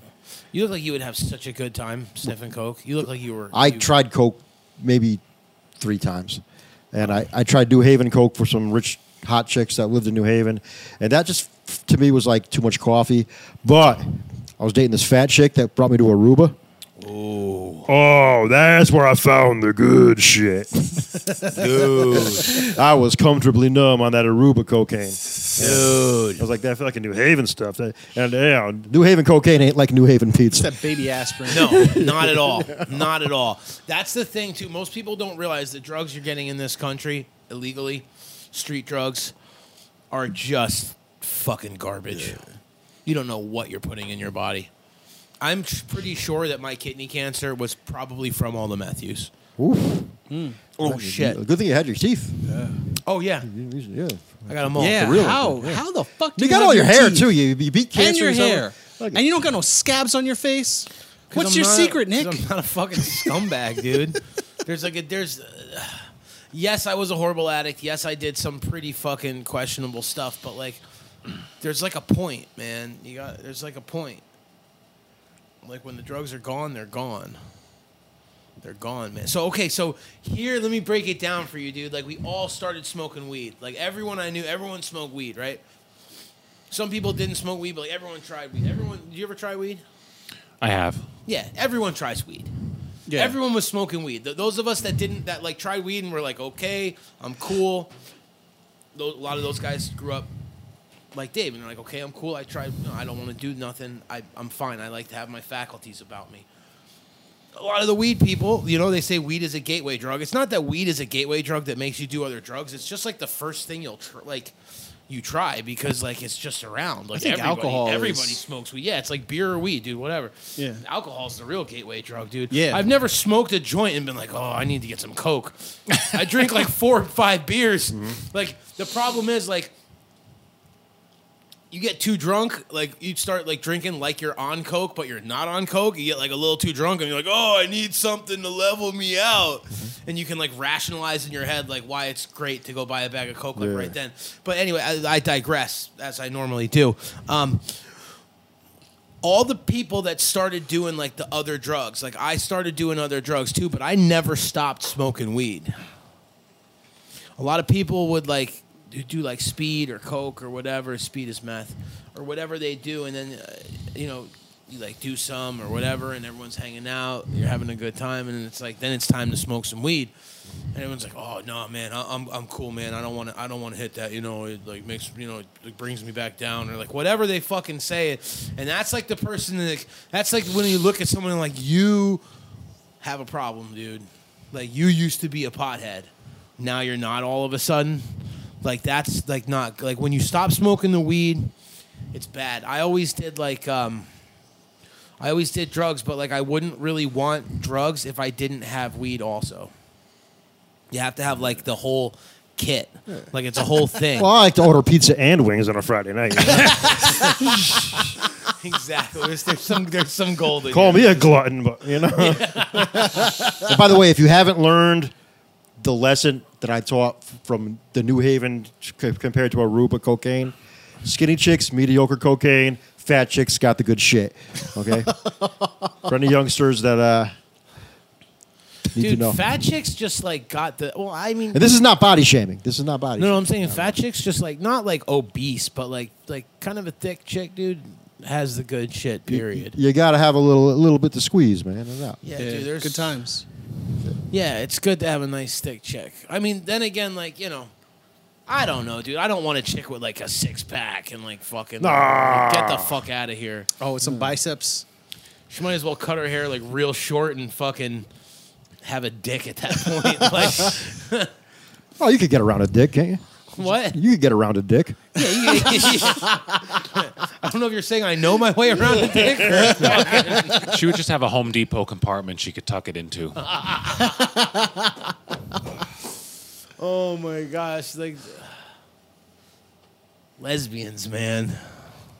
S1: You look like you would have such a good time sniffing coke. You look like you were.
S2: I
S1: you-
S2: tried coke maybe three times, and I, I tried New Haven coke for some rich hot chicks that lived in New Haven, and that just f- to me was like too much coffee. But I was dating this fat chick that brought me to Aruba.
S3: Oh, that's where I found the good shit.
S2: I was comfortably numb on that Aruba cocaine. Dude. I was like, that felt like a New Haven stuff. That, and yeah, New Haven cocaine ain't like New Haven
S6: It's
S2: pizza.
S6: that baby aspirin.
S1: No, not at all. Not at all. That's the thing too. Most people don't realize the drugs you're getting in this country illegally, street drugs, are just fucking garbage. You don't know what you're putting in your body. I'm tr- pretty sure that my kidney cancer was probably from all the meth use.
S2: Oof.
S1: Oh shit.
S2: Good thing you had your teeth.
S1: Oh yeah,
S2: Yeah.
S1: I got them all.
S6: Yeah.
S2: real.
S6: How? How the fuck do
S2: You
S6: you,
S2: got
S6: have
S2: all your hair,
S6: teeth?
S2: too. You, you beat cancer.
S6: And your
S2: or something.
S6: hair.
S2: Look
S6: And you don't got no scabs on your face.
S1: 'Cause
S6: What's
S1: I'm
S6: your
S1: not-
S6: secret,
S1: 'cause
S6: Nick?
S1: I'm not a fucking scumbag, dude. There's like a there's. Uh, yes, I was a horrible addict. Yes, I did some pretty fucking questionable stuff. But like, there's like a point, man. You got there's like a point. Like when the drugs are gone, they're gone. They're gone, man. So okay, so here, let me break it down for you, dude. Like we all started smoking weed. Like everyone I knew, everyone smoked weed, right? Some people didn't smoke weed, but like everyone tried weed. Everyone, did you ever try weed?
S4: I have.
S1: Yeah, everyone tries weed.
S6: Yeah.
S1: Everyone was smoking weed. Th- those of us that didn't, that like tried weed and were like, okay, I'm cool. Tho- a lot of those guys grew up like Dave and they're like, okay, I'm cool. I tried, no, I don't want to do nothing. I, I'm fine. I like to have my faculties about me. A lot of the weed people, you know, they say weed is a gateway drug. It's not that weed is a gateway drug that makes you do other drugs. It's just like the first thing you'll tr- like you try because like it's just around. Like
S6: think
S1: everybody,
S6: alcohol is-
S1: everybody smokes weed. Yeah, it's like beer or weed, dude. Whatever.
S6: Yeah.
S1: alcohol's the real gateway drug, dude.
S6: Yeah.
S1: I've never smoked a joint and been like, oh, I need to get some coke. I drink like four or five beers.
S6: Mm-hmm.
S1: Like the problem is like. You get too drunk, like you start like drinking like you're on coke, but you're not on coke. You get like a little too drunk, and you're like, "Oh, I need something to level me out," and you can like rationalize in your head like why it's great to go buy a bag of coke like
S2: Yeah.
S1: right then. But anyway, I, I digress as I normally do. Um, all the people that started doing like the other drugs, like I started doing other drugs too, but I never stopped smoking weed. A lot of people would like do- do like speed or coke or whatever, speed is meth, or whatever they do, and then uh, you know you like do some or whatever, and everyone's hanging out, you're having a good time, and it's like then it's time to smoke some weed. And everyone's like, "Oh no, man, I, I'm I'm cool, man. I don't want to I don't want to hit that. You know, it like makes you know it like, brings me back down or like whatever they fucking say it. And that's like the person that that's like when you look at someone and, like you have a problem, dude. Like you used to be a pothead, now you're not all of a sudden. Like that's like not like when you stop smoking the weed, it's bad. I always did like um I always did drugs, but like I wouldn't really want drugs if I didn't have weed also. You have to have like the whole kit. Like it's a whole thing.
S3: Well, I like to order pizza and wings on a Friday night.
S1: exactly. There's, there's some there's some gold in
S3: Call
S1: here.
S3: me a glutton, but you know.
S2: And by the way, if you haven't learned the lesson that I taught f- from the New Haven c- compared to Aruba cocaine, skinny chicks, mediocre cocaine, fat chicks got the good shit. Okay? For any youngsters that uh, need to
S1: Dude,
S2: know.
S1: fat chicks just like got the well, I mean
S2: and this is not body shaming. This is not body
S1: No, no,
S2: shaming.
S1: I'm saying fat chicks just like not like obese, but like like kind of a thick chick, dude, has the good shit. Period.
S2: You got to have a little, a little bit to squeeze, man. and out.
S1: Yeah, dude. There's
S6: good times.
S1: Yeah, it's good to have a nice thick chick. I mean, then again, like you know, I don't know, dude. I don't want a chick with like a six pack and like fucking. like, get the fuck out of here.
S6: Oh, with some biceps.
S1: She might as well cut her hair like real short and fucking have a dick at that point. like
S2: Oh, you could get around a dick, can't you?
S1: what?
S2: You could get around a dick.
S1: I don't know if you're saying I know my way around a dick. or-
S4: she would just have a Home Depot compartment she could tuck it into.
S1: Oh my gosh, like lesbians, man.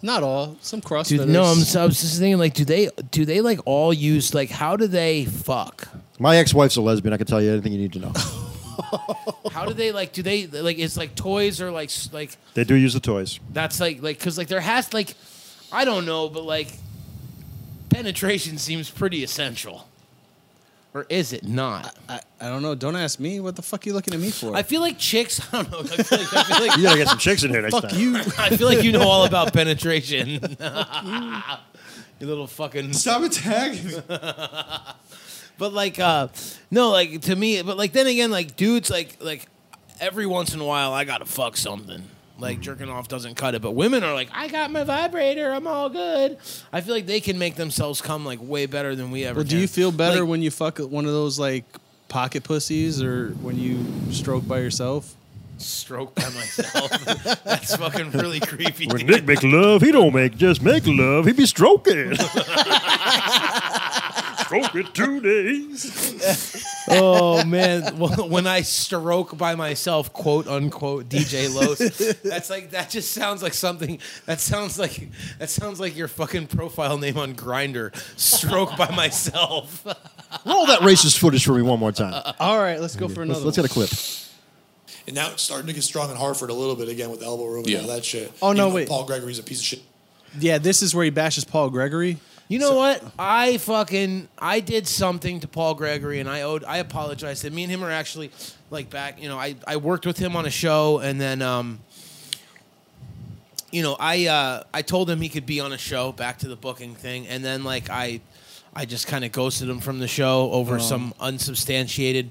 S6: Not all. Some
S1: Dude,
S6: CrossFitters.
S1: no, I'm, so- I was just thinking, like, do they do they like all use like how do they fuck?
S2: My ex-wife's a lesbian. I can tell you anything you need to know.
S1: How do they like do they like it's like toys or like s- like
S3: they do use the toys.
S1: that's like like because like there has like I don't know, but like penetration seems pretty essential, or is it not?
S6: I, I don't know. Don't ask me. What the fuck are you looking at me for?
S1: I feel like chicks. I don't know. I feel like, I feel like,
S3: You gotta get some chicks in here next
S6: fuck
S3: time.
S6: you.
S1: I feel like you know all about penetration. you little fucking
S7: Stop attacking me.
S1: But like, uh no, like to me. But like then again, like dudes, like like every once in a while, I gotta fuck something.
S7: Mm.
S1: Like jerking off doesn't cut it. But women are like, I got my vibrator, I'm all good. I feel like they can make themselves come like way better than we ever.
S6: Well, do
S1: can.
S6: you feel better
S1: Like,
S6: when you fuck one of those like pocket pussies or when you stroke by yourself?
S1: stroke by myself? That's fucking really creepy.
S3: When Nick make love, he don't make just make love. He be stroking. stroking two days.
S1: oh man, Well, when I stroke by myself, quote unquote, DJ Los, that's like that just sounds like something. That sounds like that sounds like your fucking profile name on Grinder. Stroke by myself.
S2: Roll that racist footage for me one more time.
S6: All right, let's go for another.
S2: Let's, let's get a clip.
S8: And now it's starting to get strong in Hartford a little bit again with elbow room
S7: Yeah.
S8: and all that shit.
S6: Oh, no,
S8: Even though
S6: wait.
S8: Paul Gregory's a piece of shit.
S6: Yeah, this is where he bashes Paul Gregory.
S1: You know what? I fucking I did something to Paul Gregory, and I owed. I apologize. That me and him are actually like back. You know, I I worked with him on a show, and then um, you know, I uh I told him he could be on a show. Back to the booking thing, and then like I. I just kind of ghosted him from the show
S6: Oh.
S1: over some unsubstantiated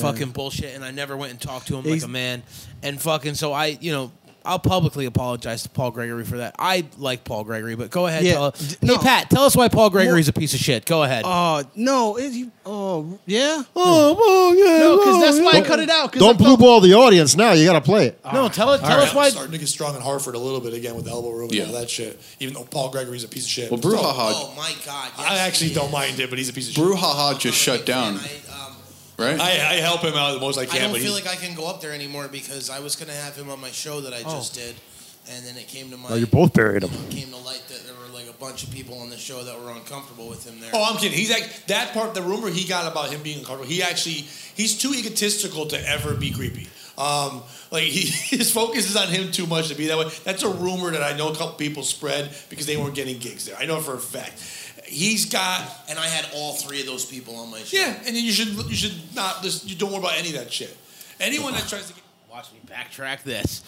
S1: fucking bullshit, and I never went and talked to him like
S6: He's-
S1: a man. And fucking, so I, you know, I'll publicly apologize to Paul Gregory for that. I like Paul Gregory, but go ahead.
S6: Yeah,
S1: Tell,
S6: d-
S1: hey,
S6: no.
S1: Pat, tell us why Paul Gregory's a piece of shit. Go ahead.
S6: Oh no! Is he, oh yeah.
S2: Oh, oh yeah.
S6: No, because
S2: oh,
S6: that's
S2: yeah.
S6: why I
S2: Don't-
S6: cut it out. 'cause I
S2: Don't blue
S6: thought-
S2: ball the audience now. You got to play it.
S1: no, tell us. Tell
S8: Now
S1: us
S8: it's
S1: why.
S8: starting to get strong in Hartford a little bit again with elbow room
S7: Yeah.
S8: and all that shit. Even though Paul Gregory's a piece of shit.
S7: Well,
S8: Still,
S7: Brouhaha,
S9: Oh,
S1: my god!
S8: I actually don't mind it, but he's a piece of shit.
S7: Brouhaha just shut down,
S9: I, um,
S7: right?
S8: I, I help him out the most I
S9: I
S8: can,
S9: don't
S8: but
S9: feel
S8: he's,
S9: like I can go up there anymore because I was gonna have him on my show that I just did, and then it came to my
S3: Oh, you both buried him.
S9: came to light that there were like a bunch of people on the show that were uncomfortable with him there.
S8: Oh, I'm kidding. He's like that part. The rumor he got about him being uncomfortable. He actually he's too egotistical to ever be creepy. Um, like he, his focus is on him too much to be that way. That's a rumor that I know a couple people spread because they weren't getting gigs there. I know for a fact. He's got
S9: and I had all three of those people on my show.
S8: yeah, and then you should you should not listen, you don't worry about any of that shit. Anyone that tries to get
S1: Watch me backtrack this.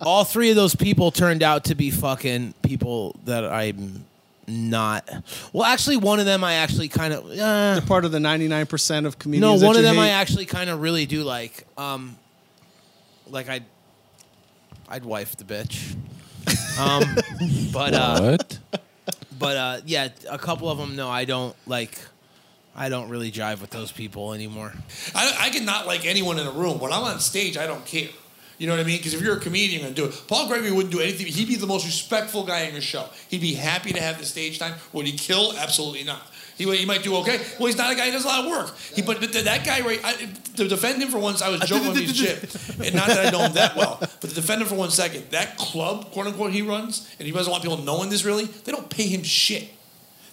S1: All three of those people turned out to be fucking people that I'm not. Well, actually, one of them I actually kind of. Uh,
S6: Part of the ninety-nine percent of
S1: no,
S6: comedians.
S1: one
S6: that
S1: of
S6: you
S1: them I
S6: hate.
S1: actually kind of really do like. Um, like I'd, I'd wife the bitch. Um, but uh,
S4: What?
S1: but uh, yeah, a couple of them. No, I don't like. I don't really jive with those people anymore.
S8: I, I can not like anyone in a room. When I'm on stage, I don't care. You know what I mean? Because if you're a comedian, you're going to do it. Paul Gregory wouldn't do anything. He'd be the most respectful guy in your show. He'd be happy to have the stage time. Would he kill? Absolutely not. He, would- he might do okay. Well, he's not a guy who does a lot of work. He, but, but that guy, right? I, to defend him for once, I was joking with his chip. And not that I know him that well. But to defend him for one second, that club, quote unquote, he runs, and he doesn't want people knowing this really, they don't pay him shit.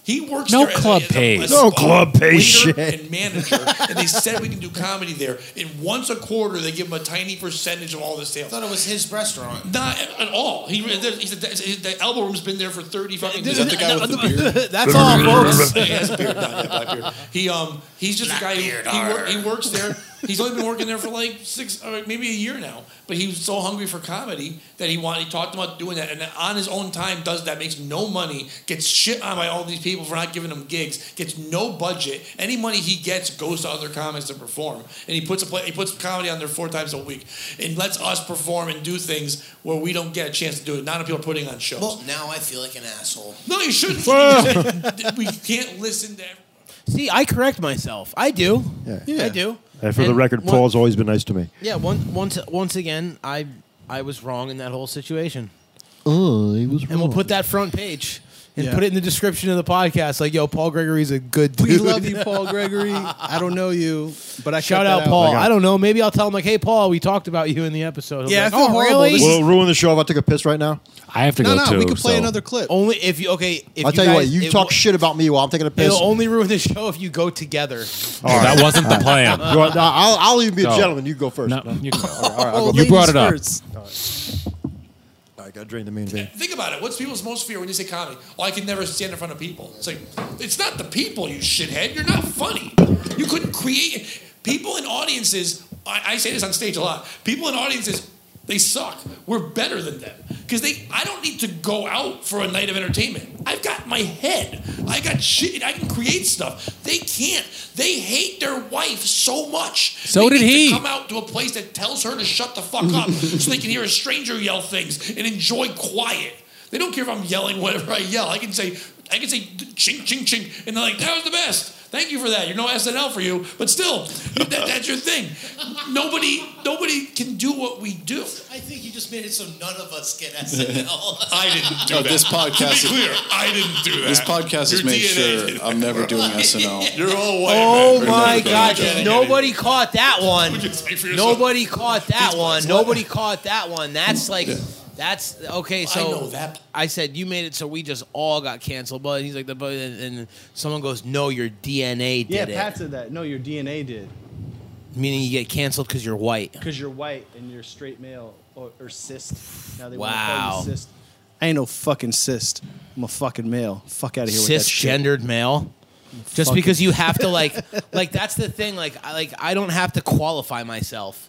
S8: He works
S4: No
S8: there as a-
S4: club
S8: as a-
S4: pays.
S8: as
S3: No
S8: a
S3: club pays
S8: waiter
S3: shit.
S8: And manager, and they said we can do comedy there. And once a quarter, they give him a tiny percentage of all the
S9: I
S8: sales.
S9: thought it was his restaurant.
S8: Not at all. He, he said that- the elbow room's been there for thirty fucking.
S7: Is that the guy with the beard?
S6: That's all, folks.
S8: he has a beard, not yet, black beard. He um, he's just a guy. who-
S9: beard,
S8: he, wor-
S9: arr.
S8: he works there. He's only been working there for like six, or maybe a year now. But he was so hungry for comedy that he wanted. He talked about doing that, and on his own time does that. Makes no money. Gets shit on by all these people for not giving him gigs. Gets no budget. Any money he gets goes to other comics to perform. And he puts a play, he puts comedy on there four times a week, and lets us perform and do things where we don't get a chance to do it. Not if people are putting on shows.
S9: Well, now I feel like an asshole.
S8: no, you shouldn't. we can't listen to. every-
S1: See, I correct myself. I do.
S2: Yeah.
S1: I do.
S3: And for the
S1: And
S3: record,
S1: one-
S3: Paul's always been nice to me.
S1: Yeah, one, once once again, I I was wrong in that whole situation,
S2: Oh, he was
S1: and we'll put that front page and
S6: Yeah.
S1: put it in the description of the podcast. Like, yo, Paul Gregory's a good dude.
S6: We love you, Paul Gregory. I don't know you, but I
S1: Shout
S6: cut
S1: out
S6: that
S1: Paul.
S3: got-
S1: I don't know. Maybe I'll tell him like, "Hey, Paul, we talked about you in the episode." He'll be
S6: Yeah,
S1: like,
S6: I feel
S1: "Oh,
S6: horrible.
S1: really?"
S6: This
S2: Will it ruin the show if I take a piss right now?
S4: I have to
S6: No,
S4: go
S6: no,
S4: too.
S6: we could play
S4: so-
S6: another clip.
S1: Only if you okay. If
S2: I'll
S1: you
S2: tell you what,
S1: guys-
S2: you
S1: it
S2: talk
S1: will-
S2: shit about me while I'm taking a piss.
S1: It'll
S6: oh,
S1: only ruin the show if you go together.
S4: Oh, that wasn't the plan.
S2: Go- no, uh, I'll, I'll even be a
S4: No.
S2: gentleman. You go first.
S4: No,
S2: All
S4: you can go.
S6: Oh,
S4: You brought it up.
S6: ladies first.
S2: right, gotta drain the main vein.
S8: Think about it. What's people's most fear when you say comedy? Oh, I can never stand in front of people. It's like, it's not the people, you shithead. You're not funny. You couldn't create. People in audiences, I, I say this on stage a lot. People in audiences, they suck. We're better than them because they. I don't need to go out for a night of entertainment. I've got my head. I got shit. I can create stuff. They can't. They hate their wife so much.
S4: So
S8: They
S4: did
S8: need to
S4: he.
S8: come out to a place that tells her to shut the fuck up so they can hear a stranger yell things and enjoy quiet. They don't care if I'm yelling whatever I yell. I can say, I can say chink, chink, chink, and they're like, that was the best. Thank you for that. You're no SNL for you, but still, that, that's your thing. Nobody, nobody can do what we do.
S9: I think you just made it so none of us get SNL.
S8: I didn't do
S7: No,
S8: that.
S7: this podcast
S8: To
S7: is-
S8: be clear, I didn't do that.
S7: This podcast has
S8: Your
S7: made
S8: DNA
S7: sure I'm never doing SNL.
S8: You're all white.
S1: Oh
S8: man.
S1: my
S7: Remember
S1: God!
S7: that.
S1: Nobody caught that one.
S8: You can speak for yourself.
S1: Nobody caught that one. Nobody caught that one. That's like, that's okay. So
S8: I know that.
S1: I said you made it, so we just all got canceled. But he's like the but and, and someone goes, "No, your DNA did
S6: Yeah,
S1: it,"
S6: Pat said that. No, your DNA did.
S1: meaning you get canceled because you're white.
S6: Because you're white and you're straight male or, or cyst. Now they
S1: Wow.
S6: want to call you cyst. I ain't no fucking cyst. I'm a fucking male. Fuck out of here with that shit.
S1: Cisgendered male. Just
S6: Fuck
S1: because you have to like, like that's the thing. Like, I like I don't have to qualify myself.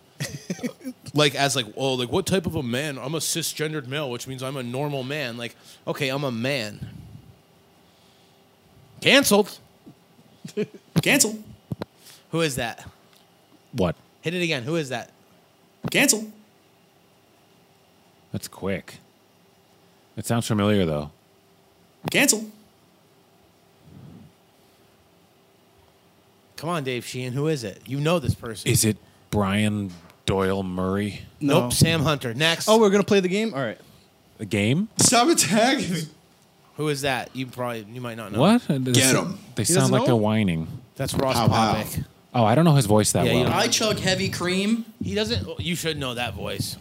S1: like as like oh like what type of a man? I'm a cisgendered male, which means I'm a normal man. Like okay, I'm a man. Cancelled.
S8: Cancel.
S1: Who is that?
S4: What?
S1: Hit it again. Who is that?
S8: Cancel.
S4: That's quick. It sounds familiar though.
S8: Cancel.
S1: Come on, Dave Sheehan. Who is it? You know this person.
S4: Is it Brian Doyle Murray?
S6: No.
S1: Nope. Sam Hunter. Next.
S6: Oh, we're gonna play the game. All right.
S4: The game?
S7: Stop attacking.
S1: Who is that? You probably you might not know.
S4: What? Get
S7: him.
S4: They
S6: doesn't
S4: sound like
S6: know?
S4: they're whining.
S1: That's Ross
S7: Pow, pow.
S1: Popick.
S4: Oh, I don't know his voice that
S1: Yeah, you
S4: well.
S1: don't-
S10: I chug heavy cream.
S1: He doesn't. oh, You should know that voice.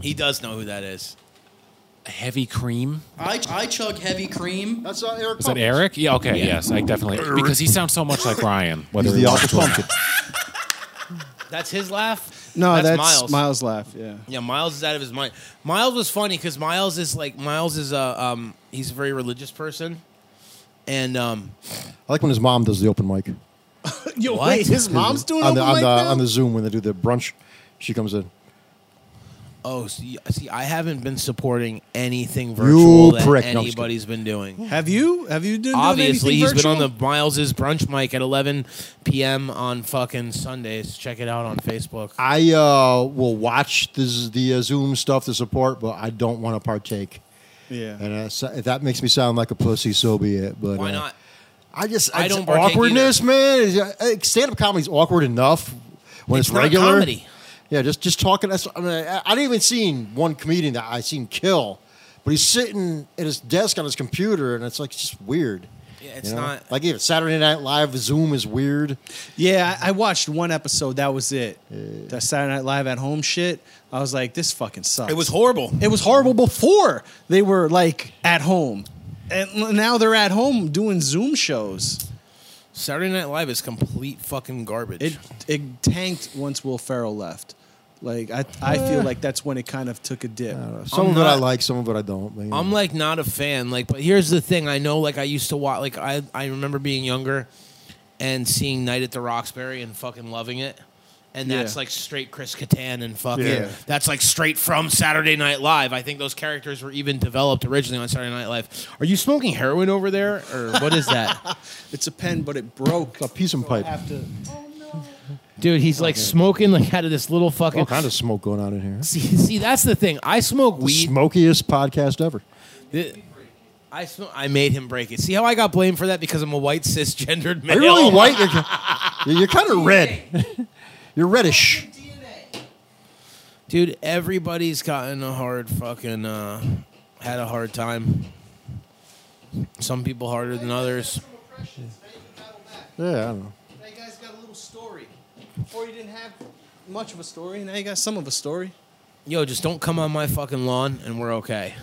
S1: He does know who that is.
S4: Heavy cream.
S10: I, I chug heavy cream.
S2: That's uh, Eric.
S4: Is that
S2: Poppins.
S4: Eric? Yeah. Okay. Yes, I definitely because he sounds so much like Brian. Whether
S2: He's
S4: he
S2: the
S4: wants
S2: alpha
S4: to or not.
S2: pumpkin.
S1: That's his laugh.
S6: No, that's,
S1: Miles.
S6: Miles. laugh. Yeah.
S1: Yeah, Miles is out of his mind. Miles was funny because Miles is like Miles is a um he's a very religious person, and um
S2: I like when his mom does the open mic.
S6: Yo,
S1: What? wait, his
S6: mom's doing
S2: on the, on, the, on the Zoom when they do the brunch. She comes in.
S1: oh see, see I haven't been supporting anything virtual that
S2: prick. No, I'm just
S1: anybody's been doing.
S6: Have you? Have you done?
S1: Obviously,
S6: he's
S1: he's been on the Miles's brunch mic at 11 p.m. on fucking Sundays. Check it out on Facebook.
S2: I uh, will watch this, the uh, Zoom stuff to support, but I don't want to partake.
S6: Yeah.
S2: And uh, so- if that makes me sound like a pussy, so be it. But
S1: Why
S2: uh,
S1: not?
S2: I just
S1: I
S2: I,
S1: don't
S2: don't
S1: partake
S2: awkwardness, man. Stand up comedy's awkward enough when
S1: It's
S2: it's,
S1: not
S2: regular.
S1: comedy.
S2: Yeah, just just talking. That's, I mean, I, I didn't even seen one comedian that I seen kill, but he's sitting at his desk on his computer, and it's like it's just weird.
S1: Yeah,
S6: it's not-
S2: like even Saturday Night Live Zoom is weird.
S6: Yeah, I, I watched one episode. That was it. That Saturday Night Live at home shit. I was like, this fucking sucks.
S1: It was horrible.
S6: It was horrible before they were like at home, and l- now they're at home doing Zoom shows.
S1: Saturday Night Live is complete fucking garbage.
S6: It it tanked once Will Ferrell left. Like I I feel
S1: Eh.
S6: like that's when it kind of took a dip.
S2: Some of it I like, some of it I don't. but, you know.
S1: I'm like not a fan. Like, but here's the thing. I know, like, I used to watch. Like, I I remember being younger and seeing Night at the Roxbury and fucking loving it. And that's
S9: Yeah.
S1: like straight Chris Kattan and fucking.
S9: Yeah.
S1: That's like straight from Saturday Night Live. I think those characters were even developed originally on Saturday Night Live. Are you smoking heroin over there, or what is that?
S6: it's a pen, but it broke.
S2: a piece of pipe.
S1: Dude, he's like smoking like out of this little fucking.
S2: All kind of smoke going on in here.
S1: See, see, that's the thing. I smoke
S2: The
S1: weed.
S2: smokiest podcast ever.
S1: The- I sm- I made him break it. See how I got blamed for that because I'm a white cisgendered
S2: Are
S1: male.
S2: you really white? You're, you're kind of red. you're reddish.
S1: Dude, everybody's gotten a hard fucking uh had a hard time. Some people harder than others.
S2: Yeah, I don't know.
S6: Now you guys got a little story. Before you didn't have much of a story, now you got some of a story.
S1: Yo, just don't come on my fucking lawn and we're okay.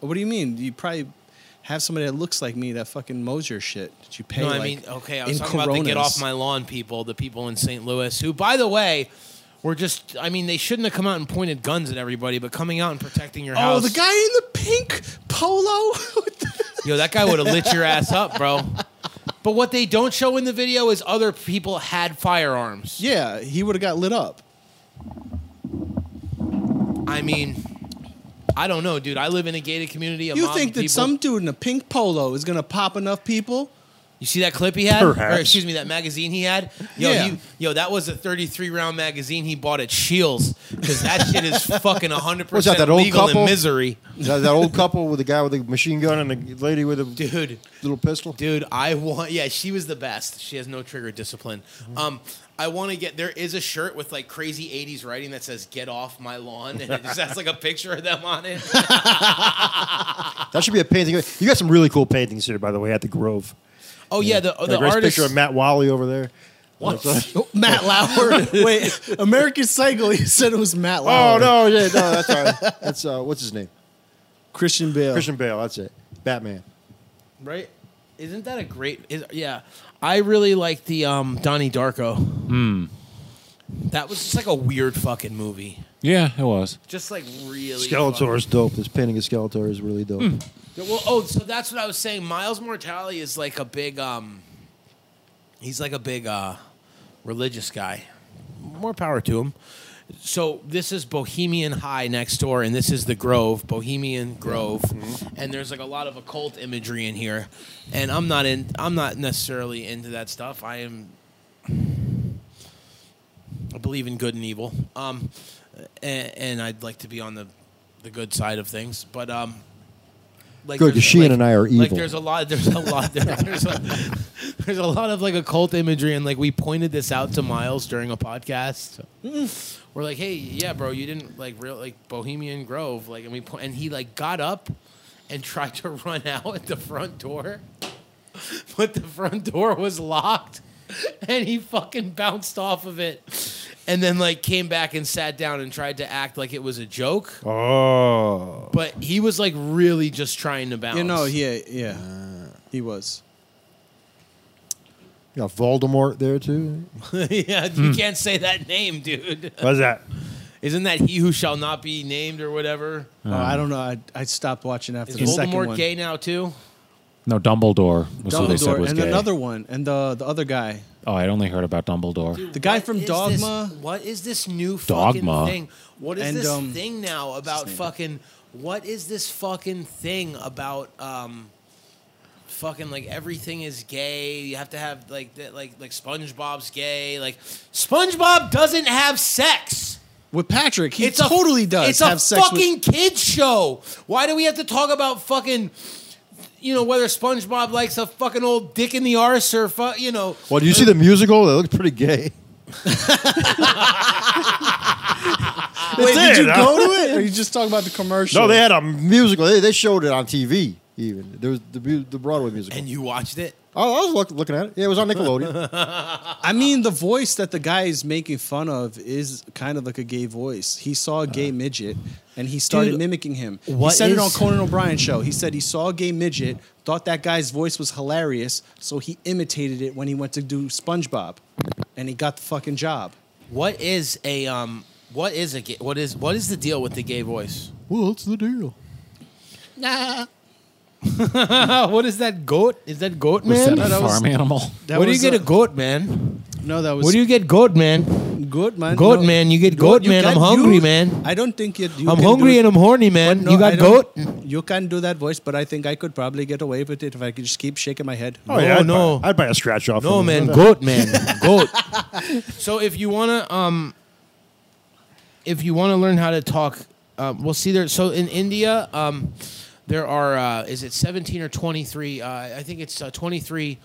S6: What do you mean? You probably have somebody that looks like me that fucking mows your shit. Did you pay?
S1: no, I
S6: like,
S1: mean, okay, I was
S6: in
S1: talking about the get
S6: Coronas?
S1: off my lawn people, the people in St. Louis, who, by the way, were just, I mean, they shouldn't have come out and pointed guns at everybody, but coming out and protecting your
S6: Oh,
S1: house.
S6: the guy in the pink polo.
S1: Yo, that guy would have lit your ass up, bro. But what they don't show in the video is other people had firearms.
S6: yeah, he would have got lit up.
S1: I mean, I don't know, dude. I live in a gated community. A
S6: you
S1: mob
S6: think
S1: of
S6: that
S1: people-
S6: some dude in a pink polo is gonna pop enough people?
S1: You see that clip he had?
S6: Perhaps.
S1: Or excuse me, that magazine he had? Yo,
S6: Yeah.
S1: he, yo, that was a 33 round magazine he bought at Shields because that shit is fucking 100%
S2: What's that? That old
S1: legal
S2: couple?
S1: in misery.
S2: Is that, that old couple with the guy with the machine gun and the lady with a
S1: dude
S2: little pistol.
S1: Dude, I want. Yeah, she was the best. She has no trigger discipline. Um, I want to get. There is a shirt with like crazy '80s writing that says "Get off my lawn," and it just has like a picture of them on it.
S2: That should be a painting. You got some really cool paintings here, by the way, at the Grove.
S1: Oh yeah, the
S2: Got a
S1: the
S2: great
S1: artist.
S2: picture of Matt Wally over there.
S1: What?
S6: Oh, Matt Lauer. Wait, American Psycho. He said it was Matt
S2: Oh
S6: Lauer.
S2: no, yeah, no, that's all right. That's uh, what's his name?
S6: Christian Bale.
S2: Christian Bale. That's it. Batman.
S1: right? Isn't that a great? Is, yeah, I really like the um, Donnie Darko.
S4: Hmm.
S1: That was just like a weird fucking movie.
S4: Yeah, it was.
S1: Just like really.
S2: Skeletor is dope. This painting of Skeletor is really dope.
S1: Yeah, Well, oh, so that's what I was saying. Miles Mortali is like a big um he's like a big uh religious guy. More power to him. So this is Bohemian High next door and this is the Grove, Bohemian Grove.
S2: Mm-hmm.
S1: And there's like a lot of occult imagery in here. And I'm not in I'm not necessarily into that stuff. I am I believe in good and evil. Um and, and I'd like to be on the the good side of things, but um like
S2: Good, 'cause
S1: there's-
S2: she and I are
S1: Like
S2: evil.
S1: there's a lot. There's a lot. There, there's, a, there's a lot of like occult imagery, and like we pointed this out to Miles during a podcast. We're like, hey, yeah, bro, you didn't like real like Bohemian Grove, like, and we po- and he like got up and tried to run out at the front door, but the front door was locked, and he fucking bounced off of it. And then, like, came back and sat down and tried to act like it was a joke.
S2: Oh.
S1: But he was like really just trying to bounce.
S6: You know, yeah, yeah, he was.
S2: You got Voldemort there too.
S1: yeah, you can't say that name, dude.
S2: What's that?
S1: Isn't that he who shall not be named or whatever?
S6: Oh, I don't know. I, I stopped watching after
S1: Is
S6: the second
S1: Voldemort
S6: one.
S1: gay now too?
S4: No, Dumbledore was who they said
S6: Dumbledore
S4: was
S6: and
S4: gay.
S6: another one, and the the other guy,
S4: oh, I'd only heard about Dumbledore.
S6: the guy from
S1: Is
S6: Dogma.
S1: this- what is this new fucking
S4: Dogma.
S1: thing? What is
S6: And,
S1: this
S6: um,
S1: thing now about fucking? What is this fucking thing about? Um, fucking like everything is gay. You have to have like that, like like SpongeBob's gay. Like SpongeBob doesn't have sex.
S6: With Patrick, he
S1: It's a-
S6: totally does
S1: It's
S6: have
S1: a
S6: sex with-
S1: fucking kids show. Why do we have to talk about fucking? you know, whether SpongeBob likes a fucking old dick in the arse or, fu- you know.
S2: Well, do you see the musical? That looks pretty gay.
S1: Wait,
S2: did you
S1: huh?
S2: go to it? Or you just talking about the commercial? No, they had a musical. They, they showed it on TV. Even there was the bu- the Broadway musical.
S1: And you watched it?
S2: Oh, I was look, looking at it. Yeah, it was on Nickelodeon.
S6: I mean, the voice that the guy is making fun of is kind of like a gay voice. He saw a gay midget and he started
S1: Dude,
S6: mimicking him. He
S1: what
S6: said it on
S1: is-
S6: Conan O'Brien's show. He said he saw a gay midget, thought that guy's voice was hilarious, so he imitated it when he went to do SpongeBob, and he got the fucking job.
S1: What is a, um, what is a, ga- what is, what is the deal with the gay voice?
S2: What's the deal?
S1: Nah. what is that goat? Is that goat man?
S4: that a No, that was- farm animal? that
S1: Where do you
S4: was
S1: get
S4: a-
S1: a goat man?
S6: No, that was
S1: Where do you get goat man?
S6: Goat man.
S1: Goat
S6: no.
S1: man. You get goat,
S6: you
S1: man. I'm
S6: got-
S1: hungry
S6: you-
S1: man.
S6: I don't think you. you
S1: I'm
S6: can
S1: hungry
S6: do-
S1: and I'm horny man.
S6: No,
S1: you got
S6: I don't-
S1: goat?
S6: You can do that voice, but I think I could probably get away with it if I could just keep shaking my head.
S1: Oh, yeah, I'd No,
S3: I'd buy a scratch off.
S1: No
S3: of him.
S1: man, goat man, goat. So if you wanna, um, if you wanna learn how to talk, uh, we'll see there. So in India, um, there are uh, is it seventeen or twenty three? Uh, I think it's uh, twenty three.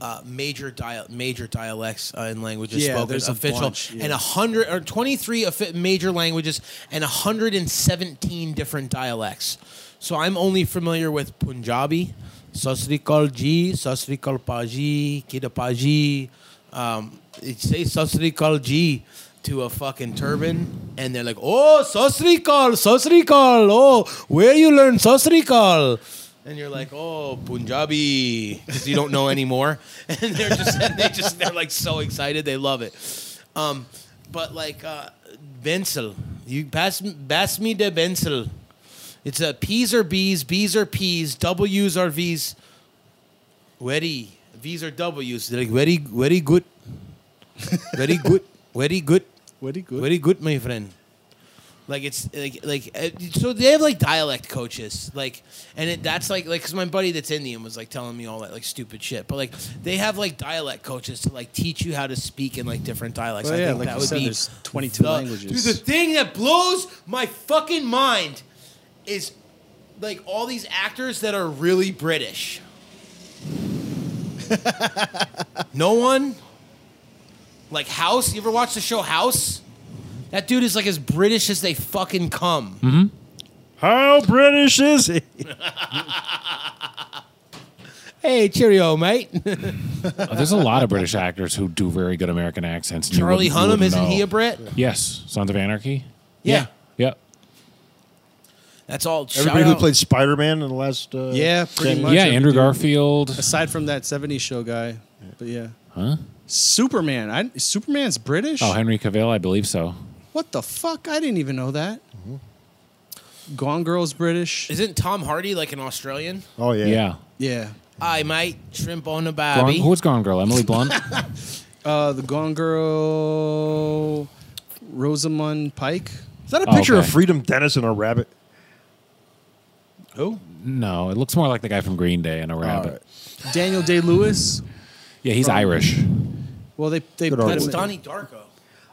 S1: Uh, major dia- major dialects uh, and languages
S6: Yeah,
S1: spoken
S6: there's a
S1: official
S6: bunch, yeah.
S1: and a hundred or twenty three offi- major languages and hundred and seventeen different dialects. So I'm only familiar with Punjabi, Sasrikal Ji, Sasrikal Paji, Kidapaji. Um, it say Sasrikal Ji to a fucking turban, and they're like, "Oh, Sasrikal, Sasrikal, oh, where you learn Sasrikal?" And you're like, "Oh, Punjabi," because you don't know anymore, and they're just and they just they're like so excited, they love it. Um, but like uh, Bensel, you pass pass me the Bensel. It's a P's are B's, B's are P's, W's are V's. Very V's are W's. They're like very very good, very good, very good,
S6: very good,
S1: very good, my friend. Like it's like like uh, so they have like dialect coaches like and it, that's like like because my buddy that's Indian was like telling me all that like stupid shit but like they have like dialect coaches to like teach you how to speak in like different dialects.
S6: Well,
S1: I
S6: yeah,
S1: think
S6: like
S1: that
S6: you
S1: would
S6: said,
S1: be
S6: there's 22
S1: the-
S6: languages.
S1: Dude, the thing that blows my fucking mind is like all these actors that are really British. no one like House. You ever watch the show House? That dude is like as British as they fucking come.
S3: Mhm. How British is he?
S1: Hey, cheerio, mate.
S4: Oh, There's a lot of British actors who do very good American accents. and you
S1: Charlie
S4: wouldn't- you
S1: Hunnam,
S4: wouldn't
S1: isn't
S4: know.
S1: he a Brit?
S4: Yes, Sons of Anarchy.
S1: Yeah.
S4: Yeah.
S1: That's all.
S2: Everybody
S6: Shout
S2: who
S6: out.
S2: played Spider Man in the last. Uh,
S6: Yeah, pretty much. every dude. Aside from that '70s show guy, but yeah,
S4: Huh?
S6: Superman. I, Superman's British.
S4: Oh, Henry Cavill, I believe so.
S6: What the fuck? I didn't even know that. Gone Girl's British.
S1: Isn't Tom Hardy like an Australian?
S2: Oh yeah.
S4: Yeah.
S6: Yeah.
S1: I mate, shrimp on the
S4: Gone,
S1: barbie.
S4: who's Gone Girl? Emily Blunt.
S6: Uh, the Gone Girl. Rosamund Pike.
S2: Is that a
S4: Oh,
S2: picture of Freedom Dennis and a rabbit?
S1: Who?
S4: No, it looks more like the guy from Green Day and a rabbit.
S6: Daniel Day Lewis.
S4: Yeah, he's
S6: From-
S4: Irish.
S6: Well, they they
S4: Good
S6: put
S4: old
S6: him in-
S1: Donnie Darko.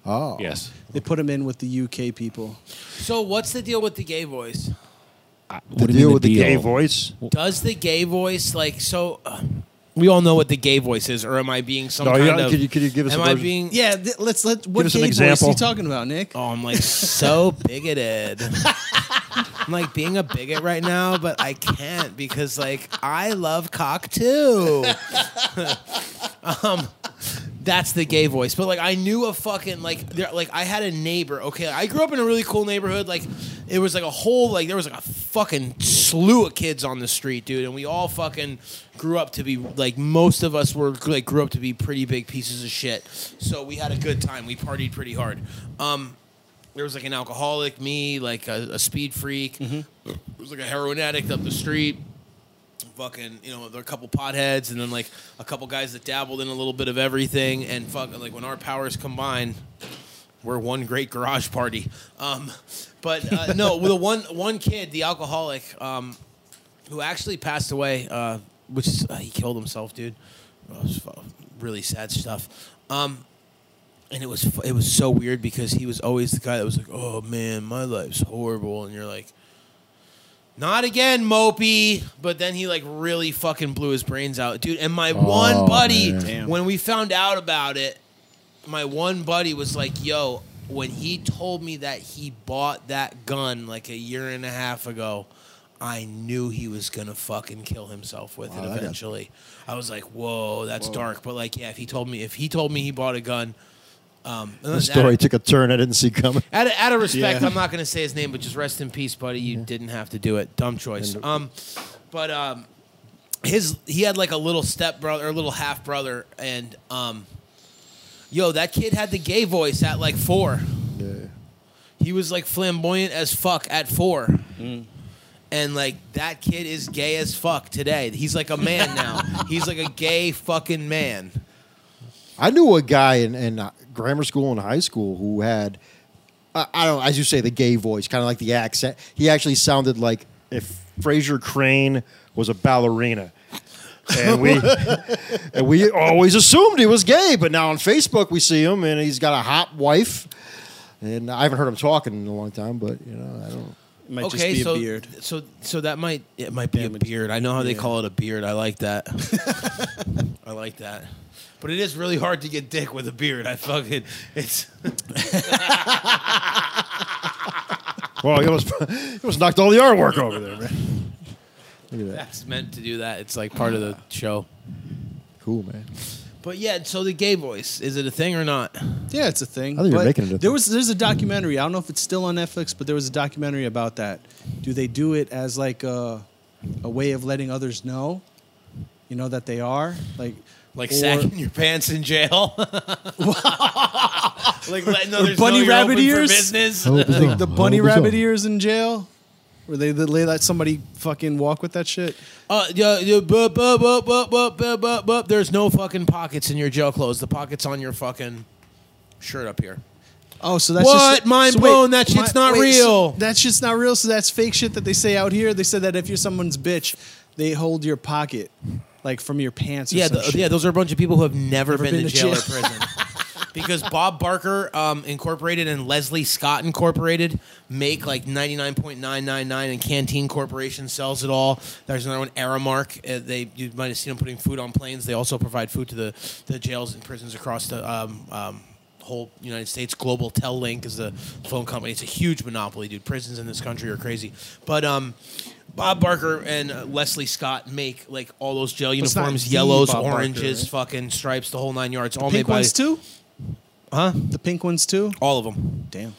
S2: Oh.
S4: Yes.
S6: They put him in with the UK people.
S1: So what's the deal with the gay voice?
S4: What
S2: do you mean deal with the gay voice?
S1: Does the gay voice like so? Uh, we all know what the gay voice is, or am I being some
S2: No, you
S1: kind
S2: don't-
S1: of?
S2: could you- could you give us
S1: Am
S2: a
S1: I
S2: version?
S1: being?
S6: Yeah, th- let's let. What
S1: us an
S6: gay voice are
S1: example.
S6: you talking about, Nick?
S1: Oh, I'm like so bigoted. I'm like being a bigot right now, but I can't because like I love cock too. um, that's the gay voice. But like I knew a fucking like there like I had a neighbor. Okay, I grew up in a really cool neighborhood. Like it was like a whole like there was like a fucking slew of kids on the street, dude, and we all fucking grew up to be like most of us were like grew up to be pretty big pieces of shit. So we had a good time. We partied pretty hard. Um there was like an alcoholic, me, like a, a speed freak. There was like a heroin addict up the street. Fucking, you know, there were a couple potheads, and then like a couple guys that dabbled in a little bit of everything. And fuck, like when our powers combine, we're one great garage party. Um, but uh, no, the one one kid, the alcoholic, um, who actually passed away, uh, which is, uh, he killed himself, dude. It was fu- really sad stuff. Um, and it was fu- it was so weird because he was always the guy that was like, "Oh man, my life's horrible," and you're like, Not again, Mopey. But then he like really fucking blew his brains out, dude. And my one buddy,
S6: man. Damn.
S1: when we found out about it, my one buddy was like, "Yo," when he told me that he bought that gun like a year and a half ago, I knew he was gonna fucking kill himself with
S2: Wow,
S1: it
S2: that got-
S1: eventually. I was like, "Whoa, that's
S2: Whoa.
S1: dark." But like, yeah, if he told me, if he told me he bought a gun, um,
S2: The story took a turn I didn't see coming.
S1: out of, out of respect,
S2: Yeah.
S1: I'm not going to say his name, but just rest in peace, buddy. You didn't have to do it. Dumb choice.
S2: And-
S1: Um, but um, his he had like a little step brother or little half brother, and um, yo, that kid had the gay voice at like four.
S2: Yeah.
S1: He was like flamboyant as fuck at four.
S2: Mm.
S1: And like that kid is gay as fuck today. He's like a man now. He's like a gay fucking man.
S2: I knew a guy in, in uh, grammar school and high school who had, I I don't, as you say, the gay voice, kind of like the accent. He actually sounded like if Fraser Crane was a ballerina. And we and we always assumed he was gay, but now on Facebook we see him and he's got a hot wife. And I haven't heard him talking in a long time, but you know, I don't.
S6: It might
S1: okay,
S6: just be
S1: so,
S6: a beard.
S1: So so that might it might be a beard. I know how they
S6: Yeah.
S1: call it a beard. I like that. I like that. But it is really hard to get dick with a beard. I fucking it's
S2: Well, you almost, you almost knocked all the artwork over there, man. Look at that.
S1: that's meant to do that. It's like part of the show.
S2: Cool, man.
S1: But yeah, so the gay voice, is it a thing or not?
S6: Yeah, it's a thing.
S2: I think you're
S6: But
S2: making it a
S6: There was there's a documentary. I don't know if it's still on Netflix, but there was a documentary about that. Do they do it as like a, a way of letting others know, you know, that they are like
S1: Like
S6: or-
S1: sacking your pants in jail. like letting
S6: or
S1: others
S6: bunny
S1: know you're
S6: rabbit
S1: open for
S6: ears?
S1: business.
S2: Hope so.
S6: the, the bunny
S2: Hope so.
S6: rabbit ears in jail, where they, they let somebody fucking walk with that shit.
S1: Uh, yeah, yeah, bup, bup, bup, bup, bup, bup, bup, bup. There's no fucking pockets in your jail clothes. The pockets on your fucking shirt up here.
S6: Oh, so that's
S1: What?
S6: Just,
S1: Mind
S6: so
S1: blown. That shit's not real.
S6: So that shit's not real. So that's fake shit that they say out here. They said that if you're someone's bitch, they hold your pocket, like from your pants. Or
S1: Yeah,
S6: some
S1: th- uh,
S6: shit.
S1: yeah, those are a bunch of people who have never, been,
S6: been
S1: to
S6: to
S1: jail, or
S6: jail.
S1: prison. because Bob Barker um, Incorporated and Leslie Scott Incorporated make like 99.999 and Canteen Corporation sells it all. There's another one, Aramark. Uh, they you might have seen them putting food on planes. They also provide food to the, the jails and prisons across the um, um, whole United States. Global Tel Link is the phone company. It's a huge monopoly, dude. Prisons in this country are crazy. But um, Bob Barker and uh, Leslie Scott make like all those jail
S6: it's not
S1: uniforms,
S6: the
S1: yellows,
S6: Bob Barker,
S1: oranges,
S6: right?
S1: fucking stripes, the whole nine yards. all made
S6: pink
S1: by
S6: ones too.
S1: Huh?
S6: The pink ones too.
S1: all of them.
S6: Damn.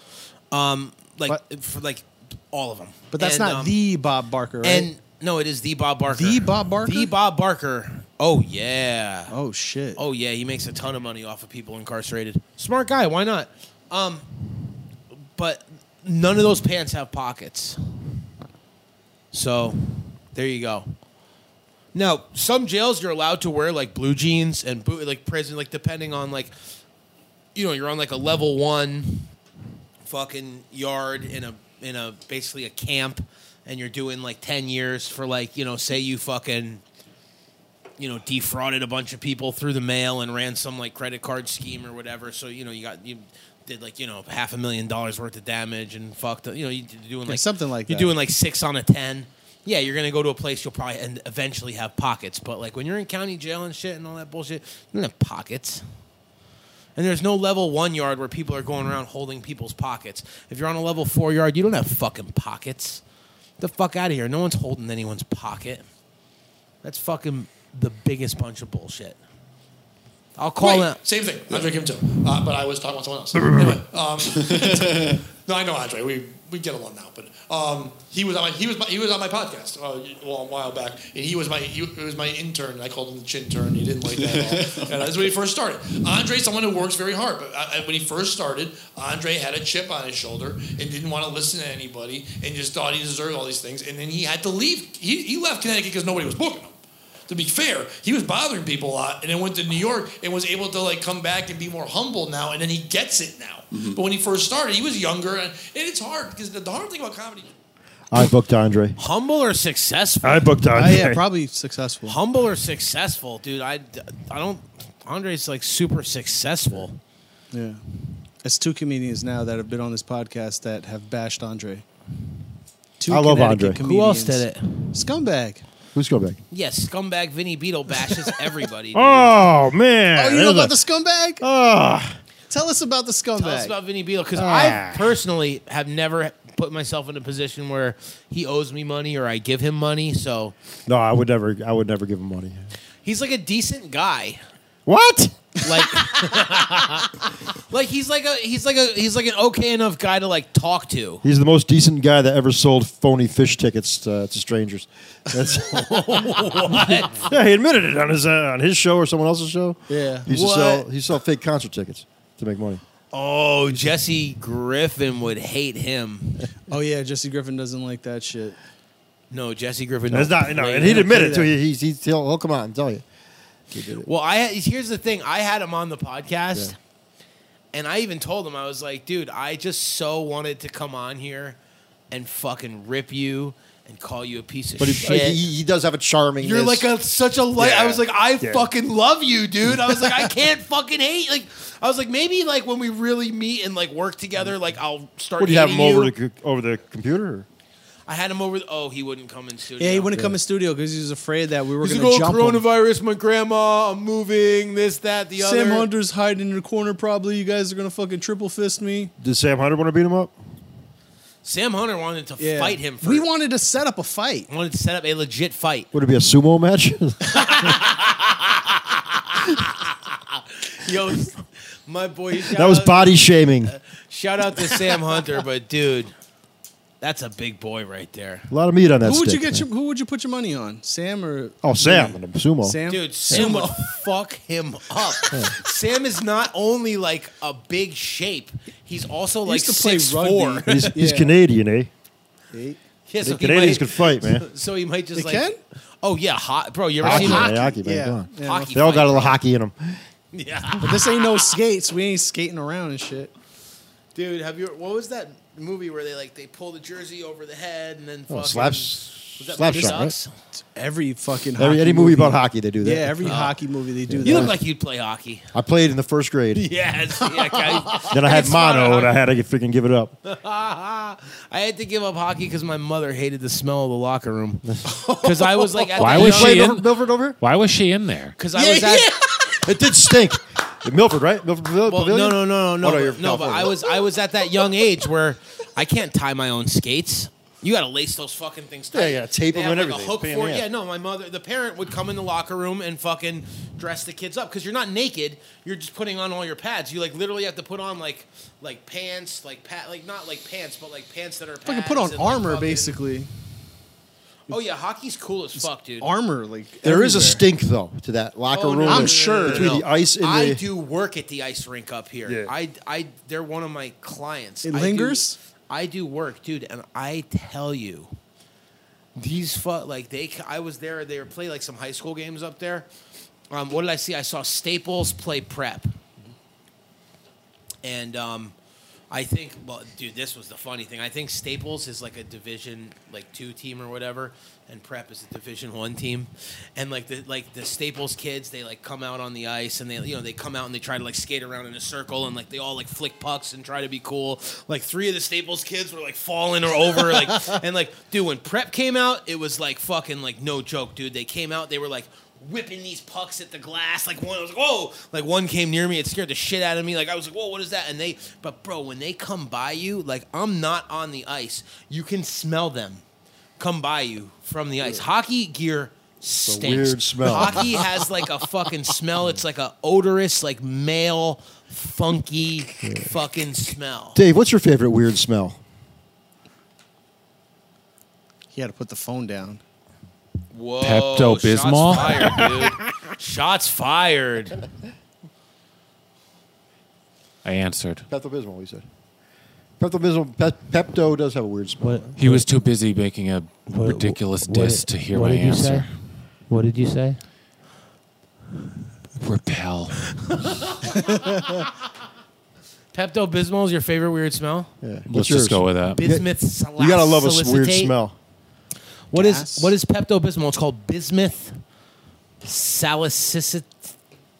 S1: Um, like
S6: But-
S1: for like all of them.
S6: But that's
S1: And,
S6: not
S1: um,
S6: the Bob Barker, right?
S1: And no, it is the Bob Barker.
S6: The Bob Barker?
S1: The Bob Barker. Oh yeah.
S6: oh shit.
S1: Oh yeah, he makes a ton of money off of people incarcerated. Smart guy. Why not? Um, but none of those pants have pockets. So, there you go. Now, some jails you're allowed to wear like blue jeans and boot like prison, like depending on like, you know, you're on like a level one, fucking yard in a in a basically a camp, and you're doing like ten years for like you know, say you fucking you know defrauded a bunch of people through the mail and ran some like credit card scheme or whatever. So you know you got you did like you know half a million dollars worth of damage and fucked. You know you are doing
S6: Yeah,
S1: like
S6: something like
S1: you're
S6: that.
S1: doing like six on a ten. Yeah, you're gonna go to a place you'll probably and eventually have pockets. But like when you're in county jail and shit and all that bullshit, you don't have pockets. And there's no level one yard where people are going around holding people's pockets. If you're on a level four yard, you don't have fucking pockets. Get the fuck out of here. No one's holding anyone's pocket. That's fucking the biggest bunch of bullshit. I'll call
S8: Wait,
S1: it.
S8: Same thing. Andre Kim too. Uh, but I was talking about someone else. anyway, um, no, I know Andre. We we get along now. But um, he was on my he was my, he was on my podcast uh, well, a while back, and he was my he was my intern. I called him the chin turn. He didn't like that at all. and that's when he first started. Andre's someone who works very hard. But I, I- when he first started, Andre had a chip on his shoulder and didn't want to listen to anybody, and just thought he deserved all these things. And then he had to leave. He, he left Connecticut because nobody was booking him to be fair, he was bothering people a lot, and then went to New York and was able to like come back and be more humble now, and then he gets it now.
S1: Mm-hmm.
S8: But when he first started, he was younger, and, and it's hard because the, the hard thing about comedy.
S2: I booked Andre.
S1: Humble or successful?
S3: I booked
S6: Oh,
S3: Andre.
S6: yeah, probably successful.
S1: Humble or successful, dude? I, I don't. Andre's like super successful.
S6: Yeah. It's two comedians now that have been on this podcast that have bashed Andre. Two
S2: I love
S6: Connecticut
S2: Andre.
S1: Who else
S6: comedians.
S1: did it?
S6: Scumbag.
S2: Who's going back?
S1: Yes, scumbag Vinny Beetle bashes everybody. dude.
S3: Oh man!
S6: Oh, you
S3: There's
S6: know
S3: a-
S6: about the scumbag?
S3: Ah.
S6: Oh. Tell us about the scumbag.
S1: Tell us about Vinny Beetle because
S3: Ah.
S1: I personally have never put myself in a position where he owes me money or I give him money. So
S2: No, I would never. I would never give him money.
S1: he's like a decent guy.
S2: What?
S1: Like, like he's like a he's like a he's like an okay enough guy to like talk to.
S2: He's the most decent guy that ever sold phony fish tickets to, to strangers. That's,
S1: what?
S2: yeah, he admitted it on his uh, on his show or someone else's show.
S6: Yeah.
S2: He used
S1: What?
S2: to sell he sold fake concert tickets to make money.
S1: Oh, Jesse Griffin would hate him.
S6: Oh yeah, Jesse Griffin doesn't like that shit.
S1: No, Jesse Griffin.
S2: That's
S1: don't
S2: not no,
S1: play
S2: and he'd
S1: him.
S2: admit it too. He, he, he'll, he'll come out and tell you.
S1: Well, I here's the thing. I had him on the podcast, and I even told him I was like, "Dude, I just so wanted to come on here and fucking rip you and call you a piece of
S2: But he, uh,
S1: shit."
S2: he, he does have a charming.
S1: You're like a such a light. I was like, I
S2: Yeah.
S1: fucking love you, dude. I was like, I can't fucking hate. Like, I was like, maybe like when we really meet and like work together, like I'll start.
S2: Would you have him
S1: hating
S2: over
S1: you.
S2: the co- over the computer? Or?
S1: I had him over. Oh, he wouldn't come in studio.
S6: Yeah, he wouldn't come in studio because he was afraid that we were
S1: He's
S6: going
S1: like,
S6: to
S1: oh,
S6: jump him.
S1: coronavirus, my grandma, I'm moving, this, that, the
S6: Sam
S1: other.
S6: Hunter's hiding in the corner. Probably you guys are going to fucking triple fist me.
S2: Did Sam Hunter want to beat him up?
S1: Sam Hunter wanted to
S6: Yeah.
S1: fight him. For,
S6: We wanted to set up a fight.
S1: wanted to set up a legit fight.
S2: Would it be a sumo match?
S1: Yo, my boy. shout
S2: that was
S1: out-
S2: body shaming. A
S1: Shout out to Sam Hunter, but dude, that's a big boy right there.
S2: lot of meat on that.
S6: who would you
S2: stick,
S6: get?
S2: man.
S6: Your, who would you put your money on? Sam or
S2: Oh, Sam, and the sumo.
S6: Sam?
S1: Dude, Sam would fuck him up. Sam is not only like a big shape, he's also like
S6: used to play
S1: six four.
S6: rugby.
S2: He's, he's
S6: Yeah.
S2: Canadian, eh?
S1: Yeah, so,
S2: The
S1: he
S2: Canadians
S1: might,
S2: could fight, man.
S1: so he might just
S6: They
S1: like.
S6: can?
S1: Oh yeah, hot bro. You ever
S2: Hockey,
S1: seen
S2: man,
S1: hockey?
S2: hockey, man.
S6: Yeah.
S2: come on.
S6: Yeah.
S1: hockey
S2: They all got a
S1: fight?
S2: little hockey in them.
S1: Yeah.
S6: But this ain't no skates. We ain't skating around and shit.
S1: Dude, have you? What was that movie where they like they pull the jersey over the head and then
S2: Oh,
S1: fucking-
S2: slap,
S1: was that
S2: slap
S1: Blue
S2: shot, right?
S1: Sox?
S6: Every fucking
S2: Every,
S6: hockey
S2: any movie about hockey, they do that.
S6: Yeah, every hockey movie they do that.
S1: You look Uh, like you'd play hockey.
S2: I played in the first grade.
S1: Yes, yeah, guy.
S2: Then I had
S1: It's not
S2: mono,
S1: a
S2: and I had to freaking give it up.
S1: I had to give up hockey because my mother hated the smell of the locker room. Because I was like, at
S4: Why
S1: the
S4: was
S1: young-
S4: she in?
S2: Milford over?
S4: Why was she in there?
S1: Because I was at
S2: It did stink. Milford, right? Milford Pavil-
S1: well,
S2: Pavilion?
S1: no, no, no, no, no,
S2: Oh, no, you're
S1: but-
S2: from
S1: no. But I
S2: California.
S1: was I was at that young age where I can't tie my own skates. You gotta lace those fucking things tight.
S2: Yeah, yeah, tape
S1: They
S2: 'em
S1: have,
S2: and
S1: like, a
S2: everything.
S1: hook
S2: Bam,
S1: for it.
S2: yeah.
S1: Yeah, no, my mother, the parent would come in the locker room and fucking dress the kids up because you're not naked. You're just putting on all your pads. You like literally have to put on like like pants, like pat, like not like pants, but like pants that are pads
S6: fucking put on
S1: and, like,
S6: armor,
S1: fucking-
S6: basically.
S1: Oh yeah, hockey's cool as fuck, dude.
S6: Armor, like
S2: There is a
S6: everywhere.
S2: stink though to that locker
S1: Oh, no,
S2: room.
S1: no, no,
S6: I'm
S1: no,
S2: that-
S6: sure.
S1: no, no,
S2: between
S1: no.
S2: the ice and
S1: I
S2: the.
S1: do work at the ice rink up here.
S2: Yeah.
S1: I, I, they're one of my clients.
S6: It
S1: I do-
S6: lingers?
S1: I do, work, dude, and I tell you, these fuck like they. c- I was there. They were playing like some high school games up there. Um, what did I see? I saw Staples play prep, and um, I think, well, dude, this was the funny thing. I think Staples is like a division like two team or whatever, and Prep is a division one team. And like the like the Staples kids, they like come out on the ice and they you know they come out and they try to like skate around in a circle and like they all like flick pucks and try to be cool. Like three of the Staples kids were like falling or over like and like dude, when Prep came out, it was like fucking like no joke, dude. They came out, they were like whipping these pucks at the glass. Like one I was like, whoa! Like one came near me, it scared the shit out of me. Like I was like, whoa, what is that? And they, but bro, when they come by you, like I'm not on the ice. You can smell them come by you from the ice. Hockey gear stinks.
S2: weird smell.
S1: Hockey has like a fucking smell. It's like a odorous, like male, funky, fucking smell.
S2: Dave, what's your favorite weird smell?
S6: He had to put the phone down.
S1: Whoa!
S4: Pepto-Bismol?
S1: Shots fired, dude. Shots fired.
S4: I answered.
S2: Pepto Bismol, we said. Pepto Bismol, Pe- Pepto does have a weird smell.
S4: He was too busy making a ridiculous diss to hear my answer.
S1: What did you say?
S4: Repel.
S1: Pepto Bismol is your favorite weird smell?
S2: Yeah. What's
S4: Let's
S2: yours?
S4: just go with that.
S1: Bismuth.
S2: You gotta love a
S1: solicitate.
S2: weird smell.
S1: What is
S6: Gas.
S1: what is Pepto Bismol? It's called bismuth salicylate.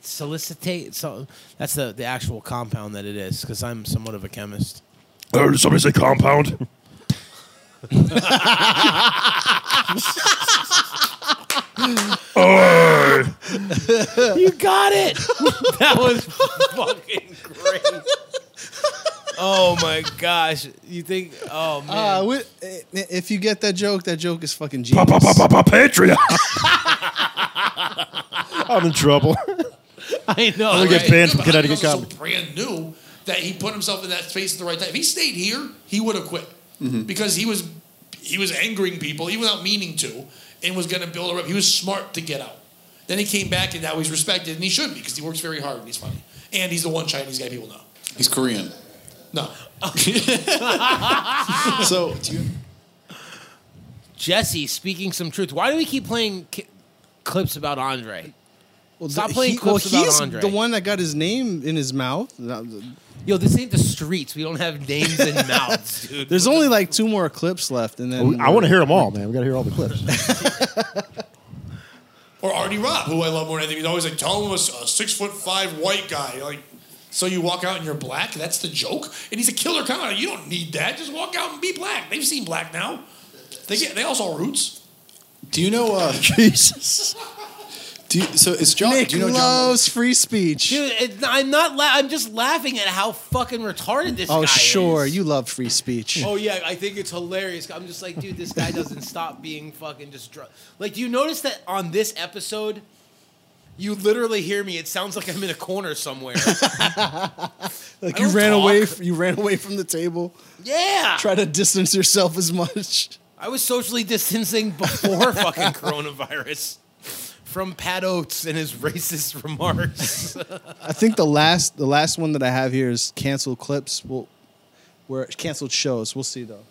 S1: Solicitate. So that's the, the actual compound that it is. Because I'm somewhat of a chemist.
S3: Oh, did somebody say compound?
S1: you got it. that was fucking great. Oh my gosh! You think? Oh man!
S6: Uh, wi- i- if you get that joke, that joke is fucking genius.
S3: Patreon.
S2: I'm in trouble.
S1: I know.
S2: I'm gonna get
S8: right?
S2: banned from
S8: But Hutton
S2: Connecticut
S8: Hills is
S2: comedy.
S8: So brand new that he put himself in that space at the right time. If he stayed here, he would have quit
S1: Mm-hmm.
S8: because he was he was angering people, even without meaning to, and was going to build a rep. He was smart to get out. Then he came back, and now he's respected, and he should be because he works very hard and he's funny, and he's the one Chinese guy people know.
S7: He's Korean.
S8: No,
S1: Ah.
S7: so
S1: Jesse speaking some truth. Why do we keep playing ki- clips about Andre? Stop
S6: He-
S1: playing
S6: well,
S1: clips about
S6: he's
S1: Andre.
S6: the one that got his name in his mouth.
S1: Yo, this ain't the streets. We don't have names and mouths, dude.
S6: There's only like two more clips left, and then
S2: I want to hear them all, man. We got to hear all the clips.
S8: or Artie Robb, who I love more than anything. He's always like, tell him a, s- a six foot five white guy. Like, so you walk out and you're black? That's the joke? And he's a killer comedy. You don't need that. Just walk out and be black. They've seen black now. They get they all saw roots.
S7: do you know? Uh,
S2: Jesus.
S7: Do you, so it's John.
S6: Nick
S7: do you know John?
S6: loves free speech.
S1: Dude, it, I'm not. La- I'm just laughing at how fucking retarded this guy
S6: oh,
S1: is.
S6: sure, you love free speech.
S1: Oh yeah, I think it's hilarious. I'm just like, dude, this guy doesn't stop being fucking just drunk. Like, do you notice that on this episode, you literally hear me? It sounds like I'm in a corner somewhere.
S6: like
S1: I
S6: you
S1: don't
S6: ran
S1: talk.
S6: away, f- you ran away from the table.
S1: yeah,
S6: Try to distance yourself as much.
S1: I was socially distancing before fucking coronavirus from Pat Oates and his racist remarks.
S6: I think the last, the last one that I have here is canceled clips. We'll, where canceled shows. We'll see though.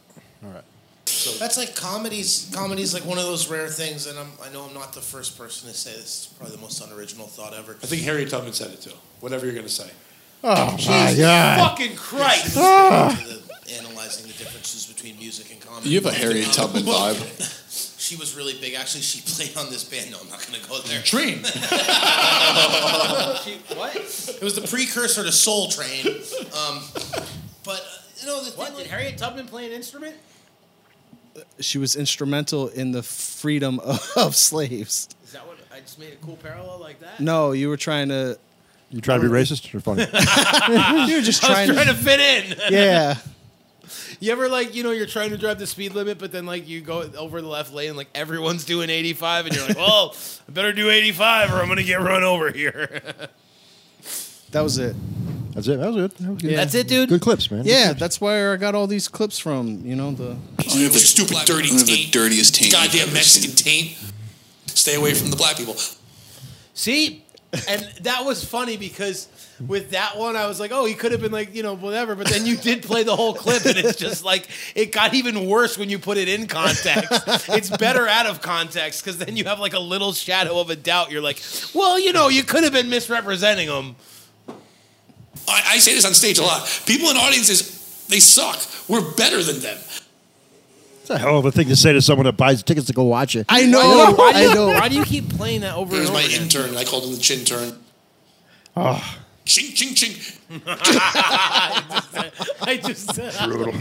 S9: That's like comedies. Comedy's like one of those rare things, and I'm, I know I'm not the first person to say this. It's probably the most unoriginal thought ever.
S8: I think Harriet Tubman said it too. Whatever you're gonna say.
S2: Oh my
S9: Jesus
S2: god.
S1: fucking Christ.
S9: the, analyzing the differences between music and comedy.
S7: Ah. You have a Harriet Tubman vibe.
S9: She was really big. Actually, she played on this band. No, I'm not going to go there.
S8: Train.
S1: She- what?
S9: It was the precursor to Soul Train. Um, but uh, you know the
S1: What
S9: thing.
S1: did
S9: like-
S1: Harriet Tubman play an instrument?
S6: She was instrumental in the freedom of, of slaves.
S1: Is that what I just made a cool parallel like that?
S6: No, you were trying to.
S2: You trying to be racist? You're funny.
S6: You were
S1: I was
S6: just Ah. trying.
S1: trying
S6: to,
S1: to fit in.
S6: yeah.
S1: You ever like you know you're trying to drive the speed limit, but then like you go over the left lane, like everyone's doing 85, and you're like, well, I better do 85 or I'm gonna get run over here.
S6: That was it.
S2: That's it. That was good. That was good.
S1: That's it, dude.
S2: Good clips, man.
S6: Yeah, that's where I got all these clips from. You know the.
S8: You have a stupid dirty
S7: I have the
S8: taint.
S7: dirtiest taint. I've
S8: Goddamn
S7: ever
S8: Mexican
S7: seen.
S8: taint. Stay away from the black people.
S1: See, and that was funny because with that one, I was like, oh, he could have been like you know whatever, but then you did play the whole clip, and it's just like it got even worse when you put it in context. It's better out of context because then you have like a little shadow of a doubt. You're like, well, you know, you could have been misrepresenting him.
S8: I, I say this on stage a lot. People in audiences, they suck. We're better than them.
S2: It's a hell of a thing to say to someone that buys tickets to go watch it.
S6: I know.
S1: why, do
S6: I
S1: you,
S6: know.
S1: why do you keep playing that over
S8: It
S1: and
S8: was
S1: over?
S8: my
S1: again?
S8: intern. I called him the chin turn. Ching ching ching.
S1: I just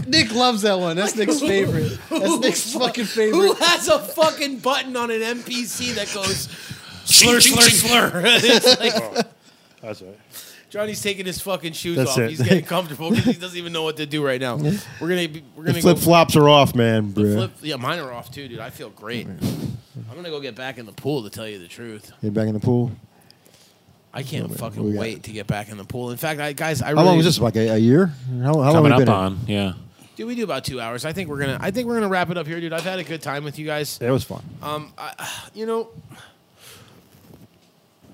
S6: Nick loves that one. That's Nick's favorite. That's Nick's fucking
S1: who
S6: favorite.
S1: has a fucking button on an NPC that goes
S8: Slur, slur,
S1: slur? It's like,
S2: That's it.
S1: Johnny's taking his fucking shoes
S2: That's
S1: off.
S2: it.
S1: He's getting comfortable because he doesn't even know what to do right now. We're gonna be, we're gonna
S2: Flip
S1: go
S2: flops are off, man. Bruh.
S1: flip. Yeah, mine are off too, dude. I feel great. I'm gonna go get back in the pool to tell you the truth.
S2: Get back in the pool.
S1: I can't
S2: we
S1: fucking
S2: got-
S1: wait to get back in the pool. In fact, I, guys, I
S2: How
S1: really,
S2: long was this? Like a, a year? How, how long
S4: Coming
S2: have we
S4: up
S2: been?
S4: on, yeah.
S1: Dude, we do about two hours. I think we're gonna, I think we're gonna wrap it up here, dude. I've had a good time with you guys.
S2: It was fun.
S1: Um, I, you know,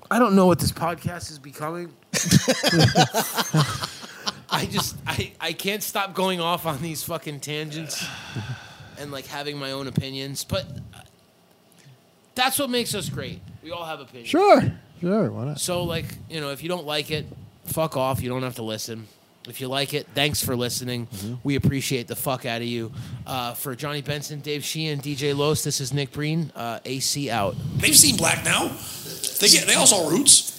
S1: I don't know what this podcast is becoming. I just I, I can't stop going off on these fucking tangents and like having my own opinions, but uh, that's what makes us great. We all have opinions.
S2: Sure. Sure. Why not?
S1: So like, you know, if you don't like it, fuck off. You don't have to listen. If you like it, thanks for listening. We appreciate the fuck out of you. Uh, for Johnny Benson, Dave Sheehan, DJ Los, this is Nick Breen. Uh, AC out.
S8: They've seen black now. They get. They all saw roots.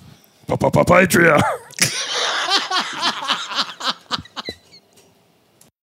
S3: Patreon.